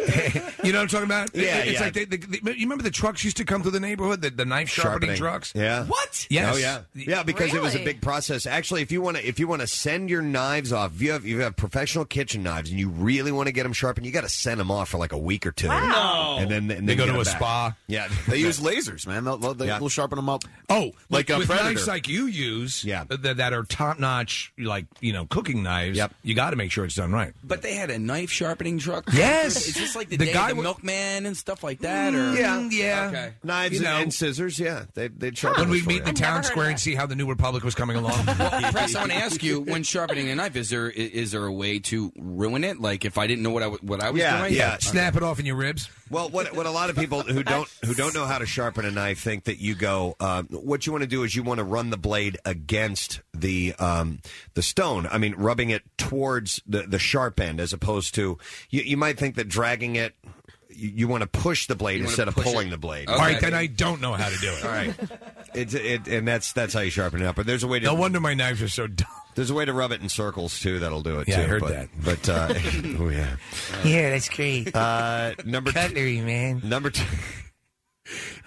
*laughs* you know what I'm talking about?
Yeah,
It- it's
yeah.
like they, they, they- you remember the trucks used to come through the neighborhood, the, the knife sharpening, trucks.
Yeah.
What? Yes.
Oh yeah. Yeah, because it was a big process. Actually, if you want to, if you want to send your knives off, if you have you have professional kitchen knives and you really want to get them sharpened, you got to send them off for like a week or two.
Wow. No.
And then and
They go
then get
to
'em
a
back.
spa.
Yeah.
They use lasers, man. They'll, they'll,
Yeah.
they'll sharpen them up.
Oh,
like
with,
a
with
predator.
knives like you use, yeah. that, that are top notch, like you know, cooking knives. Yep. You got to make sure it's done right.
But they had a knife sharpening truck.
Yes.
Is this like the,
The
day
guy
of the
wa- Mm,
milkman and stuff like that? Or
yeah,
yeah.
Okay.
Knives
You know.
and scissors. Yeah, they they sharpen.
When
those
we
for
meet
you.
in the town square and see how the new republic was coming
*laughs*
along.
Press. I want to ask you: When sharpening a knife, is there i- is there a way to ruin it? Like if I didn't know what I w- what I was doing?
Snap it off in your ribs.
Well, what what a lot of people who don't who don't know how to sharpen a knife think that you go. Um, what you want to do is you want to run the blade against the um, the stone. I mean, rubbing it towards the, the sharp end as opposed to you, you might think that dragging it. You, you want to push the blade
You wanna
instead of
push it.
pulling the blade.
All right, then I don't know how to do it.
All right, it's it, and that's that's how you sharpen it up. But there's a way to.
No wonder my knives are so dumb.
There's a way to rub it in circles too. That'll do it.
Yeah, I
too,
heard
but,
that.
But uh, *laughs* oh yeah.
Yeah, that's great.
Uh, number cutlery, man. Number two. *laughs*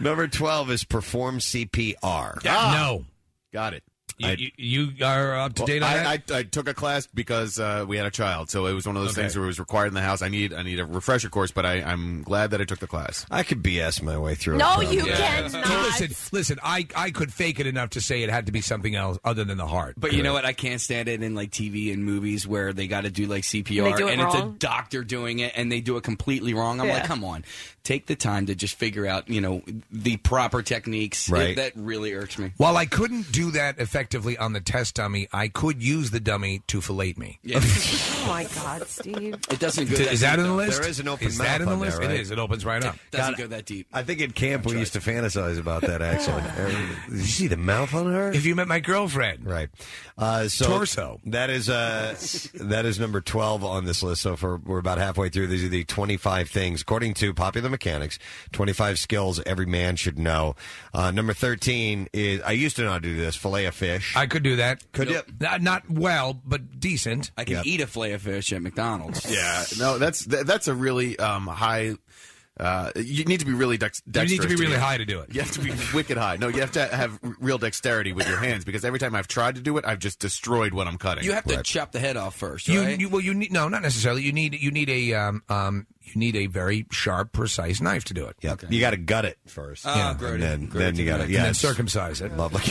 Number twelve is perform CPR.
No.
Got it.
*laughs* You, you, you are up to
Well,
date on that?
I, I, I took a class because uh, we had a child, so it was one of those
Okay.
things where it was required in the house. I need I need a refresher course, but I, I'm glad that I took the class.
I could BS my way through.
it, No, probably. you cannot.
Now, Listen, listen. I, I could fake it enough to say it had to be something else other than the heart.
But you know what? I can't stand it in like TV and movies where they got to do like CPR
And they do it
and it's a
wrong?
doctor doing it and they do it completely wrong. I'm like,
Yeah.
come on, take the time to just figure out you know the proper techniques.
Right.
that really irks me.
While I couldn't do that effectively. actively on the test dummy, I could use the dummy to fillet me.
Oh my God, Steve.
It doesn't go.
Is
that
that
deep,
in the
though.
list?
There is an open
Is that
mouth
in the
on there,
list?
right?
It is. It opens right up.
Doesn't
God,
go that deep.
I think in camp we used to fantasize about
*laughs*
that. Actually, did you see the mouth on her? If
you met my girlfriend,
right? Uh, so
Torso.
That is uh, that is number twelve on this list. So for we're about halfway through. These are the twenty-five things, according to Popular Mechanics, twenty-five skills every man should know. Uh, number thirteen is I used to not do this: fillet a fish.
I could do that.
Could you?
Not, not well, but decent.
I can eat a fillet of fish at McDonald's.
Yeah, no, that's th- that's a really um, high. Uh, you need to be really dex-
to be
dexterous.
really
high to do it.
You have to be wicked high. No, you have to have r- real dexterity with your hands because every time I've tried to do it, I've just destroyed what I'm cutting.
You have to chop the head off first,
You,
right?
you well, you need no, not necessarily. You need you need a um, um you need a very sharp, precise knife to do it.
Yeah, you got to gut it first.
Oh,
and then, then you got to
And
yeah,
then
it's-
circumcise it.
Lovely.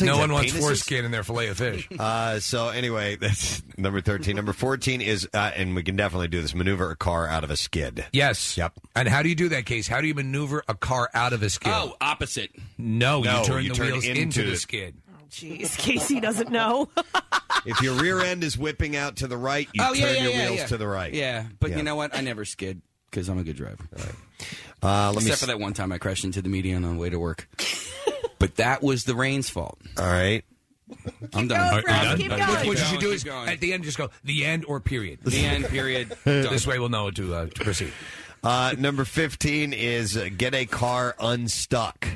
no one wants foreskin in their fillet of fish.
*laughs* Uh, so anyway, *laughs* that's number thirteen. Number fourteen is, uh, and we can definitely do this: maneuver a car out of
*laughs*
a skid.
Yes. Yep. And how do you do that, Case? How do you maneuver a car out of a skid?
Oh, opposite.
No,
No,
you turn
you
the
turn
wheels
into
into, the
it.
skid.
Jeez, Casey doesn't know. *laughs*
If your rear end is whipping out to the right, you
oh
turn
yeah, yeah,
your
yeah,
wheels
yeah.
to the right.
Yeah, but
Yeah.
you know what? I never
*laughs*
skid because I'm a good driver.
Uh, let me
Except
s-
for that one time I crashed into the median on the way to
*laughs*
work. but that was the rain's fault.
All right.
I'm done.
Are you done?
I'm done.
What, what you should do
Keep
is
going.
at the end just go the end or period.
The end,
*laughs*
period.
this way we'll know to uh, to proceed.
Uh, number fifteen is uh, get a car unstuck.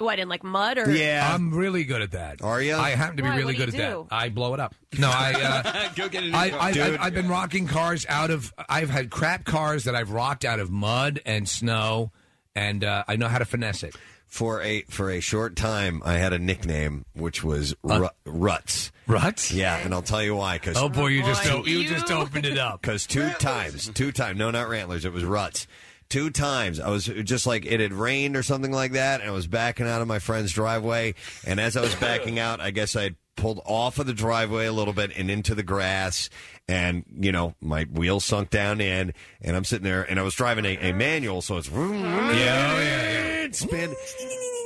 What in like mud or
I'm really good at that. Are
you?
I happen to be
Why?
really
What
good
do
at
you
that.
Oh,
do?
I blow it up. No, I.
*laughs*
Uh,
Go get it.
I, I, I've, I've been rocking cars out of. I've had crap cars that I've rocked out of mud and snow, and uh, I know how to finesse it.
For a for a short time, I had a nickname which was Ru- Ruts.
Uh, Ruts.
Yeah, and I'll tell you why. Because
Oh, boy, you just Boy, o- you you- just opened it up.
Because two times, two times, no, not Rantlers. It was Ruts. Two times, I was just like it had rained or something like that, and I was backing out of my friend's driveway. And as I was backing out, I guess I had pulled off of the driveway a little bit and into the grass, and you know my wheel sunk down in, and I'm sitting there, and I was driving a, a manual, so it's oh, yeah, yeah, yeah. spin,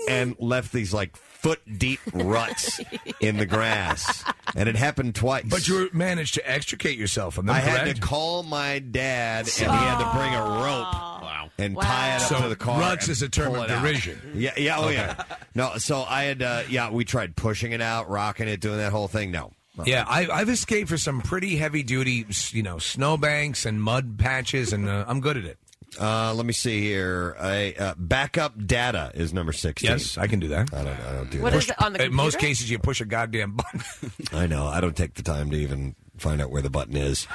and left these like foot deep ruts in the grass, *laughs* and it happened twice.
But you managed to extricate yourself from them.
I had
correct?
to call my dad, and he had to bring a rope and tie it up
So
to the car.
ruts
and
is a term
pull
of
it out.
derision.
Yeah, yeah, oh
Okay.
yeah. No, so I had, uh, yeah, we tried pushing it out, rocking it, doing that whole thing. No,
Yeah, I, I've escaped for some pretty heavy duty, you know, snowbanks and mud patches, and uh, I'm good at it.
Uh, let me see here. I, uh, backup data is number sixteen.
Yes, I can do that.
I don't, I don't do
What
that.
is it, on the In most computer? cases, you push a goddamn button. *laughs*
I know. I don't take the time to even find out where the
*laughs*
button is.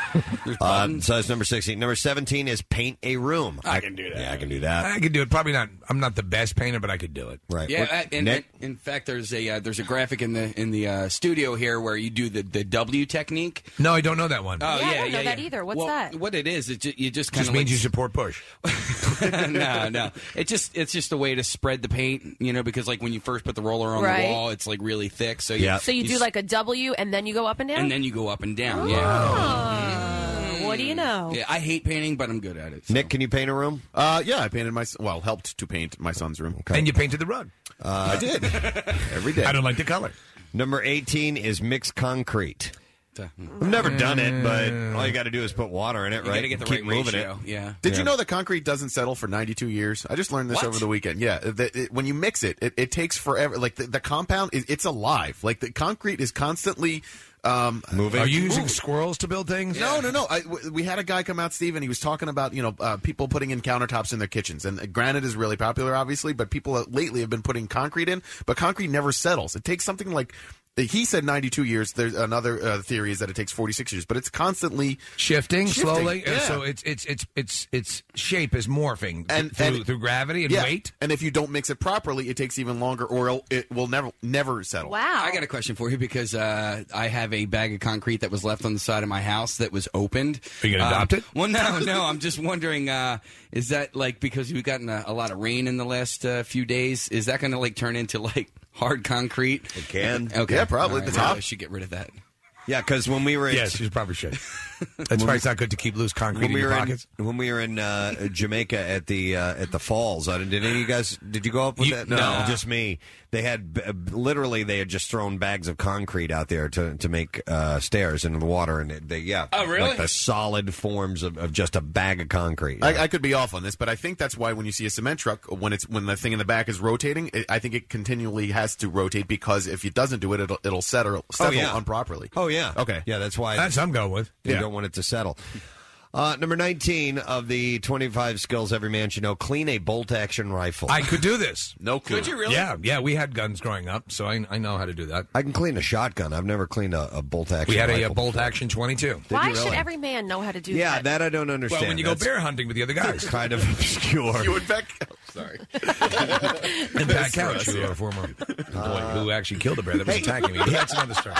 uh, so that's number sixteen. Number seventeen is paint a room. I, can do that. Yeah, I can do that.
I could do it. Probably not. I'm not the best painter, but I could do it.
Right.
Yeah, uh, and, and in fact, there's a uh, there's a graphic in the in the uh, studio here where you do the, the W technique.
No, I don't know that one.
Oh yeah,
I don't know
yeah,
that
yeah.
either. What's
Well,
that?
What it is, it ju- you just kind
Just
of
means you support Bush.
*laughs* no,
*laughs*
no. It just it's just a way to spread the paint, you know, because like when you first put the roller on
Right.
the wall, it's like really thick. So
So you, do
s-
like a W and then you go up and down.
and then you go up and down. Yeah.
Oh, what do you know?
Yeah, I hate painting, but I'm good at it.
Nick, can you paint a room?
Uh, yeah, I painted my s- well, helped to paint my son's room.
And you painted the rug.
Uh,
I did every
day. I
don't like the color.
Number eighteen is mixed concrete.
hmm.
I've never done it, but all you got to do is put water in it,
You
right?
gotta get the
And keep
right
moving
ratio.
it.
Yeah.
Did
Yeah.
you know that concrete doesn't settle for 92 years? I just learned this
What?
over the weekend. Yeah, that it, when you mix it, it, it takes forever. Like the, the compound, is, it's alive. Like the concrete is constantly um,
moving.
Are you using squirrels to build things?
No, no, no. I, w- we had a guy come out, Steve, and he was talking about you know uh, people putting in countertops in their kitchens. And granite is really popular, obviously, but people lately have been putting concrete in. But concrete never settles. It takes something like. He said 92 years. There's another uh, theory is that it takes 46 years, but it's constantly
Shifting, slowly,
Yeah.
and so it's it's it's it's its shape is morphing
And-
through
and-
through gravity and
Yeah.
weight.
And if you don't mix it properly, it takes even longer, or it'll- it will never never settle.
Wow.
I got a question for you because uh, I have a bag of concrete that was left on the side of my house that was opened. Are
you gonna adopt it?
*laughs* Well, no, no. I'm just wondering, uh, is that like because we've gotten a, a lot of rain in the last uh, few days? Is that going to like turn into like hard concrete? It
can.
*laughs* Okay.
Yeah, probably
All
at the
well,
top.
I should get rid of that.
Yeah, because when we were
Yes, you probably
*laughs*
should. That's why it's not good to keep loose concrete
when
in
we
your
were
pockets.
in when we were in uh, Jamaica at the uh, at the falls. I didn't, did any of you guys did you go up with
You-
that?
no.
just me. they had b- b- literally they had just thrown bags of concrete out there to to make uh, stairs into the water, and it, they yeah.
Oh, really?
Like the solid forms of, of just a bag of concrete.
I, I could be off on this, but I think that's why when you see a cement truck, when it's when the thing in the back is rotating, it, I think it continually has to rotate because if it doesn't do it, it'll it'll settle settle
yeah.
on properly.
Oh yeah. Okay. Yeah, that's why.
That's what
I'm going with. You
Yeah.
don't want it to settle. Uh, number 19 of the 25 skills every man should know clean a bolt action rifle.
I could do this.
No
clue. Could you really?
Yeah, yeah. We had guns growing up, so I, I know how to do that.
I can *laughs* clean a shotgun. I've never cleaned a, a bolt action
We had a, uh
rifle
bolt
before.
action twenty-two.
Why should every man know how to do
Yeah,
that?
that I don't understand.
Well, when you go
That's
bear hunting with the other guys,
kind of obscure.
You and Beck.
*laughs*
Sorry.
and Pat Couch,
Russ,
who,
yeah. Uh,
our former employee who actually killed a bear that was
Hey.
attacking me. But that's another story.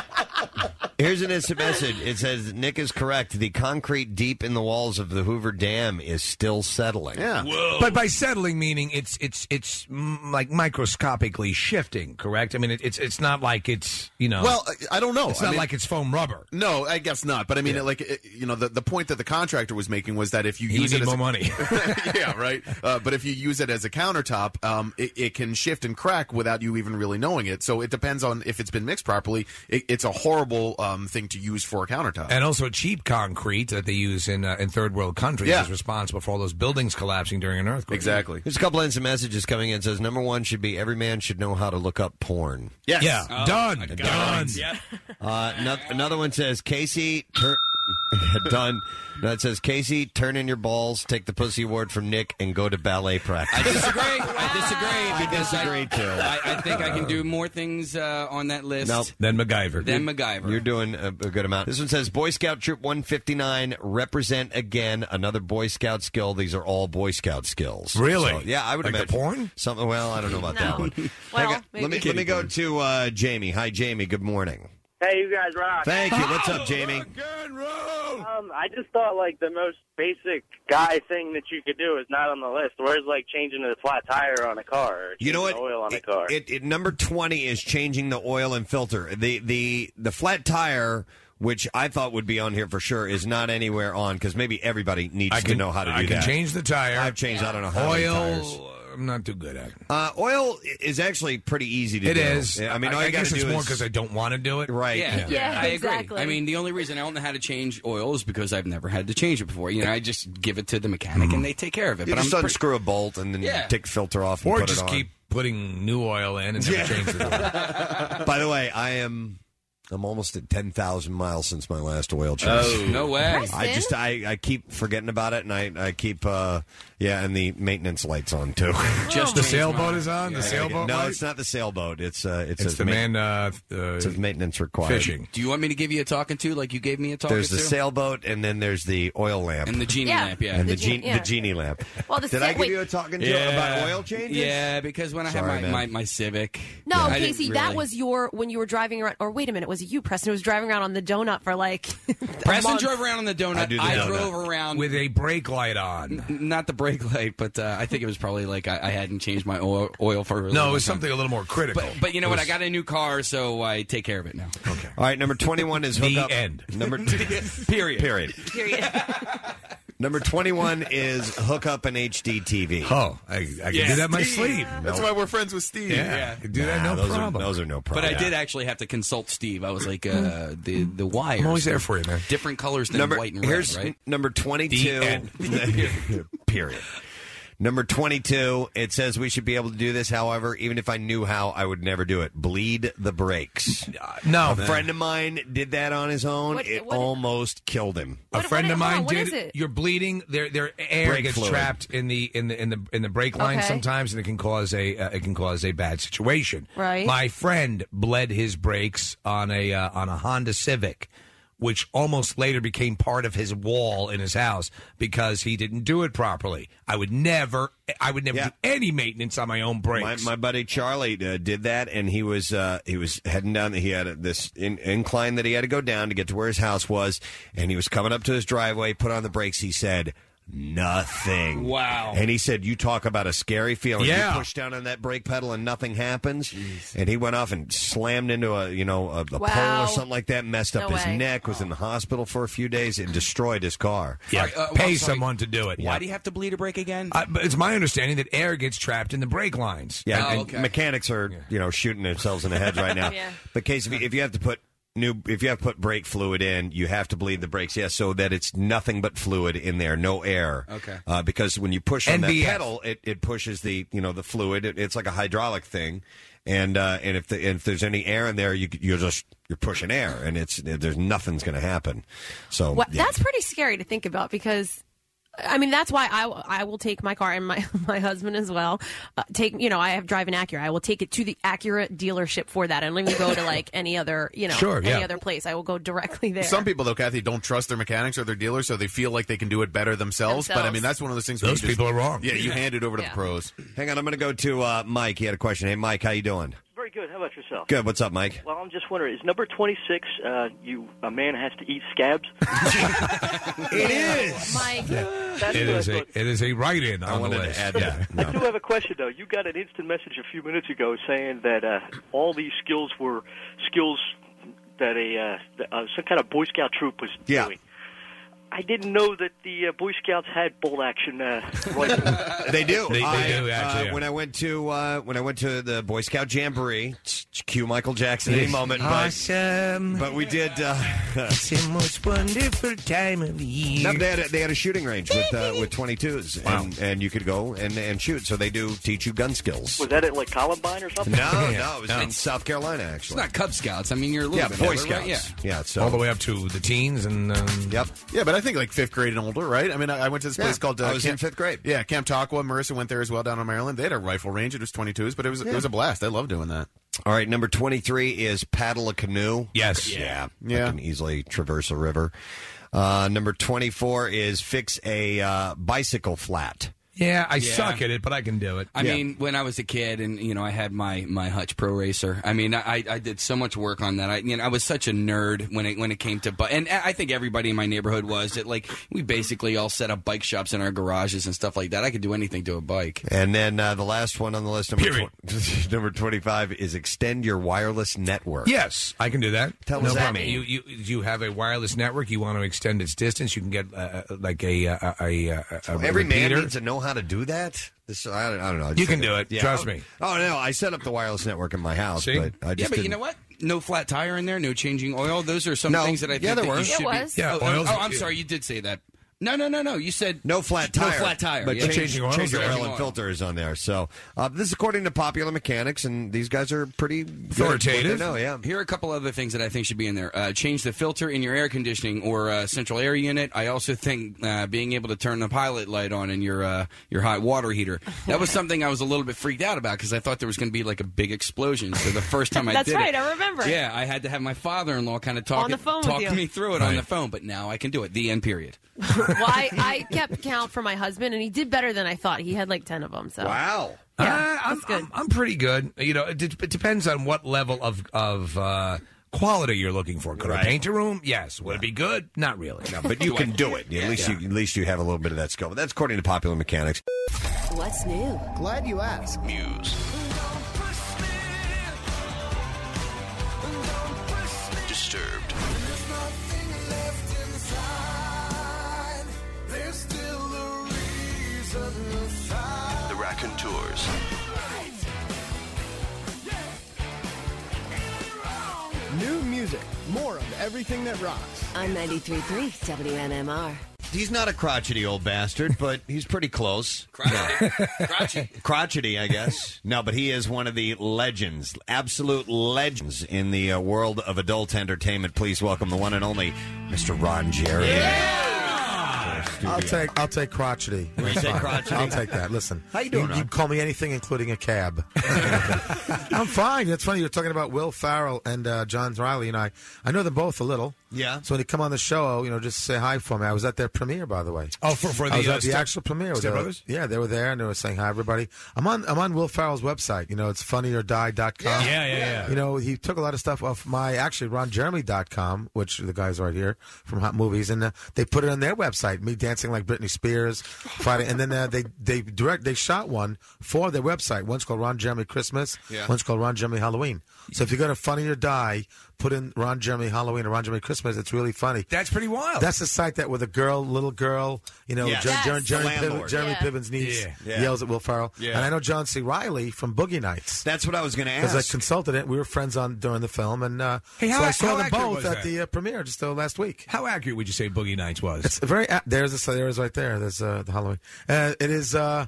Here's an instant message. It says Nick is correct. The concrete deep in the walls of the Hoover Dam is still settling.
But by settling, meaning it's it's it's mm, like microscopically shifting, correct? I mean, it, it's it's not like it's you know.
uh,
Well, I- I don't know.
It's
I
not
mean-
like it's foam rubber.
No, I guess not. But I mean, like it, you know, the, the point that the contractor was making was that if you
He would
use it
need
as
more
a-
money.
*laughs* yeah, right. Uh, but if you use it as a countertop, um, it, it can shift and crack without you even really knowing it. So it depends on if it's been mixed properly. It, it's a horrible um, thing to use for a
uh,
countertop.
And also cheap concrete that they use in uh, in third world countries
Yeah.
is responsible for all those buildings collapsing during an earthquake.
Exactly.
There's a couple instant messages coming in. It says number one should be every man should know how to look up porn.
Yes.
Yeah.
Oh,
done.
my God.
Done.
*laughs* Uh, no- another one says Casey. Tur- *laughs* Done. No, it says Casey, turn in your balls, take the pussy award from Nick, and go to ballet practice.
disagree. I disagree because I,
disagree, too.
I, I think I
*laughs*
can do more things uh, on that list.
Nope.
Then MacGyver.
Then MacGyver.
You're doing a, a good amount. This one says Boy Scout Troop 159, represent again another Boy Scout skill. These are all Boy Scout skills.
Really?
So, yeah, I would
Like the
imagine.
porn?
Something, well, I don't know about that one.
Well,
Hang on. let, me,
maybe.
let me go to uh, Jamie. Hi, Jamie. Good morning.
Hey, you guys rock.
Thank you. What's
Oh,
up, Jamie?
Um, I just thought like the most basic guy thing that you could do is not on the list. Where's like changing a flat tire on a car? Or
You know
changing
what?
Oil on a car.
It, it number twenty is changing the oil and filter. The the the flat tire, which I thought would be on here for sure, is not anywhere on because maybe everybody needs
I
to
can-
know how to do
I can
that.
change the tire.
I've changed. I don't know how many tires.
Oil. I'm not too good at.
Uh, oil i- is actually pretty easy to
It
do.
is.
Yeah, I mean, all
I,
you
I
got
guess
to
it's
do
more
is-
because I don't want to do it.
Right.
Yeah,
Yeah,
I agree.
exactly.
I mean, the only reason I don't know how to change oil is because I've never had to change it before. You know, I just give it to the mechanic and they take care of it.
You
but
just
I'm pretty-
unscrew a bolt and then
Yeah.
take the filter off, and
Or
put it
just
on.
keep putting new oil in and never change the
*laughs* By the way, I am. I'm almost at ten thousand miles since my last oil change.
Oh. No way. Preston?
I just I, I keep forgetting about it, and I I keep uh yeah, and the maintenance lights on
*laughs*
too. Oh,
Just The changed sailboat mine. is on? The
I gotta get-
sailboat
No,
light?
it's not the sailboat. It's uh it's,
It's the man, Uh,
it says maintenance required.
Do you want me to give you a talking to like you gave me a talking
There's
to?
the sailboat, and then there's the oil lamp
And the genie
yeah.
lamp, yeah.
and the,
The
gen-
gen- yeah.
the genie lamp.
Well, the
Did
sa-
I give
wait.
you a talking to
Yeah.
about oil changes?
Yeah, because when I
Sorry,
had
man.
my, my, my Civic.
No,
I didn't
Casey, that
really-
was your when you were driving around. Or wait a minute, was it you, Preston? Who was driving around on the donut for like? *laughs*
Preston
month.
drove around on the donut.
I
I,
do the donut.
drove around
with a brake light on.
not the brake light, but uh, I think it was probably like I, I hadn't changed my oil, oil for. A really
No, it
long
was
time.
something a little more critical.
But, but you know
It
what? I
was-
got a new car, so I take care of it now. Okay.
All right, number twenty-one is hook
The
up.
end.
*laughs*
Number
period.
Period. Number twenty-one is hook up an HD TV.
Oh, I, I can do that in my sleep.
That's why we're friends with Steve.
Nah, those are-
those are no
But I did actually have to consult Steve. I was like, uh, the the wires.
always there for you, man.
Different colors than
number
white and red,
here's
right?
number 22
The
*laughs*
end.
period number 22 it says we should be able to do this however even if i knew how i would never do it bleed the brakes
no.
a friend of mine did that on his own it almost killed him
a friend of
hold on,
mine
what
did.
is it?
You're bleeding. Their their air
Brake
gets
fluid.
trapped in the in the in the in the brake line
Okay.
sometimes, and it can cause a uh, it can cause a bad situation.
Right.
My friend bled his brakes on a uh, on a Honda Civic, which almost later became part of his wall in his house because he didn't do it properly. I would never. I would never do any maintenance on my own brakes.
My, my buddy Charlie uh, did that, and he was uh, he was heading down. He had a, this in, incline that he had to go down to get to where his house was, and he was coming up to his driveway. Put on the brakes. He said, nothing.
Wow.
And he said, You talk about a scary feeling.
Yeah.
You push down on that brake pedal and nothing happens. And he went off and slammed into a, you know, a, a pole
Wow.
or something like that, messed up
No
his
way.
neck, was in the hospital for a few days, and destroyed his car.
Yeah. Pay someone to do it.
uh, Why do you have to bleed a break again?
Uh, but it's my understanding that air gets trapped in the brake lines.
Yeah,
Oh,
and
okay.
mechanics are you know shooting themselves in the head
*laughs*
right now.
Yeah.
But case if you, if you have to put new if you have to put brake fluid in, you have to bleed the brakes. Yes, so that it's nothing but fluid in there, no air.
Okay.
Uh, because when you push on that
NBF.
pedal, it, it pushes the you know the fluid. It, it's like a hydraulic thing, and uh, and if the, if there's any air in there, you you're just you're pushing air, and it's there's nothing's going to happen. So
Well,
Oh, yeah.
That's pretty scary to think about because. I mean, that's why I, I will take my car and my, *laughs* my husband as well. Uh, take you know, I have drive an Acura. I will take it to the Acura dealership for that. I don't even go to like any other you know
Sure,
any
yeah.
other place. I will go directly there. *laughs*
Some people, though, Kathy, don't trust their mechanics or their dealers, so they feel like they can do it better themselves. But I mean,
Themselves.
that's one of those things. where
Those
you just-
people are wrong.
Yeah, you hand it over to
Yeah.
the pros.
Hang on, I'm going to go to uh, Mike. He had a question. Hey, Mike, how you doing?
Very good. How about yourself?
Good. What's up, Mike?
Well, I'm just wondering, is number 26, uh, you a man has to eat
*laughs*
scabs?
It
is. Mike. That's
It
what I
is a
thought.
it is a write in on the list.
I do have a question though. You got an instant message a few minutes ago saying that uh, all these skills were skills that a uh, that, uh, some kind of Boy Scout troop was
Yeah.
doing. I didn't know that the uh, Boy Scouts had bolt action
*laughs*
uh, rifles.
They do.
They- they
I,
do, actually,
uh,
yeah.
When I went to uh, when I went to the Boy Scout Jamboree, it's cue Michael Jackson any moment.
Ah,
But, but we did. Uh, *laughs*
It's the most wonderful time of year.
no, they, had a, they had a shooting range with uh, with twenty twos, and, and you could go and, and shoot. So they do teach you gun skills.
Was that at like Columbine or something?
No, no, it was in South Carolina actually.
Not Cub Scouts. I mean, you're a little
Yeah,
bit
Boy
older, right?
Scouts.
Yeah.
Yeah, so
all the way up to the teens and um,
yep.
Yeah, but I think like fifth grade and older, right? I mean, I, I went to this place
Yeah,
called. Uh,
I was in fifth grade.
Yeah, Camp Taqua. Marissa went there as well down in Maryland. They had a rifle range. It was twenty twos, but it was
Yeah.
it was a blast. I love doing that.
All right, number twenty three is paddle a canoe.
Yes.
yeah, I can easily traverse a river. Uh, number twenty four is fix a uh, bicycle flat.
Yeah, I
Yeah.
suck at it, but I can do it.
I mean, when I was a kid, and you know, I had my my Hutch Pro Racer. I mean, I, I did so much work on that. I you know, I was such a nerd when it when it came to, bu- and I I think everybody in my neighborhood was that. Like, we basically all set up bike shops in our garages and stuff like that. I could do anything to a bike.
And then uh, the last one on the list, number, tw- *laughs* number 25, is extend your wireless network.
Yes, I can do that.
Tell
no
us that
problem.
mean.
You, you you have a wireless network. You want to extend its distance. You can get uh, uh, like a uh, a, a, a a
Every man
repeater.
needs to know how to do that. This, I, don't, I don't know. I
You
just
can
think
do it. Trust me.
Oh, no. I set up the wireless network in my house,
See?
but I just
yeah, but you
didn't-
know what? No flat tire in there. No changing oil. Those are some
No.
things that I think
Yeah, there
that
were.
you should
It was.
Be,
Yeah,
oh,
oils-
oh, I'm sorry, you did say that. No, no, no, no. You said
no flat
No
tire.
flat tire.
But
yeah.
change, change your oil and filter is on there. So uh, this is according to Popular Mechanics, and these guys are pretty good at what they know, yeah.
Here are a couple other things that I think should be in there. Uh, change the filter in your air conditioning or uh, central air unit. I also think uh, being able to turn the pilot light on in your uh, your hot water heater. That was something I was a little bit freaked out about because I thought there was going to be like a big explosion. So the first time I
That's
did
right,
it,
I remember.
Yeah, I had to have my father-in-law kind of talk
On the
it-
phone with
talk
you.
me through it on the phone. But now I can do it. The end period.
well, I, I kept count for my husband, and he did better than I thought. He had like ten of them. So
Uh, I'm, I'm I'm pretty good. You know, it, de- it depends on what level of of uh, quality you're looking for. Could I paint a room? Yes. Would it be good? Not really.
No,
*laughs*
but you can do it. At least you at least you have a little bit of that skill. But that's according to Popular Mechanics.
What's new? Glad you asked. News.
Disturbed. The Raconteurs.
New music. More of everything that rocks. On 93.3 WNMR.
*laughs*
He's not a crotchety old bastard, but he's pretty close. Crotchety. crotchety.
*laughs*
I guess. No, but he is one of the legends, absolute legends in the uh, world of adult entertainment. Please welcome the one and only Mr. Ron Jerry.
I'll take I'll take crotchety.
You
That's
take
fine.
crotchety?
I'll take that. Listen,
How you doing,
You,
Ron?
call me anything, including
*laughs*
a cab. I'm fine. That's funny. You're talking about Will Farrell and uh, John Riley, and I. I know them both a little.
Yeah.
So when you come on the show, you know, just say hi for me. I was at their premiere, by the way.
Oh, for- for
I
the,
was
uh,
at the
Step-
actual premiere.
Step
They were-
Brothers?
Yeah, they were there and they were saying hi, everybody. I'm on I'm on Will Farrell's website. You know, it's funnyordie.com.
Yeah, yeah, yeah, yeah.
You know, he took a lot of stuff off my actually ronjeremy.com, which the guys right here from Hot Movies, and uh, they put it on their website. Me dancing like Britney Spears, fighting. And then uh, they they direct they shot one for their website. One's called Ron Jeremy Christmas.
Yeah.
One's called Ron Jeremy Halloween. So if you go to Funny or Die, put in Ron Jeremy Halloween or Ron Jeremy Christmas. It's really funny.
That's pretty wild.
That's the site that with a girl, little girl, you know,
Yes.
Jer- Jer-
Yes.
Jeremy,
The
Piven-
landlord.
Jeremy
Yeah.
Piven's niece
Yeah. Yeah.
yells at Will Ferrell.
Yeah.
And I know John C. Riley from Boogie Nights.
That's what I was going to
Because I
ask.
consulted it. We were friends on during the film, and uh,
Hey, how
so I
ac- how
saw them
accurate
both
was
at
that?
the uh, premiere just uh, last week.
How accurate would you say Boogie Nights was?
It's very a- there's a there's right there. There's uh, the Halloween. Uh, it is. Uh,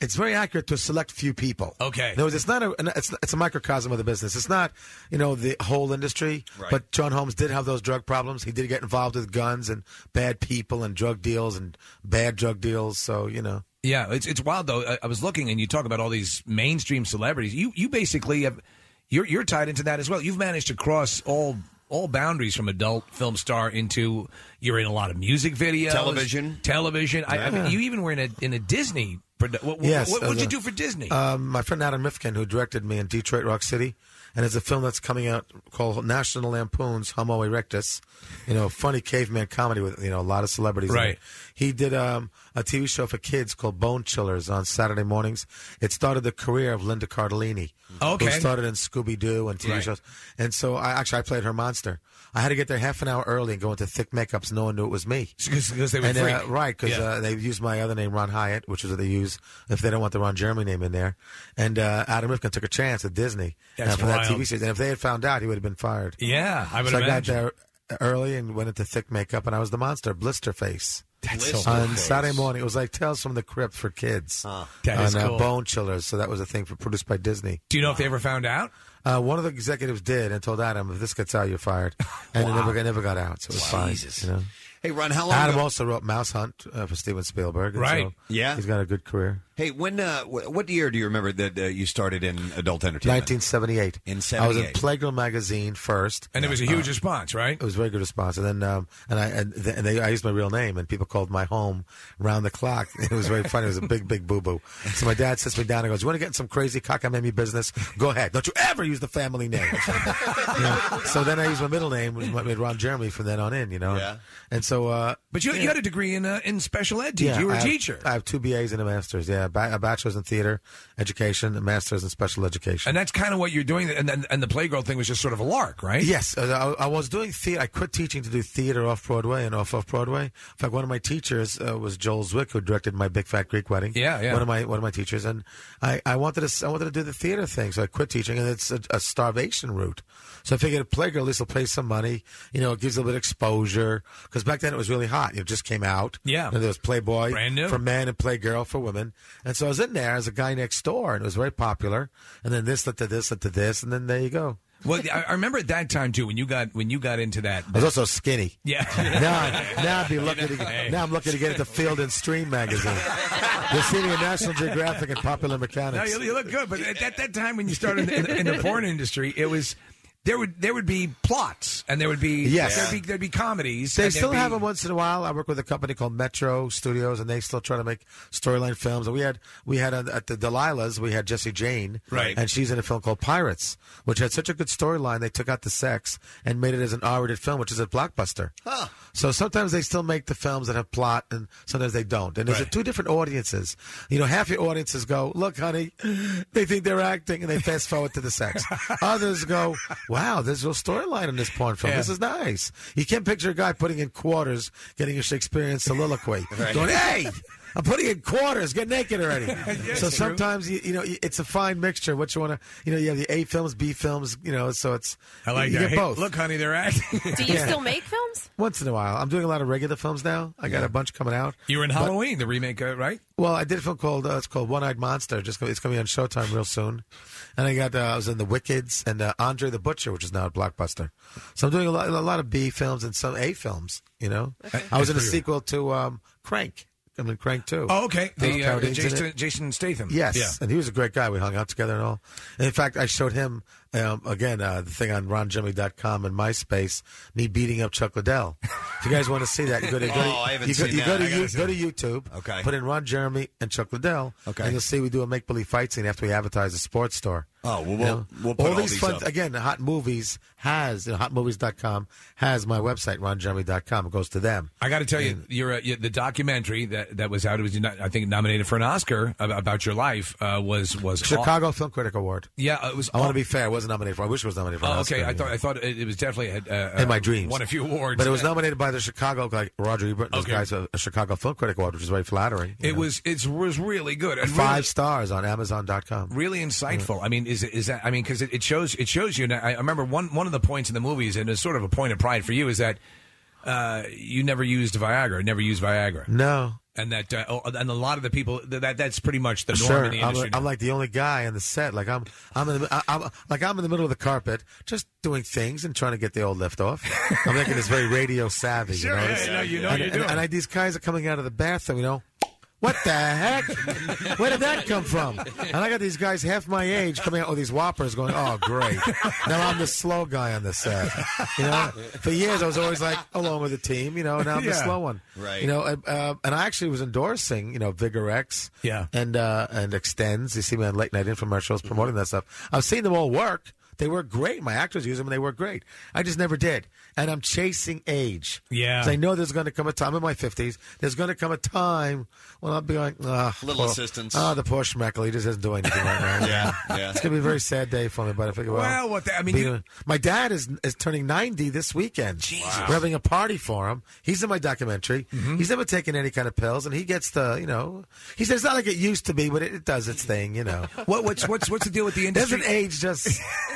it's very accurate to a select few people.
Okay.
In other words, it's not a an- it's, it's a microcosm of the business. It's not you know the whole industry.
Right.
But John Holmes did have those drug problems. He did get involved with guns and bad people and drug deals and bad drug deals. So you know.
*laughs* Yeah, it's it's wild though. I, I was looking, and you talk about all these mainstream celebrities. You you basically have you're you're tied into that as well. You've managed to cross all all boundaries from adult film star into you're in a lot of music videos,
Television.
television. I, I
Yeah.
mean, you even were in a in a Disney. Produ- what, what,
yes.
what,
uh,
would you
the-
do for Disney?
Um, my friend Adam Mifkin, who directed me in Detroit Rock City, and it's a film that's coming out called National Lampoon's Homo Erectus. You know, funny caveman comedy with you know a lot of celebrities. in it.
Right.
He did um, a TV show for kids called Bone Chillers on Saturday mornings. It started the career of Linda Cardellini,
Okay.
who started in Scooby Doo and TV
Right.
shows. And so, I actually I played her monster. I had to get there half an hour early and go into thick makeups. No one knew it was me
'Cause- 'cause they would
and,
freak.
Uh, right, because
Yeah.
uh, they used my other name, Ron Hyatt, which is what they use if they don't want the Ron Jeremy name in there. And uh, Adam Rifkin took a chance at Disney uh,
That's
for that
wild.
TV series. And if they had found out, he would have been fired.
Yeah, I would
So
imagine.
I got there early and went into thick makeup, and I was the monster, Blister Face.
That's so
on
cool.
Saturday morning. It was like Tales from the Crypt for kids.
That
on,
is
uh,
cool.
Bone Chillers. So that was a thing for, produced by Disney.
do you know if they ever found out?
Uh, one of the executives did and told Adam, "If this gets out, you're
*laughs*
fired." And it
Wow.
never, it never got out, so it was fine. You know?
Hey, Ron, how long
Adam
ago-
also wrote Mouse Hunt uh, for Steven Spielberg. and
Right.
so
Yeah.
He's got a good career.
Hey, when uh, wh- what year do you remember that uh, you started in adult entertainment?
1978.
In
I was in
78.
Playground magazine first, Uh,
And there was a huge response, right?
It was a very good response, and then um, and I and, th- and they, I used my real name, and people called my home round the clock. *laughs* It was very funny. It was a big, big boo boo. So my dad sits me down and goes, "You want to get in some crazy cockamamie business? Go ahead. Don't you ever use the family
*laughs*
name." You know? So then I used my middle name, which made Ron Jeremy from then on in. You know,
Yeah.
And so, uh,
But you,
yeah.
you had a degree in uh, in special ed. Teach. you were
I
a
have-
teacher,
I have two BAs and a master's. Yeah, ba- a bachelor's in theater education, a master's in special education.
and that's kind of what you're doing. And then and the Playgirl thing was just sort of a lark, right?
Yes, uh, I, I was doing theater. I quit teaching to do theater off Broadway and off off Broadway. In fact, one of my teachers uh, was Joel Zwick, who directed my Big Fat Greek Wedding.
Yeah, yeah.
One of my one of my teachers, and I, I wanted to s- I wanted to do the theater thing, so I quit teaching, and it's a, a starvation route. So I figured Playgirl at least will pay some money. You know, it gives a little bit of exposure because back then it was really hot. It just came out.
Yeah.
and there was Playboy
Brand new.
for men and Playgirl for women. And so I was in there as a guy next door, and it was very popular. And then this led to this led to this, and then there you go.
Well, I, I remember at that time too when you got when you got into that.
I was also skinny.
Yeah.
now, now I'd be lucky to get, now I'm lucky to get at the Field and Stream magazine. You'll see me in National Geographic and Popular
No,
Mechanics.
you, you look good, but at that, that time when you started in the, in the porn industry, it was there would there would be plots and there would be
Yes.
there'd, be, there'd be comedies.
They
and there'd
still
be-
have them once in a while. I work with a company called Metro Studios, and they still try to make storyline films. And we had we had uh, at the Delilahs, we had Jesse Jane,
Right.
and she's in a film called Pirates, which had such a good storyline. They took out the sex and made it as an R-rated film, which is a blockbuster. So sometimes they still make the films that have plot, and sometimes they don't. And there's a two different audiences. You know, half your audiences go, "Look, honey, they think they're acting," and they fast forward to
*laughs*
the sex. Others go, "Wow, there's a real storyline in this porn film.
Yeah.
This is nice." You can't picture a guy putting in quarters, getting a Shakespearean soliloquy,
*laughs* Right.
going, "Hey." I'm putting in quarters. Get naked
*laughs*
already.
Yes,
so
true.
sometimes you, you know it's a fine mixture. What you want to, you know, you have the A films, B films, you know. So it's
I like
you
that.
get
Hey,
both.
Look, honey, they're acting.
Do you
Yeah.
still make films?
Once in a while, I'm doing a lot of regular films now. I got
Yeah.
a bunch coming out.
*laughs* You were in
But-
Halloween, the remake, uh, right?
well, I did a film called uh, it's called One Eyed Monster. Just go- it's coming on Showtime real soon. And I got uh, I was in The Wickeds and uh, Andre the Butcher, which is now a blockbuster. So I'm doing a lot, a lot of B films and some A films. You know, I was in
Good
a
for you.
sequel to um, Crank. I'm in Crank too.
Oh, okay. The, uh,
Carradine's in it.
Jason, Jason Statham.
Yes,
Yeah.
and he was a great guy. We hung out together and all. And in fact, I showed him um, again, uh, the thing on ronjimmy.com and MySpace, me beating up Chuck Liddell. If you guys want to see that, you go to, go to-
Oh, I haven't
you go,
seen
you
that.
Go
I
to,
gotta
you,
see
go to
it.
YouTube,
Okay.
put in Ron Jeremy and Chuck Liddell,
Okay.
and you'll see we do a make believe fight scene after we advertise the sports store.
Oh, well,
You
we'll-
know?
we'll put all
these
these
fun,
up.
again, Hot Movies has, you know, hotmovies.com has my website, ronjeremy.com. It goes to them.
I got to tell you, your uh, you- the documentary that, that was out, it was not- I think nominated for an Oscar ab- about your life uh, was was
Chicago Film Critic Award.
Yeah, it was.
I want to be fair. It wasn't nominated for. I wish it was nominated for. an
Oh, okay,
Oscar,
I
you
thought
know.
I thought it, it was definitely had, uh,
in my
uh,
dreams.
Won a few awards,
but it was
Uh,
nominated by the Chicago like Roger Ebert. and This
Okay.
guy's a, a Chicago Film Critic Award, which is very flattering.
*laughs* It was it was really good and
Five stars on Amazon.com.
really insightful. I mean, is it is that? I mean, because it, it shows it shows you. And I, I remember one one of the points in the movies, and it's sort of a point of pride for you, is that uh, you never used Viagra, never used Viagra,
No,
and that uh, oh, and a lot of the people that, that that's pretty much the norm
sure.
in the
I'm,
industry.
I'm like the only guy on the set. Like I'm, I'm, in the, I, I'm like I'm in the middle of the carpet, just doing things and trying to get the old lift off. I'm making this very radio savvy.
Sure,
you know,
yeah,
It's-
yeah, you know
and,
you're
and-
doing.
and I, these guys are coming out of the bathroom. You know. What the heck? Where did that come from? And I got these guys half my age coming out with these whoppers going, oh, great. Now I'm the slow guy on the set. You know, for years I was always like along with the team, you know, now I'm the
Yeah.
slow one.
Right.
You know, uh, uh, and I actually was endorsing, you know, Vigorex
Yeah.
and uh, and extends. You see me on late night infomercials promoting that stuff. I've seen them all work. They work great. My actors use them and they work great. I just never did. And I'm chasing age.
Yeah.
'Cause I know there's going to come a time I'm in my 50s. There's going to come a time when I'll be like, ah,
Little
poor-
assistance.
Ah, the poor schmeckle. He just doesn't do anything right now.
*laughs* Yeah, yeah.
It's going to be a very sad day for me, but I figure, well.
Well, what the- I mean,
be-
you-
my dad is is turning 90 this weekend. We're having a party for him. He's in my documentary.
Mm-hmm.
He's never taken any kind of pills, and he gets the, you know, he says it's not like it used to be, but it, it does its thing, you know.
*laughs* What, what's what's what's the deal with the industry?
Doesn't age
*laughs*
just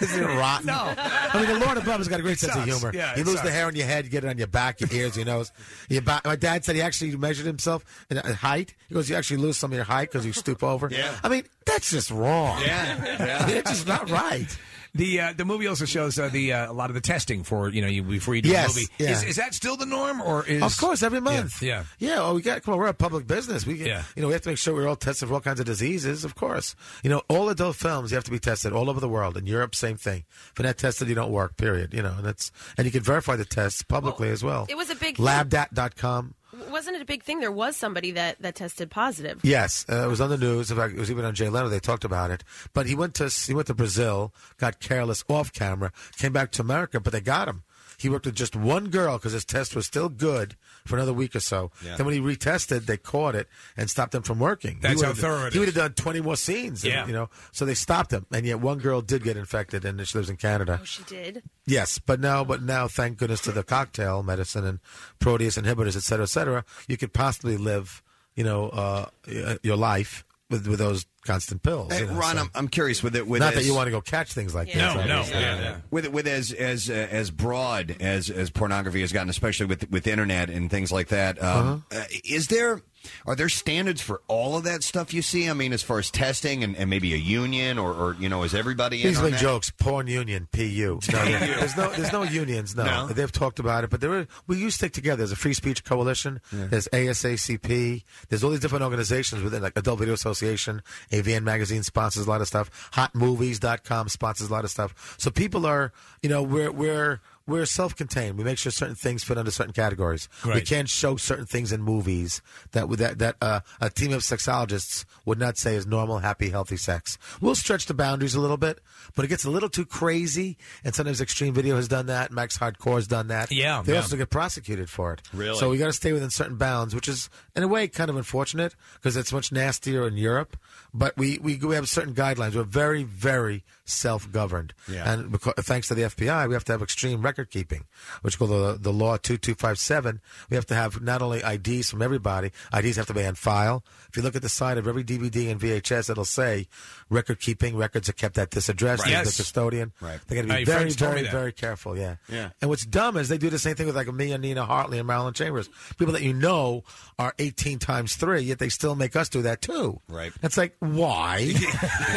isn't it rotten?
No.
I mean, the Lord above has got a great sense of
sucks.
humor.
Yeah,
you
it
lose the
sucks.
hair on your head, you get it on your back, your ears, your nose. Your back. My dad said he actually measured himself in in height. He goes, "You actually lose some of your height because you stoop over."
*laughs* Yeah.
I mean, that's just wrong.
Yeah.
it's
*laughs*
just not right.
The uh, the movie also shows uh, the uh, a lot of the testing for you know you before you do
Yes,
the movie.
yeah.
Is, is that still the norm or is
Of course, every month.
Yeah,
Yeah, oh, we got come on. We're a public business. We,
Yeah.
you know, we have to make sure we're all tested for all kinds of diseases. Of course, you know, all adult films you have to be tested all over the world. In Europe, same thing. If you're not tested, you don't work. Period. You know, and that's and you can verify the tests publicly as well.
it was a big-
labdat.com.
Wasn't it a big thing? There was somebody that, that tested positive.
Yes, uh, it was on the news. In fact, it was even on Jay Leno. They talked about it. But he went to he went to Brazil, got careless off camera, came back to America, but they got him. He worked with just one girl because his test was still good for another week or so.
Yeah.
Then when he retested, they caught it and stopped him from working.
That's
he
how
would've-
thorough it
He
is.
would have done twenty more scenes. and,
Yeah.
you know. So they stopped him, and yet one girl did get infected, and she lives in Canada.
Oh, she did.
Yes, but now, but now, thank goodness to the cocktail medicine and protease inhibitors, et cetera, et cetera, you could possibly live, you know, uh, y- your life with with those constant pills.
Hey,
you know,
Ron,
so-
I'm, I'm curious with it. With
not that
as-
you want to go catch things like
No,
this.
no,
obviously.
yeah, With with as as uh, as broad as as pornography has gotten, especially with with internet and things like that, um,
Uh-huh.
uh is there are there standards for all of that stuff you see? I mean, as far as testing and, and maybe a union or, or you know, is everybody in
These
on
big
that?
jokes. Porn union,
*laughs*
PU. No,
PU.
yeah. there's no, there's no unions. No.
No?
they've talked about it, but there were, we used to stick together. There's a free speech coalition. There's ASACP. There's all these different organizations within, like Adult Video E Association. AVN Magazine sponsors a lot of stuff. HotMovies.com sponsors a lot of stuff. So people are, you know, we're we're we're self-contained. We make sure certain things fit under certain categories. We
Right.
can't show certain things in movies that would- that that uh, a team of sexologists would not say is normal, happy, healthy sex. We'll stretch the boundaries a little bit, but it gets a little too crazy. And sometimes Extreme Video has done that. Max Hardcore's done that.
Yeah,
they
yeah.
also get prosecuted for it.
Really?
So we got to stay within certain bounds, which is in a way kind of unfortunate because it's much nastier in Europe. But we we, we have certain guidelines. We're very very self governed.
Yeah.
And because, thanks to the FBI, we have to have extreme record keeping, which is called the, the law 2257. We have to have not only IDs from everybody, IDs have to be on file. If you look at the side of every DVD and VHS, it'll say record keeping, records are kept at this address,
Right.
this
Yes.
is the custodian.
Right.
They got to
Uh,
be
your
very,
friends told me
very,
that.
very careful. Yeah.
Yeah.
And what's dumb is they do the same thing with like me and Nina Hartley and Marilyn Chambers. People that you know are 18 times three, yet they still make us do that too.
Right. *laughs*
It's like, why?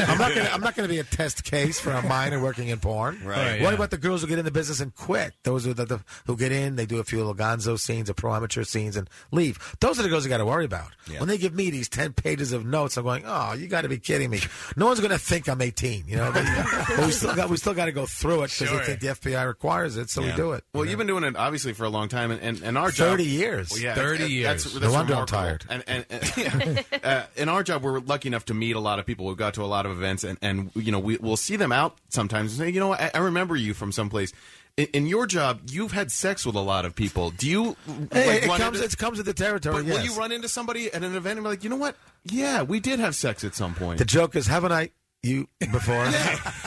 I'm not gonna I'm not gonna be a test case. case for a minor working in porn.
Right,
What
yeah.
about the girls who get in the business and quit? Those are the, the who get in, they do a few little gonzo scenes or pro amateur scenes and leave. Those are the girls you got to worry about. When they give me these 10 pages of notes, I'm going, oh, you got to be kidding me. No one's going to think I'm 18, you know? But,
*laughs*
but we still got we still got to go through it because
Sure.
they think the FBI requires it, so we do it.
Well, you've been doing it obviously for a long time, and, and, and our job
30 years. 30
and- and
years.
That's,
No
that's
wonder
remarkable.
I'm tired.
And, and, and yeah. uh, in our job, we're lucky enough to meet a lot of people. We've got to a lot of events, and, and you know we we'll see them out sometimes and say, you know, what, I, I remember you from someplace. In, in your job, you've had sex with a lot of people. Do you?
Hey,
like,
it,
run
comes,
into-
it comes with the territory.
But *laughs*
yes.
will you run into somebody at an event and be like, you know what? Yeah, we did have sex at some point.
The joke is, haven't I you
*laughs*
before?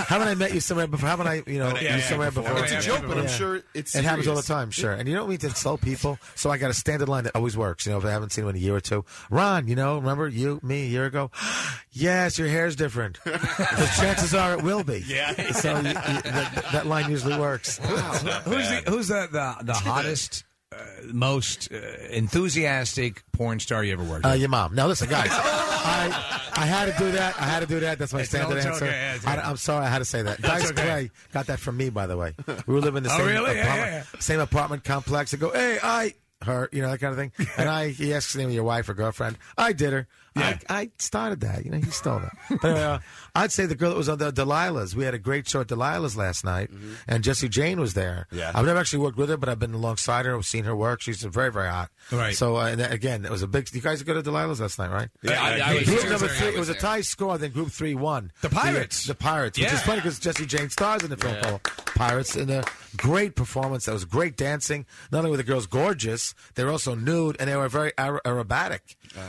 Haven't I met you somewhere before? Haven't I you know
Haven't I
you
met you
somewhere
before?
before?
It's a joke, but I'm sure it's
it happens all the
serious.
time. Sure, and you don't mean to insult people, so I got a standard line that always works. You know, if I haven't seen him in a year or two, Ron, you know, remember you me a year ago? *gasps* yes, your
*laughs*
hair's different. the chances are it will be.
Yeah.
So you, you, that, that line
*laughs*
usually works.
who's the who's the the, the hottest, uh, most uh, enthusiastic porn star you ever worked?
Uh,
with?
your mom. Now listen,
*laughs*
guys. I I had to do that. I had to do that. That's my
It's
standard
all- it's
answer.
okay, yeah, it's
I,
okay.
am sorry, I had to say that.
*laughs* That's
Dice
okay.
Clay got that from me, by the way. We were living in the
Oh,
same
really? Yeah,
apartment,
yeah,
same apartment complex. I go, hey, I her, you know that kind of thing. And I he asks the name of your wife or girlfriend. I did her. I, I started that. You know, he stole that. But anyway, uh, I'd say the girl that was on the Delilahs. We had a great show at Delilahs last night,
Mm-hmm.
and Jesse Jane was there.
Yeah.
I've never actually worked with her, but I've been alongside her. I've seen her work. She's very, very hot.
Right.
So uh, and that- again, it was a big. You guys go to Delilah's last night, right?
Yeah, I- I was
group
there.
number
I
three. It
was
was a
there.
tie score. Then group three won. The uh,
Pirates.
The, Pirates, which
Yeah.
is funny because Jesse Jane stars in the film
Yeah.
called Pirates, and a great performance. That was great dancing. Not only were the girls gorgeous, they were also nude and they were very aer- aerobatic.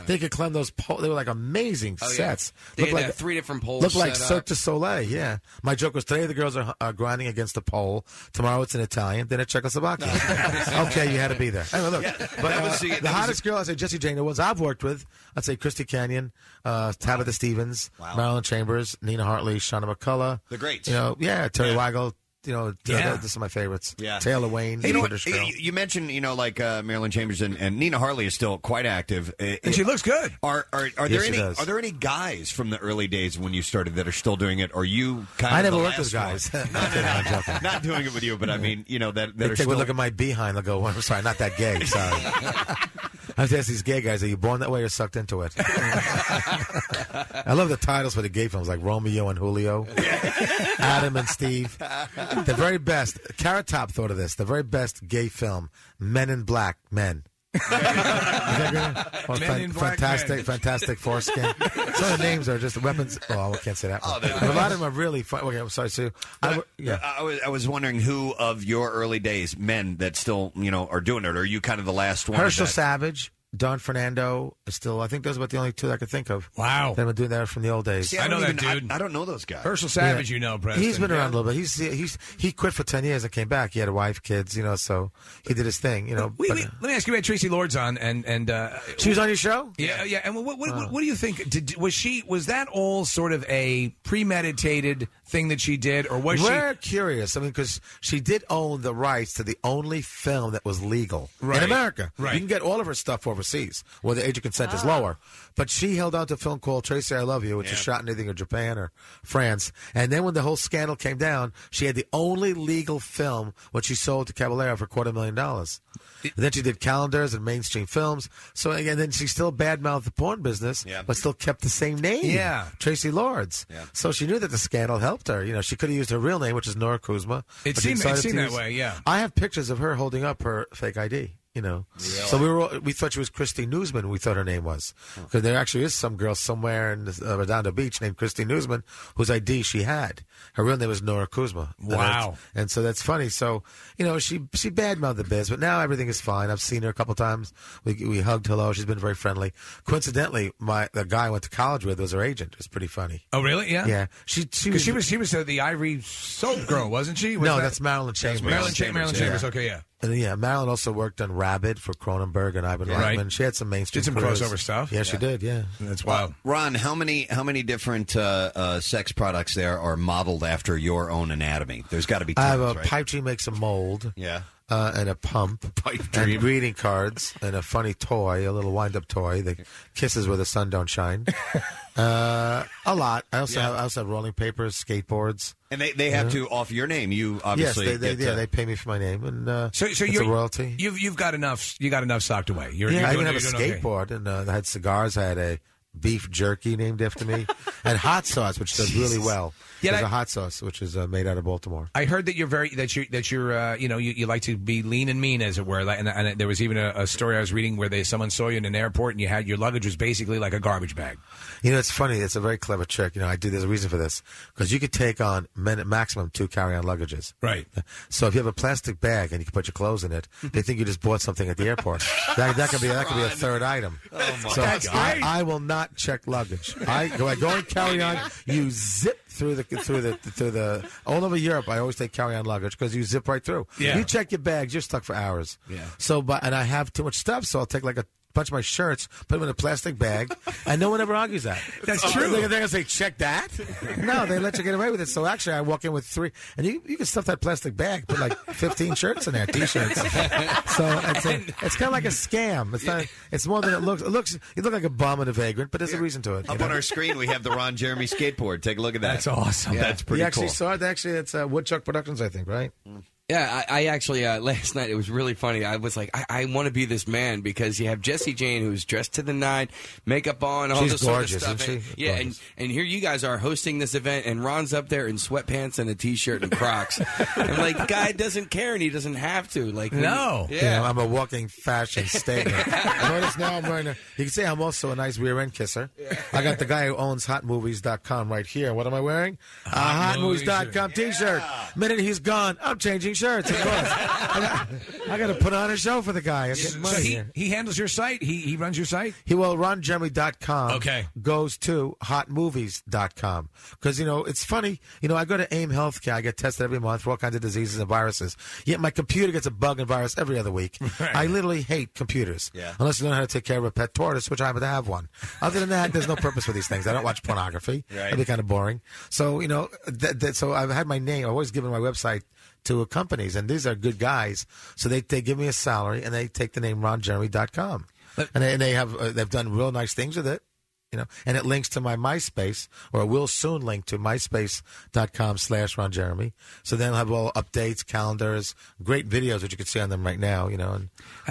they could climb those. Po- they were like amazing
Uh. Oh, yeah.
sets.
They
Looked
had, uh, three different poles
Looked like
set
Cirque
up.
du Soleil. Yeah. My joke was today the girls are, are grinding against the pole. Tomorrow it's in Italian. Then
*laughs*
it's Czechoslovakia. okay, you had to be there. Anyway, look, but
that
uh,
was the- that
the
was
hottest girl, I'd say Jesse Jane. The ones I've worked with, I'd say Christy Canyon, uh, Tabitha Stevens, Marilyn Chambers, Nina Hartley, Shauna McCullough.
The greats.
You know, yeah, Terry Weigel. You know, th-
Yeah.
th- this is my favorites.
Yeah.
Taylor Wayne,
Hey, you, know what?
British
You-
girl.
you mentioned, you know, like uh, Marilyn Chambers and, and Nina Harley is still quite active, and
she looks good.
Are are, are
Yes,
there
she
any
does.
are there any guys from the early days when you started that are still doing it? Or you kind
I
of
never
the
worked with guys.
last one? no, no, no, not doing it with you, but I mean, you know that that
They
are
take
still
a look at my behind. They'll go, well, I'm sorry, not that gay. Sorry. I was asking these gay guys, are you born that way or sucked into it? I love the titles for the gay films like Romeo and Julio, Adam and Steve. The very best. Carrot Top thought of this. The very best gay film, Men in Black Men. Or
Men
fan-
in Black
fantastic,
Men.
fantastic foreskin. Some of the names are just weapons. Oh, I can't say that. one.
they're-
But a lot of them are really fun. Okay, I'm sorry, Sue. I w- yeah.
I was I was wondering who of your early days men that still you know are doing it. Or are you kind of the last one?
Herschel
that-
Savage, Don Fernando. is Still, I think those are about the only two that I could think of. Wow, that have been doing that from the old days.
See, I, know that dude. I, don't know those guys.
Herschel Savage, you know, Preston.
He's been around a little bit. He's he's he quit for ten years and came back. He had a wife, kids, you know, so he did his thing, you know.
We,
but- uh,
we, let me ask you, we had Tracy Lords on, and and uh,
She was on your show.
Yeah, yeah. And what what, what, what do you think? Did, was she was that all sort of a premeditated thing that she did, or was
We're curious. I mean, because she did own the rights to the only film that was legal
Right.
in America.
Right. Ah.
You can get all of her stuff overseas, where the age of consent is lower. But she held out to a film called Tracy, I Love You, which is shot in either Japan or France. And then when the whole scandal came down, she had the only legal film which she sold to Caballero for a quarter million dollars. And then she did calendars and mainstream films. So again, then she still badmouthed the porn business, but still kept the same name.
Yeah.
Tracy Lords. So she knew that the scandal helped her. You know, she could have used her real name, which is Nora Kuzma.
It
but she
seemed- it
decided
seemed
to
that
use-
way, yeah.
I have pictures of her holding up her fake ID. You know, so we were all, we thought she was Christy Newsman. We thought her name was because there actually is some girl somewhere in uh, Redondo Beach named Christy Newsman whose ID she had. Her real name was Nora Kuzma. And
Wow.
that's- and so that's funny. So you know, she she badmouthed the biz, but now everything is fine. I've seen her a couple times. We we hugged hello. She's been very friendly. Coincidentally, my the guy I went to college with was her agent. It's pretty funny.
Oh, really? Yeah.
Yeah. She she
'Cause
was,
she was she was uh, the Ivory Soap girl, wasn't she? Was
no,
that-
that's Marilyn Chambers.
Marilyn Chambers. Marilyn Chambers. Okay, yeah.
And then, yeah, Marilyn also worked on Rabbit for Cronenberg and Ivan
Right.
Reitman. She had some mainstream.
Did some
careers.
crossover stuff.
Yeah, she
Yeah.
did. Yeah,
that's
Ron, how many how many different uh, uh, sex products there are modeled after your own anatomy? There's got to be.
I
Tons,
have a
right?
pipe dream makes a mold.
Yeah.
Uh, and a pump, pipe
dream.
and greeting cards, and a funny toy, a little wind-up toy. The kisses where the sun don't shine, Uh, a lot. I also have I also have rolling papers, skateboards,
And they, they have
Yeah.
to off your name. You obviously
Yes, they,
get
they, yeah,
to-
they pay me for my name, and uh,
So, so
it's
you're
a royalty.
You've you've got enough. You got enough socked away. You're,
yeah,
you're
I even
doing,
have a
you're doing okay.
skateboard, and uh, I had cigars. I had a beef jerky named
*laughs*
after me, and hot sauce, which does really
Jesus.
well.
Yeah,
There's
that-
a hot sauce which is uh, made out of Baltimore.
I heard that you're very that you that you're uh, you know you, you like to be lean and mean as it were, Like, and, and there was even a, a story I was reading where they someone saw you in an airport and you had your luggage was basically like a garbage bag.
You know, it's funny. It's a very clever trick. You know, I do. There's a reason for this because you could take on min- maximum two carry-on luggages.
Right. Mm-hmm.
So if you have a plastic bag and you can put your clothes in it, they think you just bought something at the airport.
*laughs*
that, that could be that could be
*laughs*
a third item.
Oh, my
so
That's
I,
great.
I will not check luggage. I go. I go and carry on. You zip through the through the through the all over Europe. I always take carry-on luggage because you zip right through.
Yeah.
You check your bags, you're stuck for hours.
Yeah.
So, but and I have too much stuff, so I'll take like a bunch of my shirts, put them in a plastic bag, and no one ever argues that.
That's
Oh,
true.
They're, they're gonna say, "Check that." *laughs* *laughs*
*laughs*
no, they let you get away with it. So actually, I walk in with three, and you you can stuff that plastic bag, put like *laughs* fifteen shirts in there, t-shirts. so it's a, it's kind of like a scam. It's not. It's more than it looks. It looks. You look like a bum and a vagrant, but there's a reason to it. you
Up
know?
on our screen, we have the Ron Jeremy skateboard. Take a look at that.
That's awesome.
Yeah, That's pretty
You actually
cool. Mm-hmm.
saw it. Actually, it's uh, Woodchuck Productions, I think, right?
Yeah, I, I actually uh, *laughs* last night it was really funny. I was like, I, I want to be this man because you have Jesse Jane who's dressed to the nine, makeup on, all
She's
this
gorgeous,
sort of stuff.
isn't
And-
she?
yeah, and, and here you guys are hosting this event, and Ron's up there in sweatpants and a t-shirt and
*laughs*
Crocs. I'm like, the guy doesn't care, and he doesn't have to. Like, when-
You
yeah.
know, I'm a walking fashion statement. Notice now I'm wearing a. You can say I'm also a nice rear end kisser. I got the guy who owns hotmovies.com right here. What am I wearing? A
Hot Movies
hotmovies.com t shirt. Minute he's gone, I'm changing shirts, of course. I got, I got to put on a show for the guy. I'm getting money
So he,
here.
he handles your site. He he runs your site.
He well, ronjeremy.com
Okay.
goes to hotmovies.com because you know it's funny. You know, I go to AIM Healthcare. I get tested every month for all kinds of diseases and viruses. Yet my computer gets a bug and virus every
*laughs*
other week.
Right.
I literally hate computers.
Yeah.
Unless you learn how to take care of a pet tortoise, which I happen to have one. Other than that, there's no purpose for these things. I don't watch pornography.
Right.
That'd be kind of boring. So you know, that, that, so I've had my name. I've always given my website to companies, and these are good guys. So they they give me a salary, and they take the name ronjeremy.com. and they, and they have uh, they've done real nice things with it. You know, and it links to my MySpace, or it will soon link to myspace.com slash Ron Jeremy. So then I'll have all updates, calendars, great videos, which you can see on them right now, you know. And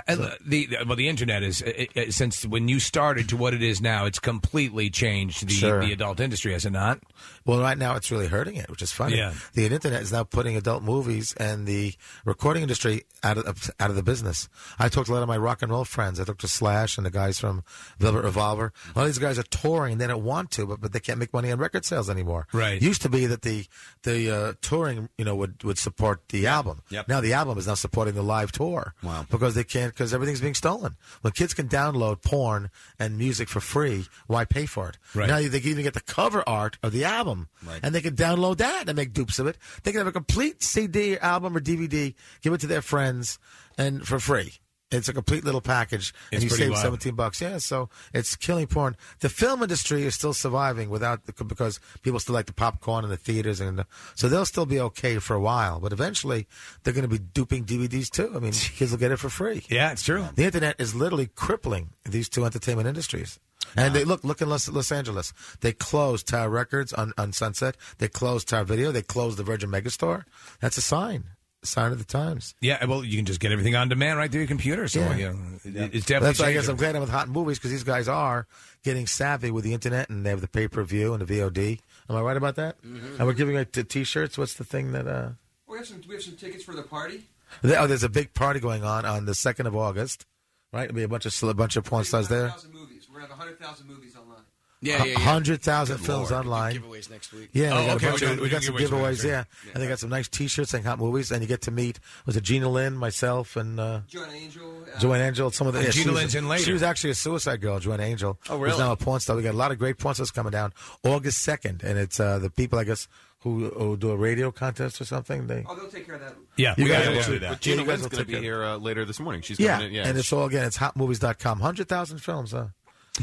And the the- well, the internet is it, it, since when you started to what it is now, it's completely changed the
Sure.
the adult industry, has it not?
Well, right now it's really hurting it, which is funny.
Yeah.
The internet is now putting adult movies and the recording industry out of out of the business. I talked to a lot of my rock and roll friends. I talked to Slash and the guys from Velvet Revolver. A lot of these guys are touring and they don't want to, but, but they can't make money on record sales anymore.
Right.
Used to be that the the uh, touring, you know, would, would support the album.
Yep.
Now the album is now supporting the live tour. Wow. Because they can't because everything's being stolen. When kids can download porn and music for free, why pay for it?
Right.
Now they can even get the cover art of the album,
Right.
and they can download that and make dupes of it. They can have a complete CD, album, or DVD, give it to their friends, and for free. It's a complete little package, and
It's
you
pretty
save
wild.
seventeen bucks. Yeah, so it's killing porn. The film industry is still surviving without the, because people still like the popcorn and the theaters, and the, so they'll still be okay for a while. But eventually, they're going to be duping DVDs too. I
*laughs*
mean, kids will get it for free.
Yeah, it's true.
The internet is literally crippling these two entertainment industries. And they look look in Los, Los Angeles. They closed Tower Records on, on Sunset. They closed Tower Video. They closed the Virgin Megastore. That's a sign, a sign of the times.
Yeah, well, you can just get everything on demand right through your computer. So
Yeah.
you know, it- it's definitely.
That's why I guess
changing.
I'm glad I'm with Hot Movies because these guys are getting savvy with the internet and they have the pay per view and the VOD. Am I right about that?
Mhm.
And we're giving out t- t-shirts. What's the thing that? uh
we have some we have some tickets for the party.
there- Oh, there's a big party going on on the second of August. Right, there'll be a bunch of a bunch of porn stars there.
Movies. We're at hundred thousand movies online.
Yeah, hundred thousand
Good
films
Lord.
online.
Giveaways next week.
Yeah,
Oh,
we got,
okay,
a bunch
we're
of-
doing-
we
we're
got some
doing giveaways,
giveaways.
right.
Yeah. and they got some nice T-shirts and hot movies, and you get to meet was it Gina Lynn, myself, and uh,
Joanne Angel.
uh, Joanne Angel. Some of the
And
yeah, she
Gina
was-
Lynn's in later.
She was actually a suicide girl, Joanne Angel.
Oh,
Who's
really?
now a porn star. We got a lot of great porn stars coming down August second, and it's uh, the people I guess who, who do a radio contest or something. They
they'll take care of that.
Yeah, You
we
guys
gotta
will
do
do
that.
that.
Gina
You guys
Lynn's
will
going to
take
be
it.
here uh, later this morning. She's
yeah,
coming in. Yeah,
and it's all again. It's hotmovies.com. Hundred thousand films. Huh?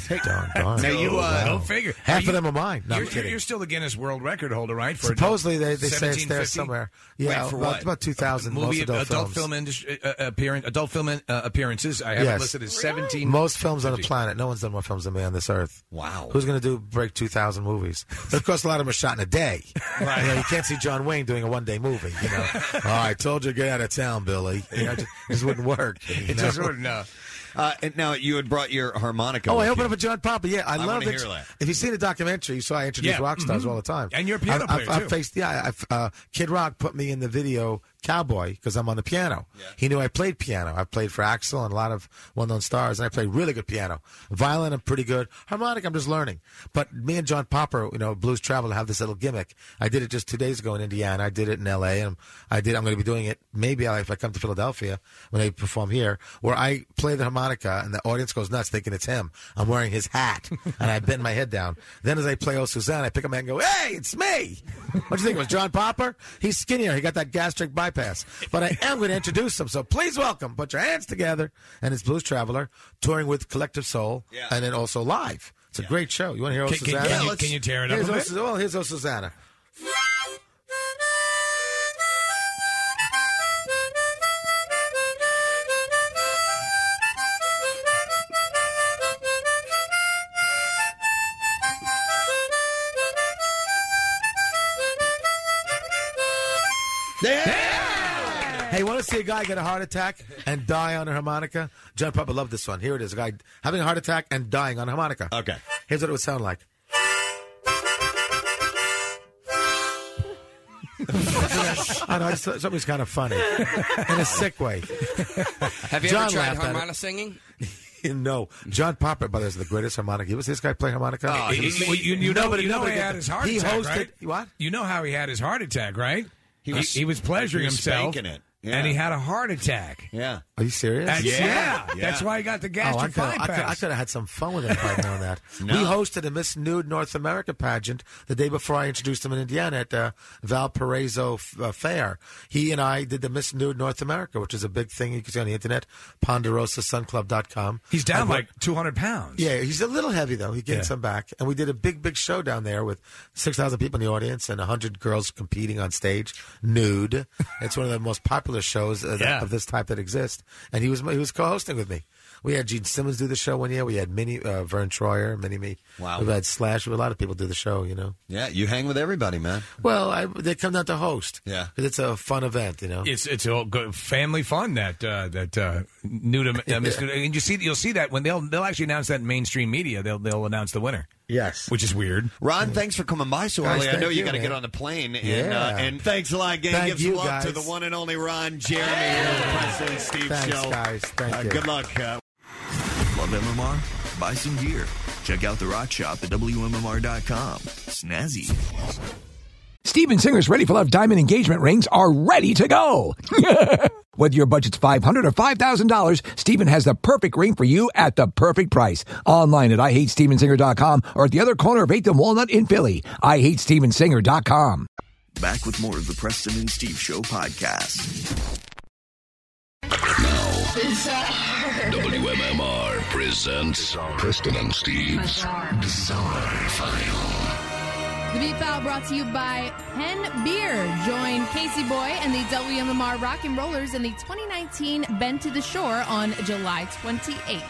Darn. Oh,
Now you uh,
Wow.
go figure.
Half
Are
of them are mine. No,
you're,
I'm kidding.
You're still the Guinness World Record holder, right? For
Supposedly
adult-
they, they say it's there
1750?
somewhere. Yeah,
Wait, for
about,
what?
about two thousand
Movie
most adult, films.
film industry uh, uh, appearance. Adult film uh, appearances. I have it
Yes.
listed as seventeen.
Most films on the planet. No one's done more films than me on this earth. Wow. Who's going to do break 2,000 movies? Of course, a lot of them are shot in a day. Right. You, know, you can't see John Wayne doing a one day movie. You know, oh, I told you, get out of town, Billy. You know, it just, it just wouldn't work.
*laughs*
you know?
no. Uh, and now you had brought your harmonica.
Oh, I
with
opened
you.
up a John Papa. Yeah, I,
I
love
wanna
it.
hear that.
If you've seen the documentary, you saw I introduce
Yeah,
rock stars
mhm.
all the time.
And you're a piano
I've,
player,
I've,
too.
I've faced, yeah, I've, uh, Kid Rock put me in the video Cowboy because I'm on the piano. He knew I played piano. I played for Axel and a lot of well-known stars, and I played really good piano. Violin, I'm pretty good. Harmonic, I'm just learning. But me and John Popper, you know, Blues Travel have this little gimmick. I did it just two days ago in Indiana. I did it in L.A. and I did. I'm going to be doing it maybe if I come to Philadelphia when they perform here, where I play the harmonica and the audience goes nuts thinking it's him. I'm wearing his hat and I bend my head down. Then as I play Oh Suzanne, I pick up my hand and go, Hey, it's me. What do you think? It was John Popper? He's skinnier. He got that gastric bypass. But I am going to introduce him. So please welcome. Put your hands together. And it's Blues Traveler touring with Collective Soul and then also live. It's a great show. You want to hear Oh
Can- can-
Susanna?
can you- can you tear it up
Here's
a
Oh,
bit?
Sus- well, here's Oh Susanna. Hey, want to see a guy get a heart attack and die on a harmonica? John Papa loved this one. Here it is: a guy having a heart attack and dying on a harmonica. Okay. Here's what it would sound like. I know, it's, something's kind of funny in a sick way.
Have you
John
ever tried
laughed at it.
harmonica singing?
*laughs* no, John Popper, by the way, is the greatest harmonica. You ever see this guy play harmonica?
Oh, he, he, you, you know,
Ah, Nobody-
you know
nobody
he
did
had
that.
his heart
He
attack,
hosted.
right?
What?
You know how he had his heart attack, right? He
was-
he, was pleasuring
he was
himself,
spanking it. Yeah.
and he had a heart attack.
Yeah.
Are you serious?
That's- Yeah. yeah. Yeah. That's why he got the gastric
oh, I coulda- I
bypass.
coulda- I could have had some fun with him if I'd known that.
No.
*laughs* We hosted a Miss Nude North America pageant the day before I introduced him in Indiana at uh, Valparaiso uh, Fair. He and I did the Miss Nude North America, which is a big thing you can see on the internet, ponderosasunclub.com.
He's down
I've
like two hundred
Oh,
pounds.
yeah, he's a little heavy though. He gained
Yeah.
some back, and we did a big, big show down there with six thousand people in the audience and hundred girls competing on stage,
*laughs*
nude. it's one of the most popular shows uh, that-
Yeah.
of this type that exist. And he was he was co-hosting with me. We had Gene Simmons do the show one year. We had Minnie uh, Vern Troyer, Minnie Me.
Wow.
We've had Slash. A lot of people do the show. You know.
Yeah, you hang with everybody, man.
Well, I, they come down to host.
Yeah.
'Cause it's a fun event. You know.
It's it's all good family fun that uh, that uh, new to uh, Miss
*laughs*
Nude- and you see you'll see that when they'll they'll actually announce that in mainstream media they'll they'll announce the winner.
Yes,
which is weird.
Ron, thanks for coming by so early. I know you got to get on the plane. And, uh, and thanks a lot. Gang.
Thank
Give some
you,
love to
guys.
the one and only Ron Jeremy here on the Preston and Steve
Thanks,
Show.
guys. Thank
Uh,
you.
Good luck. Uh,
Love MMR? Buy some gear. Check out the rock shop at WMMR.com. Snazzy.
Steven Singer's Ready for Love diamond engagement rings are ready to go. *laughs* Whether your budget's $500 or $5,000, Steven has the perfect ring for you at the perfect price. Online at IHateStevenSinger.com or at the other corner of 8th and Walnut in Philly. IHateStevenSinger.com.
Back with more of the Preston and Steve Show podcast.
WMMR presents Preston and Steve's Bizarre File.
The Beat File brought to you by Penn Beer. Join Casey Boy and the WMMR Rock and Rollers in the 2019 Bend to the Shore on July 28th.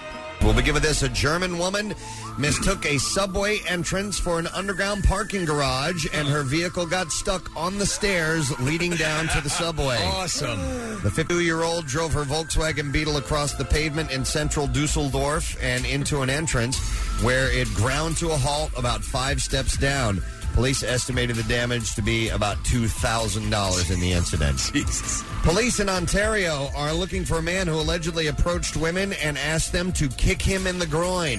We'll begin with this. A German woman mistook a subway entrance for an underground parking garage, and her vehicle got stuck on the stairs leading down to the subway.
Awesome.
The 52 year old drove her Volkswagen Beetle across the pavement in central Dusseldorf and into an entrance where it ground to a halt about five steps down. Police estimated the damage to be about $2,000 in the incident. Jesus. Police in Ontario are looking for a man who allegedly approached women and asked them to kick him in the groin.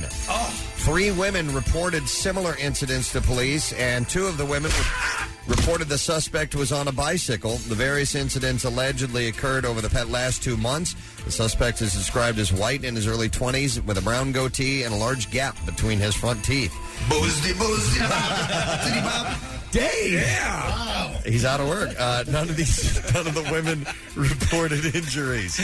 Three women reported similar incidents to police, and two of the women reported the suspect was on a bicycle. The various incidents allegedly occurred over the pet last two months. The suspect is described as white in his early 20s with a brown goatee and a large gap between his front teeth.
Boozdy, boozdy, bop, zitty, bop.
Dave!
Yeah!
*laughs* He's out of work. Uh, none of these, none of the women reported injuries.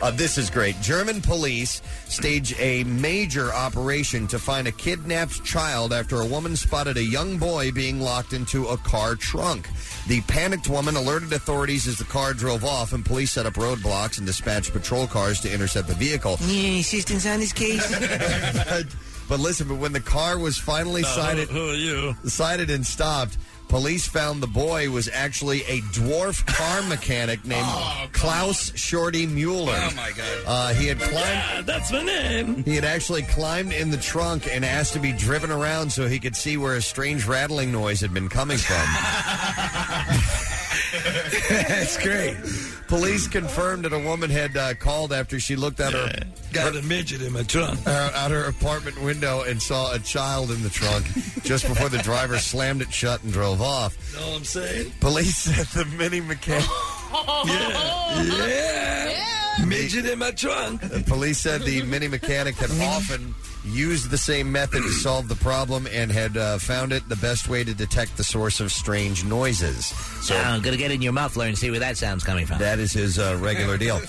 Uh, this is great. German police stage a major operation to find a kidnapped child after a woman spotted a young boy being locked into a car trunk. The panicked woman alerted authorities as the car drove off, and police set up roadblocks and dispatched patrol cars to intercept the vehicle.
Any assistance on this case?
but, *laughs* but listen, but when the car was finally
Uh, who-
sighted,
who are you?
Sighted and stopped. Police found the boy was actually a dwarf car mechanic named
Oh,
Klaus Shorty Mueller.
Oh, my God.
Uh, he had climbed.
Yeah, that's my name.
He had actually climbed in the trunk and asked to be driven around so he could see where a strange rattling noise had been coming
*laughs*
from. That's great. Police confirmed that a woman had uh, called after she looked out her got a midget in my trunk uh, out her apartment window and saw a child in the trunk just before the driver slammed it shut and drove off.
Know what I'm saying?
Police said the mini mechanic.
yeah. yeah.
Midget in my trunk. The police said the mini mechanic had often used the same method to solve the problem and had uh, found it the best way to detect the source of strange noises. So
I'm gonna get in your muffler and see where that sound's coming from.
that is his uh, regular deal.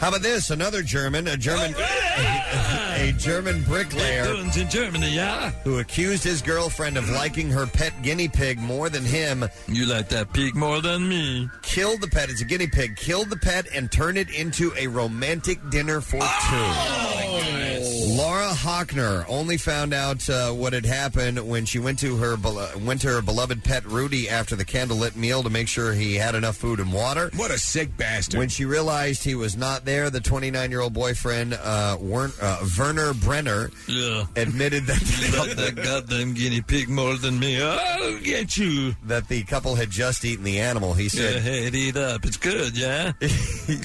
How about this? Another German, a German,
Oh,
a German bricklayer in Germany, yeah, who accused his girlfriend of liking her pet guinea pig more than him. You like that pig more than me. Killed the pet. It's a guinea pig. Killed the pet and turned it into a romantic dinner for two. Oh, Laura Hockner only found out uh, what had happened when she went to her belo- went to her beloved pet Rudy after the candlelit meal to make sure he had enough food and water. What a sick bastard! When she realized he was not there, the 29 year old boyfriend uh, Wern- uh, Werner Brenner
Yeah.
admitted that
Love that goddamn guinea pig more than me. I'll get you.
That the couple had just eaten the animal. He said,
Yeah, hey, eat up. It's good, yeah?
*laughs*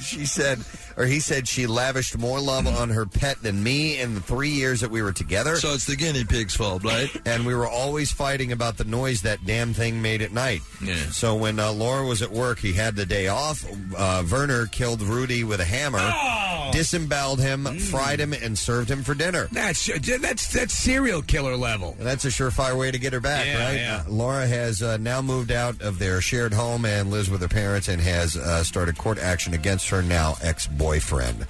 she said, or he said, she lavished more love on her pet than me in the three years that we were together. So it's the guinea pig's fault, right? *laughs* And we were always fighting about the noise that damn thing made at night.
Yeah.
So when uh, Laura was at work, he had the day off. Uh, Werner killed Rudy with a hammer,
Ah!
disemboweled him, fried him, and served him for dinner.
Hmm. That's that's that's serial killer level.
That's a surefire way to get her back,
Yeah,
right?
yeah.
Uh, Laura has uh, now moved out of their shared home and lives with her parents and has uh, started court action against her now ex boyfriend.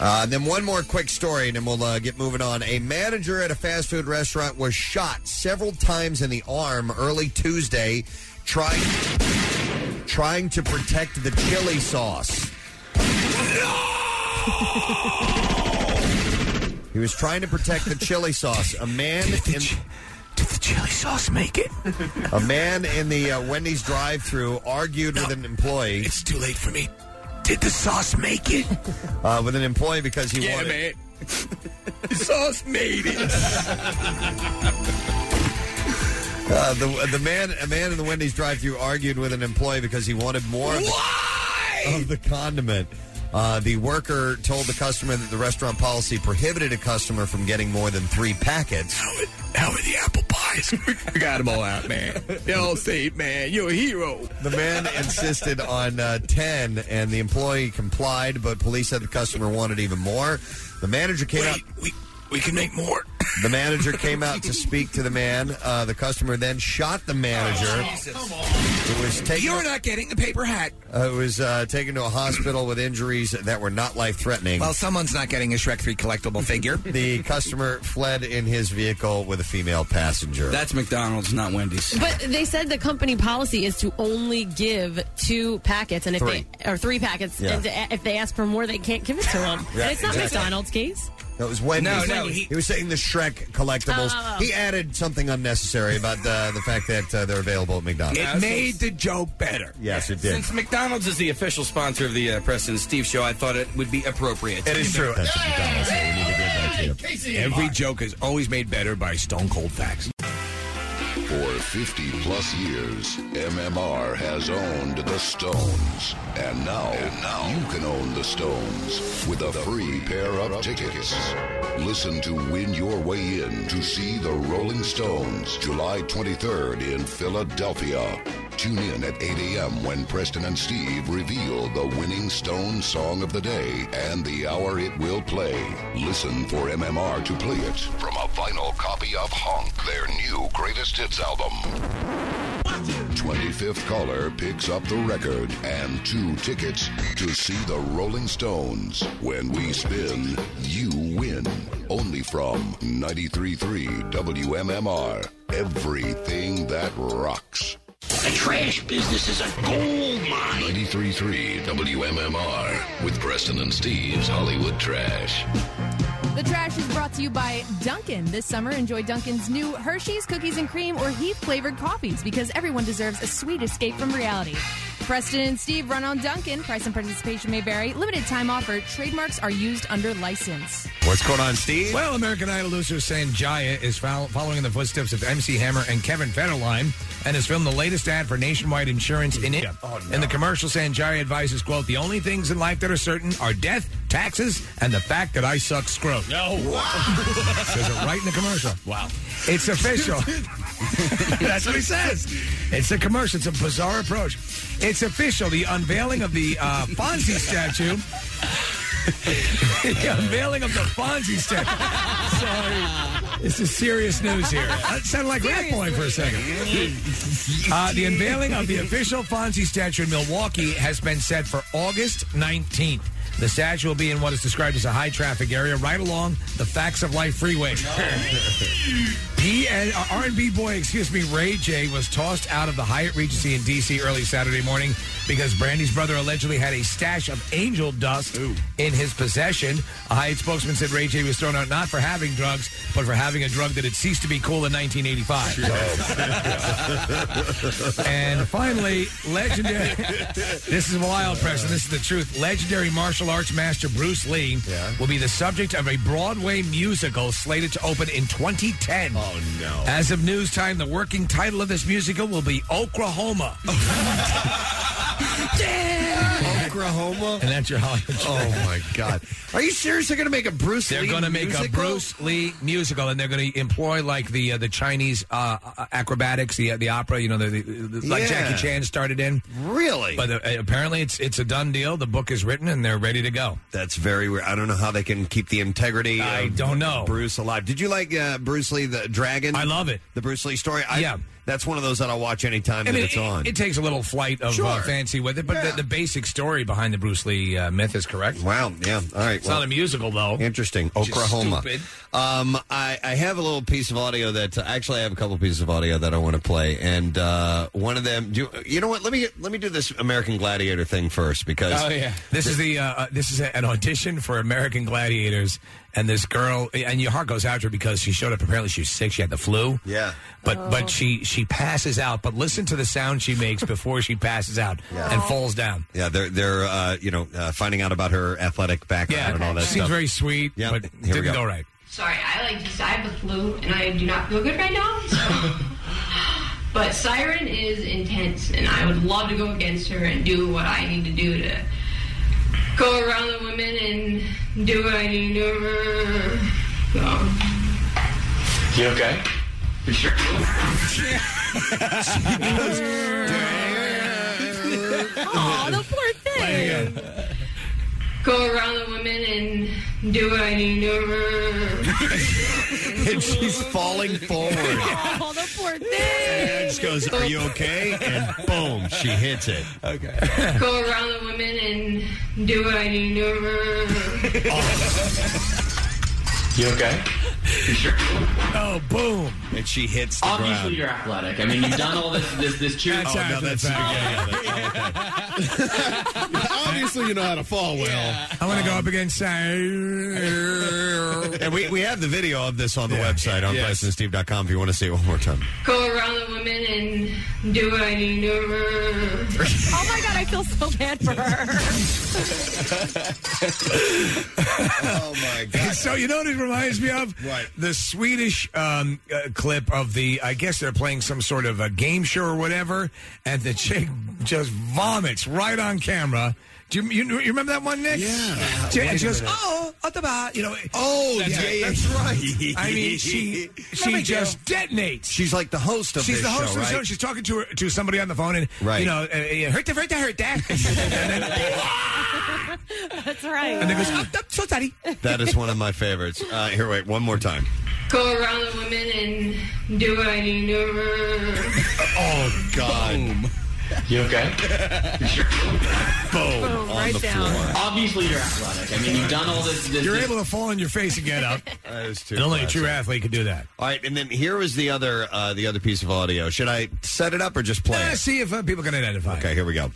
Uh, then, one more quick story, and then we'll uh, get moving on. A manager at a fast food restaurant was shot several times in the arm early Tuesday trying, trying to protect the chili sauce. He was trying to protect the chili sauce. A man in did the chili sauce make it? *laughs* A man in the uh, Wendy's drive-through argued with an employee. It's too late for me. Did the sauce make it? Uh, with an employee because he
Yeah,
wanted.
man.
the sauce made Uh, the the man a man in the Wendy's drive-through argued with an employee because he wanted more of the, of the condiment. Uh, the worker told the customer that the restaurant policy prohibited a customer from getting more than three packets. How are the apple pies? *laughs* I got them all out, man. Y'all say, man, you're a hero. The man insisted on uh, 10, and the employee complied, but police said the customer wanted even more. The manager came out. We, we can make more. *laughs* The manager came out to speak to the man. Uh, the customer then shot the manager. It was taken.
You're not getting the paper hat.
Uh, it was uh, taken to a hospital with injuries that were not life threatening.
Well, someone's not getting a Shrek 3 collectible figure.
*laughs* the customer fled in his vehicle with a female passenger.
That's McDonald's, not Wendy's.
But they said the company policy is to only give two packets, and if
Three.
they or three packets,
Yeah.
and if they ask for more, they can't give it to them.
Yeah,
and it's not
exactly.
McDonald's case.
That was Wendy's.
No, no,
he,
he-
was saying the Shrek collectibles.
Oh.
He added something unnecessary about the the fact that uh, they're available at McDonald's.
It made
the joke better.
Yes, it did.
Since McDonald's is the official sponsor of the uh, President Steve Show, I thought it would be appropriate.
It is true.
Every joke is always made better by Stone Cold Facts.
For 50 plus years, MMR has owned the stones. And now, you can own the stones with a free pair of tickets. Listen to Win Your Way In to see the Rolling Stones July 23rd in Philadelphia. Tune in at 8 a.m. when Preston and Steve reveal the winning Stone song of the day and the hour it will play. Listen for MMR to play it from a vinyl copy of Honk, their new greatest hits album. Salem.
25th
caller picks up the record and two tickets to see the Rolling Stones. When we spin, you win. Only from 93.3 WMMR. Everything that rocks.
The trash business is a gold mine.
93.3 WMMR with Preston and Steve's Hollywood Trash.
The trash is brought to you by Dunkin'. This summer, enjoy Dunkin's new Hershey's Cookies and Cream or Heath flavored coffees because everyone deserves a sweet escape from reality. Preston and Steve run on Dunkin'. Price and participation may vary. Limited time offer. Trademarks are used under license.
What's going on, Steve? Well, American Idol loser Sanjaya is fol- following in the footsteps of MC Hammer and Kevin Federline and has filmed the latest ad for nationwide insurance in India. In the commercial, Sanjaya advises, quote, the only things in life that are certain are death, taxes, and the fact that I suck scrot. No. says it right in the commercial. Wow. It's *laughs* official. That's what he says. It's a commercial. It's a bizarre approach. It's official. The unveiling of the uh, Fonzie statue. *laughs* the unveiling of the Fonzie statue. Sorry. This is serious news here. That sounded like Rat Boy for a second. Uh, the unveiling of the official Fonzie statue in Milwaukee has been set for August 19th. The statue will be in what is described as a high traffic area right along the Facts of Life Freeway. He and uh, R&B boy, excuse me, Ray J was tossed out of the Hyatt Regency in D.C. early Saturday morning because Brandy's brother allegedly had a stash of angel dust in his possession. A Hyatt spokesman said Ray J was thrown out not for having drugs, but for having a drug that had ceased to be cool in 1985. and finally, legendary. this is wild, Preston. This is the truth. Legendary martial arts master Bruce Lee will be the subject of a Broadway musical slated to open in 2010. Oh no! As of news time, the working title of this musical will be Oklahoma.
Oklahoma,
and that's your Hollywood. *laughs*
Oh my God! Are you serious? They're going to make a Bruce.
They're
Lee
going to make a
musical?
Bruce Lee musical, and they're going to employ like the uh, the Chinese uh, uh, acrobatics, the the opera. You know, the, the, the- like
Yeah.
Jackie Chan started in.
Really?
But uh, apparently, it's it's a done deal. The book is written, and they're ready to go.
That's very weird. I don't know how they can keep the integrity. I
don't know
Bruce alive. Did you like uh, Bruce Lee the Dragon? I
love it.
The Bruce Lee story. I, yeah, that's one of those that I'll watch anytime
I
that
mean,
it's on.
It, it takes a little flight of uh,
Sure.
fancy with it, but
Yeah.
the, the basic story behind the Bruce Lee uh, myth is correct.
Wow. Yeah. All right.
It's
well-
not a musical though.
Interesting.
Which is
Oklahoma.
stupid.
Um, I, I have a little piece of audio that uh, actually I have a couple pieces of audio that I want to play, and uh, one of them. Do you know what? Let me let me do this American Gladiator thing first because
This is the uh, uh, this is an audition for American Gladiators, and this girl and your heart goes out to her because she showed up. Apparently, she was sick. She had the flu.
Yeah.
But but she she passes out. But listen to the sound she makes before she passes out and falls down.
yeah they're they're uh, you know uh, finding out about her athletic background and all that
Seems
stuff.
very sweet.
yeah,
but
here we
didn't
go.
go right.
Sorry, I like just I have the flu and I do not feel good right now. So. *laughs* but Siren is intense, and I would love to go against her and do what I need to do to go around the women and do what I need to do. So.
You okay? You sure?
Aw, the poor thing. Go around the women and do what I need to do.
*laughs* and she's falling forward.
oh, the poor thing.
Just goes, "Are you okay?" And boom, she hits it. Okay.
Go around the women and do what I need to do.
You okay? You sure?
Oh, boom!
And she hits. The
Obviously,
ground.
you're athletic. I mean, you've done all this this this
*laughs*
cheer.
That's Oh, after no, the that's- fact.
*laughs* Obviously, you know how to fall well.
I want to go up against Siren.
and we, we have the video of this on the website on yes. PrestonSteve.com if you want to see it one more time.
Go around the women and do what I need to do.
Oh my god, I feel so bad for her.
oh my
*laughs*
god!
So you know what it reminds me of? The Swedish um, uh, clip of the. I guess they're playing some sort of a game show or whatever, and the chick just vomits right on camera. Do you, you, you remember that one, Nick? Yeah. She,
Wait a
she goes,
minute.
oh, at the bar, you know.
Oh,
That's
yeah,
right.
that's right.
I mean,
*laughs*
she
No
she
big deal.
just detonates.
She's like the host of
She's
this
the host
show,
of the show.
right?
She's talking to her, to somebody on the phone, and
Right.
you know, uh, uh, hurt that, hurt that, hurt that, and
*laughs*
then
That's right.
and then goes, "Oh, I'm so sorry.
*laughs*
That is one of my favorites. Uh, here, wait, one more time.
go around the women and do what I do to her.
Oh God. You *laughs* okay? Boom.
Boom, right down.
Obviously, you're athletic. I mean, you've done all this. this
You're
*laughs*
able to fall on your face and get up. and only a true athlete could do that.
All right, and then here was the other uh, the other piece of audio. Should I set it up or just play?
Eh,
it?
see if uh, people can identify. Oh.
Okay, here we go.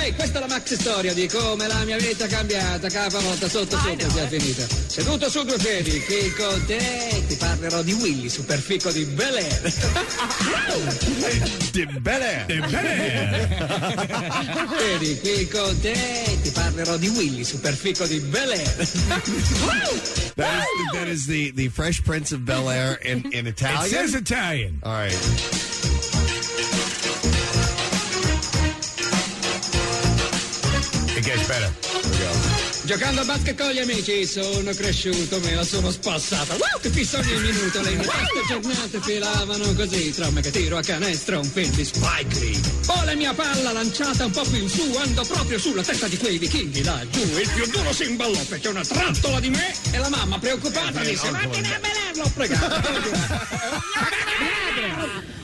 Ehi, questa è la maxi storia di come la mia vita è cambiata, capa volta sotto sotto si è finita. Seduto su due piedi, qui con te ti parlerò di Willy, superfico di Bel Air.
Di bene. Di
*laughs*
Vedi, qui con te ti parlerò di Willy, superfico di Bel Air.
*laughs* That is, that is the the Fresh Prince of Bel Air in, in Italian.
It says Italian.
All right.
It gets better.
Giocando a basket con gli amici sono cresciuto, me la sono spassata. Wow, che fissoni ogni minuto, le mie teste giornate filavano così. Tra un mega tiro a canestro, un film di Spike Lee. Poi la mia palla lanciata un po' più in su, andò proprio sulla testa di quei vichinghi laggiù. Il più duro si imballò, fece una trattola di me e la mamma preoccupata disse, vattene a belerlo, pregato.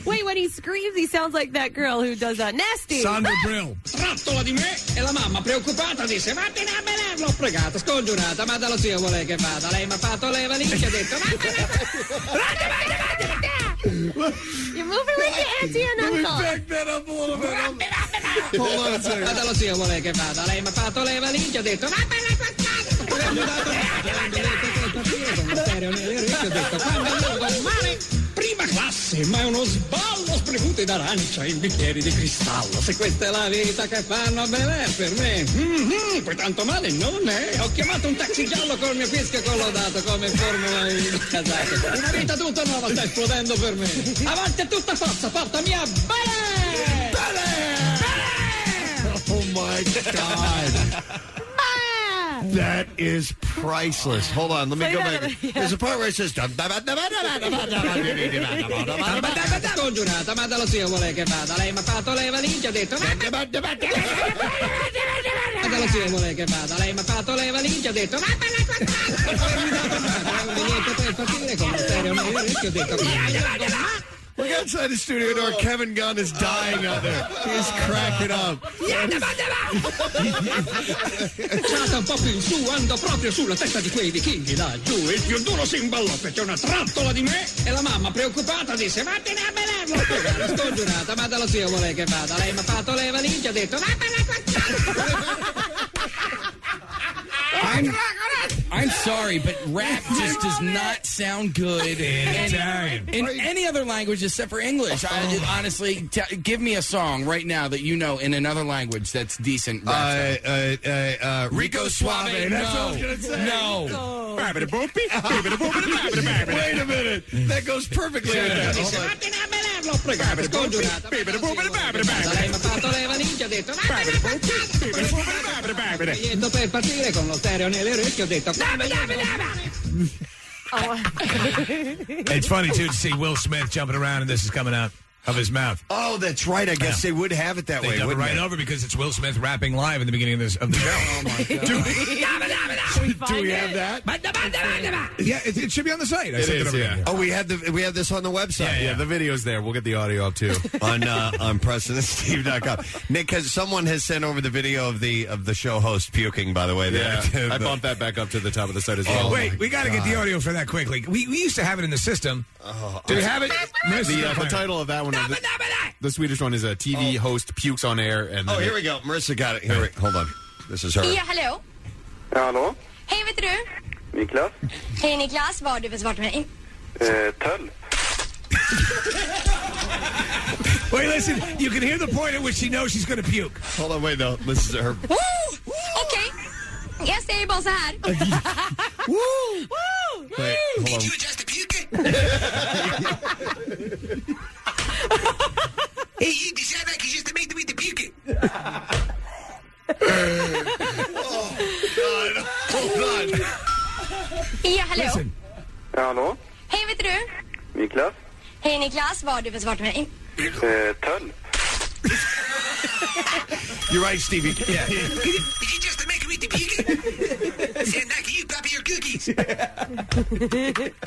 Wait, when he screams, he sounds like that girl who does uh, nasty.
*laughs*
Brill.
Trattola di me e la mamma preoccupata disse vattene a Belen, l'ho pregata, scongiurata, ma dallo zio vuole che vada. Lei mi ha fatto le valigie e ha detto vattene a
You're moving like your auntie and
Can we
uncle.
back
that up a little bit.
Hold on a second. Ma dallo zio vuole che vada. Lei mi ha fatto le valigie e ha detto vattene a tua casa. Mi ha dato un stereo nel riccio e ha detto quando andavo al mare prima classe, ma è uno sballo spremuto d'arancia in bicchieri di cristallo. Se questa è la vita che fanno a Bel Air per me, mhm, poi tanto male non è. Ho chiamato un taxi giallo col mio fischio collodato come formula in casacca. Una vita tutta nuova sta esplodendo per me. Avanti a tutta forza, portami a Bel Air!
Oh my god.
Ah!
That is priceless. Hold on, let me
Play
go
that
back.
other- yeah.
There's a part where it says.
Scongiurata, ma dallo zio vuole che vada. Lei mi ha fatto le valigie, ha detto. Ma dallo zio vuole che vada. Lei mi ha fatto le valigie, ha detto. Ma per la tua casa! Niente per partire con lo stereo nel orecchio, ho detto.
Look outside the studio door. Kevin Gunn is dying out there. He's cracking up.
Cata un po' più in su, andò proprio sulla testa di quei vichinghi laggiù. Il più duro si imballò, fece una trattola di me e la mamma preoccupata disse vattene a Belerlo. Scongiurata, ma dallo zio vuole che vada. Lei mi ha fatto le valigie, ha detto vattene a
I'm, I'm sorry, but rap just does not sound good in,
Italian.
in any other language except for English. I, honestly, t- give me a song right now that you know in another language that's decent.
Uh,
Rap sound.
uh, uh, uh, Rico Suave.
That's what
no.
I was gonna say.
No. Wait a minute. That goes perfectly with that. Hold on.
L'ho pregato, scongiurata. Lei mi ha fatto le valigie, ha detto vattene a Niente per partire con lo stereo nelle orecchie, ho detto
It's funny too to see Will Smith jumping around and this is coming out of his mouth.
Oh, that's right. I guess
Yeah.
they would have it that
they
way.
dub it
wouldn't
right
they?
over because it's Will Smith rapping live in the beginning of this of the show. oh my
God.
Do we have that? yeah, *laughs* it, it should be on the site. I
It
sent it
is,
over
yeah.
to you.
Oh, we have the we have this on the website.
Yeah, yeah.
the video's there. We'll get the audio up too *laughs* on uh, on PresidentSteve.com. Nick, has someone has sent over the video of the of the show host puking. By the way, Oh,
Yeah.
*laughs* that-
I bumped that back up to the top of the site as well.
Oh, Wait, we got to get the audio for that quickly. We, we used to have it in the system.
Oh,
Do we have it?
The, uh,
Marissa-
the title of that one, of the, the Swedish one, is a
Oh.
TV host pukes on air. And
Oh, here we go. Marissa got it. Here, we, hold on. This is her.
Ja, hallå.
Hello,
Hej, vet du?
*laughs* Niklas.
Hej Niklas, vad har du för svar till mig?
Tull. *laughs* wait, listen. You can hear the point at which she knows she's going to puke.
Hold on, wait, no. This is her.
Woo! Okej, jag säger bara så här.
*laughs* Woo! Wait, hold on.
*laughs* Hey, you decide like you just made the way
*laughs*
to puke it.
Oh, Hold
*laughs*
on.
Ja, hallå.
Hallå?
Hej, vet du?
Niklas?
Hej Niklas, vad har du för svar till mig?
Eh, Töll?
You're right, Stevie. Yeah.
Did you just make me the beacon? Say, Nike, you copy your cookies.
*laughs*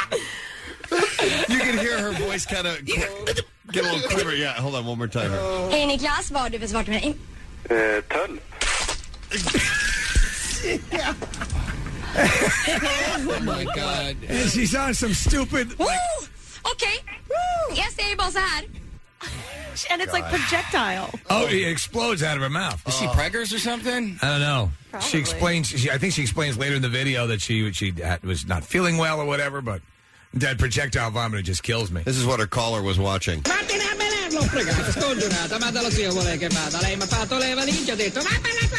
You can hear her voice kind of get a little quiver. Yeah, hold on one more time.
Hej Niklas, vad har du för svar till mig?
*laughs*
Tull.
*laughs* oh my god.
*laughs*
And she's on some stupid.
Okej, jag säger bara så här.
*laughs* And it's like projectile.
Oh, it explodes out of her mouth. Oh.
Is she preggers or something?
I don't know.
Probably.
She explains. She, I think she explains later in the video that she she had- was not feeling well or whatever. But that projectile vomit just kills me.
This is what her caller was watching.
Vattene a belerlo, fregata, scongiurata, ma dallo zio vuole che vada. Lei mi ha fatto le valigie, ha detto, ma per la tua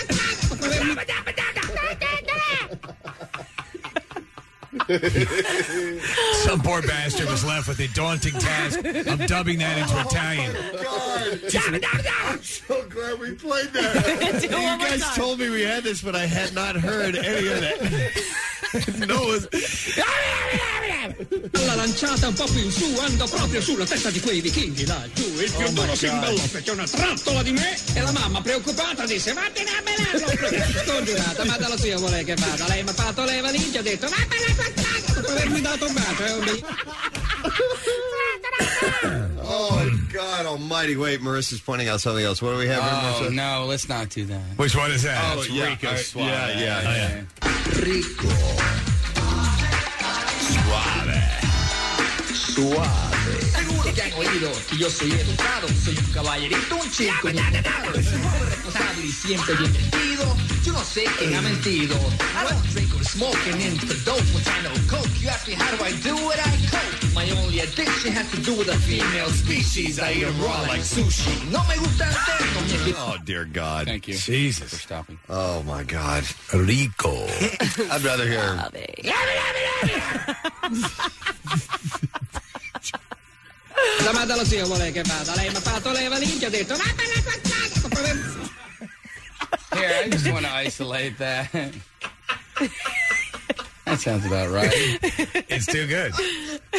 *laughs* Some poor bastard was left with the daunting *laughs* task of dubbing that into Italian.
Oh, I'm so glad we played
*laughs*
that.
Do
you
it one more
guys
time.
told me we had this, but I had not heard any of that. no,
Alla lanciata un po' più su, andò proprio sulla testa di quei vichinghi laggiù. Il
Oh
fiondoro si imballò, fece una trattola di me e la mamma preoccupata disse vattene a belerlo,
*laughs*
fregata, scongiurata, ma dallo zio vuole che vada. Lei mi ha fatto le valigie, ha detto, ma per la tua casa, dopo avermi dato un bacio, è un bel-
*laughs* Oh God Almighty! Wait, Marissa's pointing out something else. What do we have?
Oh,
here, Marissa?
no, let's not do that.
Which one is that?
Oh,
That's
yeah.
Rico
all right,
Suave.
Yeah, yeah,
Oh,
yeah.
Rico. Suave. Suave. Seguro que han oído que yo soy educado, soy un caballerito, un chico bien educado, soy muy responsable y siempre bien vestido. Yo no sé quién ha mentido. I don't drink or smoke and into dope with I know coke. You ask me how do I do it, I cope. My only addiction has to do with a female species. I eat 'em raw like sushi. No me gusta el terno, mi
Oh dear God! Thank
you,
Jesus, for
stopping.
Oh my God, Rico! I'd rather hear.
La madre lo zio vuole che vada, lei mi ha fatto le valigie, ha detto, ma per la tua casa, dopo avermi
Here, I just want to isolate that. that sounds about right.
It's too good.
*laughs* *laughs*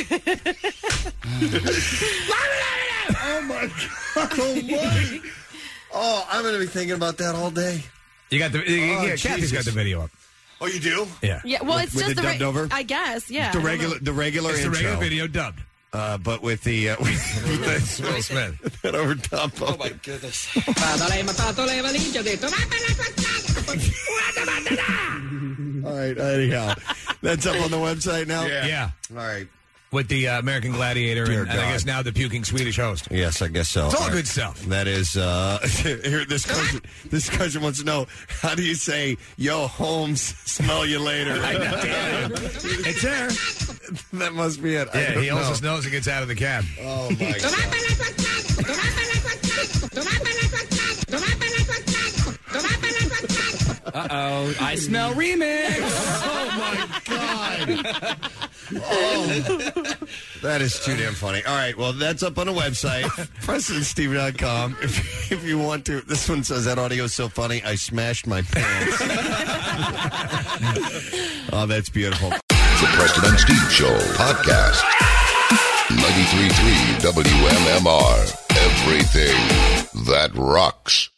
oh my God! What? Oh, I'm going to be thinking about that all day.
You got the
Oh,
yeah. Kathy's got
Jesus.
the video up.
Oh, you do?
Yeah.
Yeah, well,
With-
it's
with
just
it
the re-
dubbed over?
I guess, yeah.
the
I don't know.
regular, the regular,
It's the
intro.
regular video dubbed.
Uh, but with the uh, *laughs* with the Will Smith *laughs* that over top. Oh my goodness!
Vada, lei mi ha fatto le valigie, ha detto, ma per la tua casa, dopo
All right, anyhow, that's up on the website now.
Yeah.
All right.
With the uh, American Gladiator
Dear
and, and I
God.
guess now the puking Swedish host.
Yes, I guess so.
It's all
right.
good stuff.
That is uh *laughs* here this cousin this cousin wants to know how do you say yo Holmes smell you later?
it's there.
*laughs* That must be it. I
Yeah,
don't
he holds
know. *laughs*
his nose and gets out of the cab. *laughs*
Oh my
Tomá para la tua casa, tomá para la tua casa, tomá para la tua casa, tomá para la tua casa, tomá para la tua casa.
Uh oh, I smell remix. oh
my god. That is too damn funny. All right, well, that's up on the website, PresidentSteve.com. If, if you want to, this one says that audio is so funny, I smashed my pants. oh, that's beautiful.
The Preston and Steve Show podcast. 93.3 WMMR. Everything that rocks.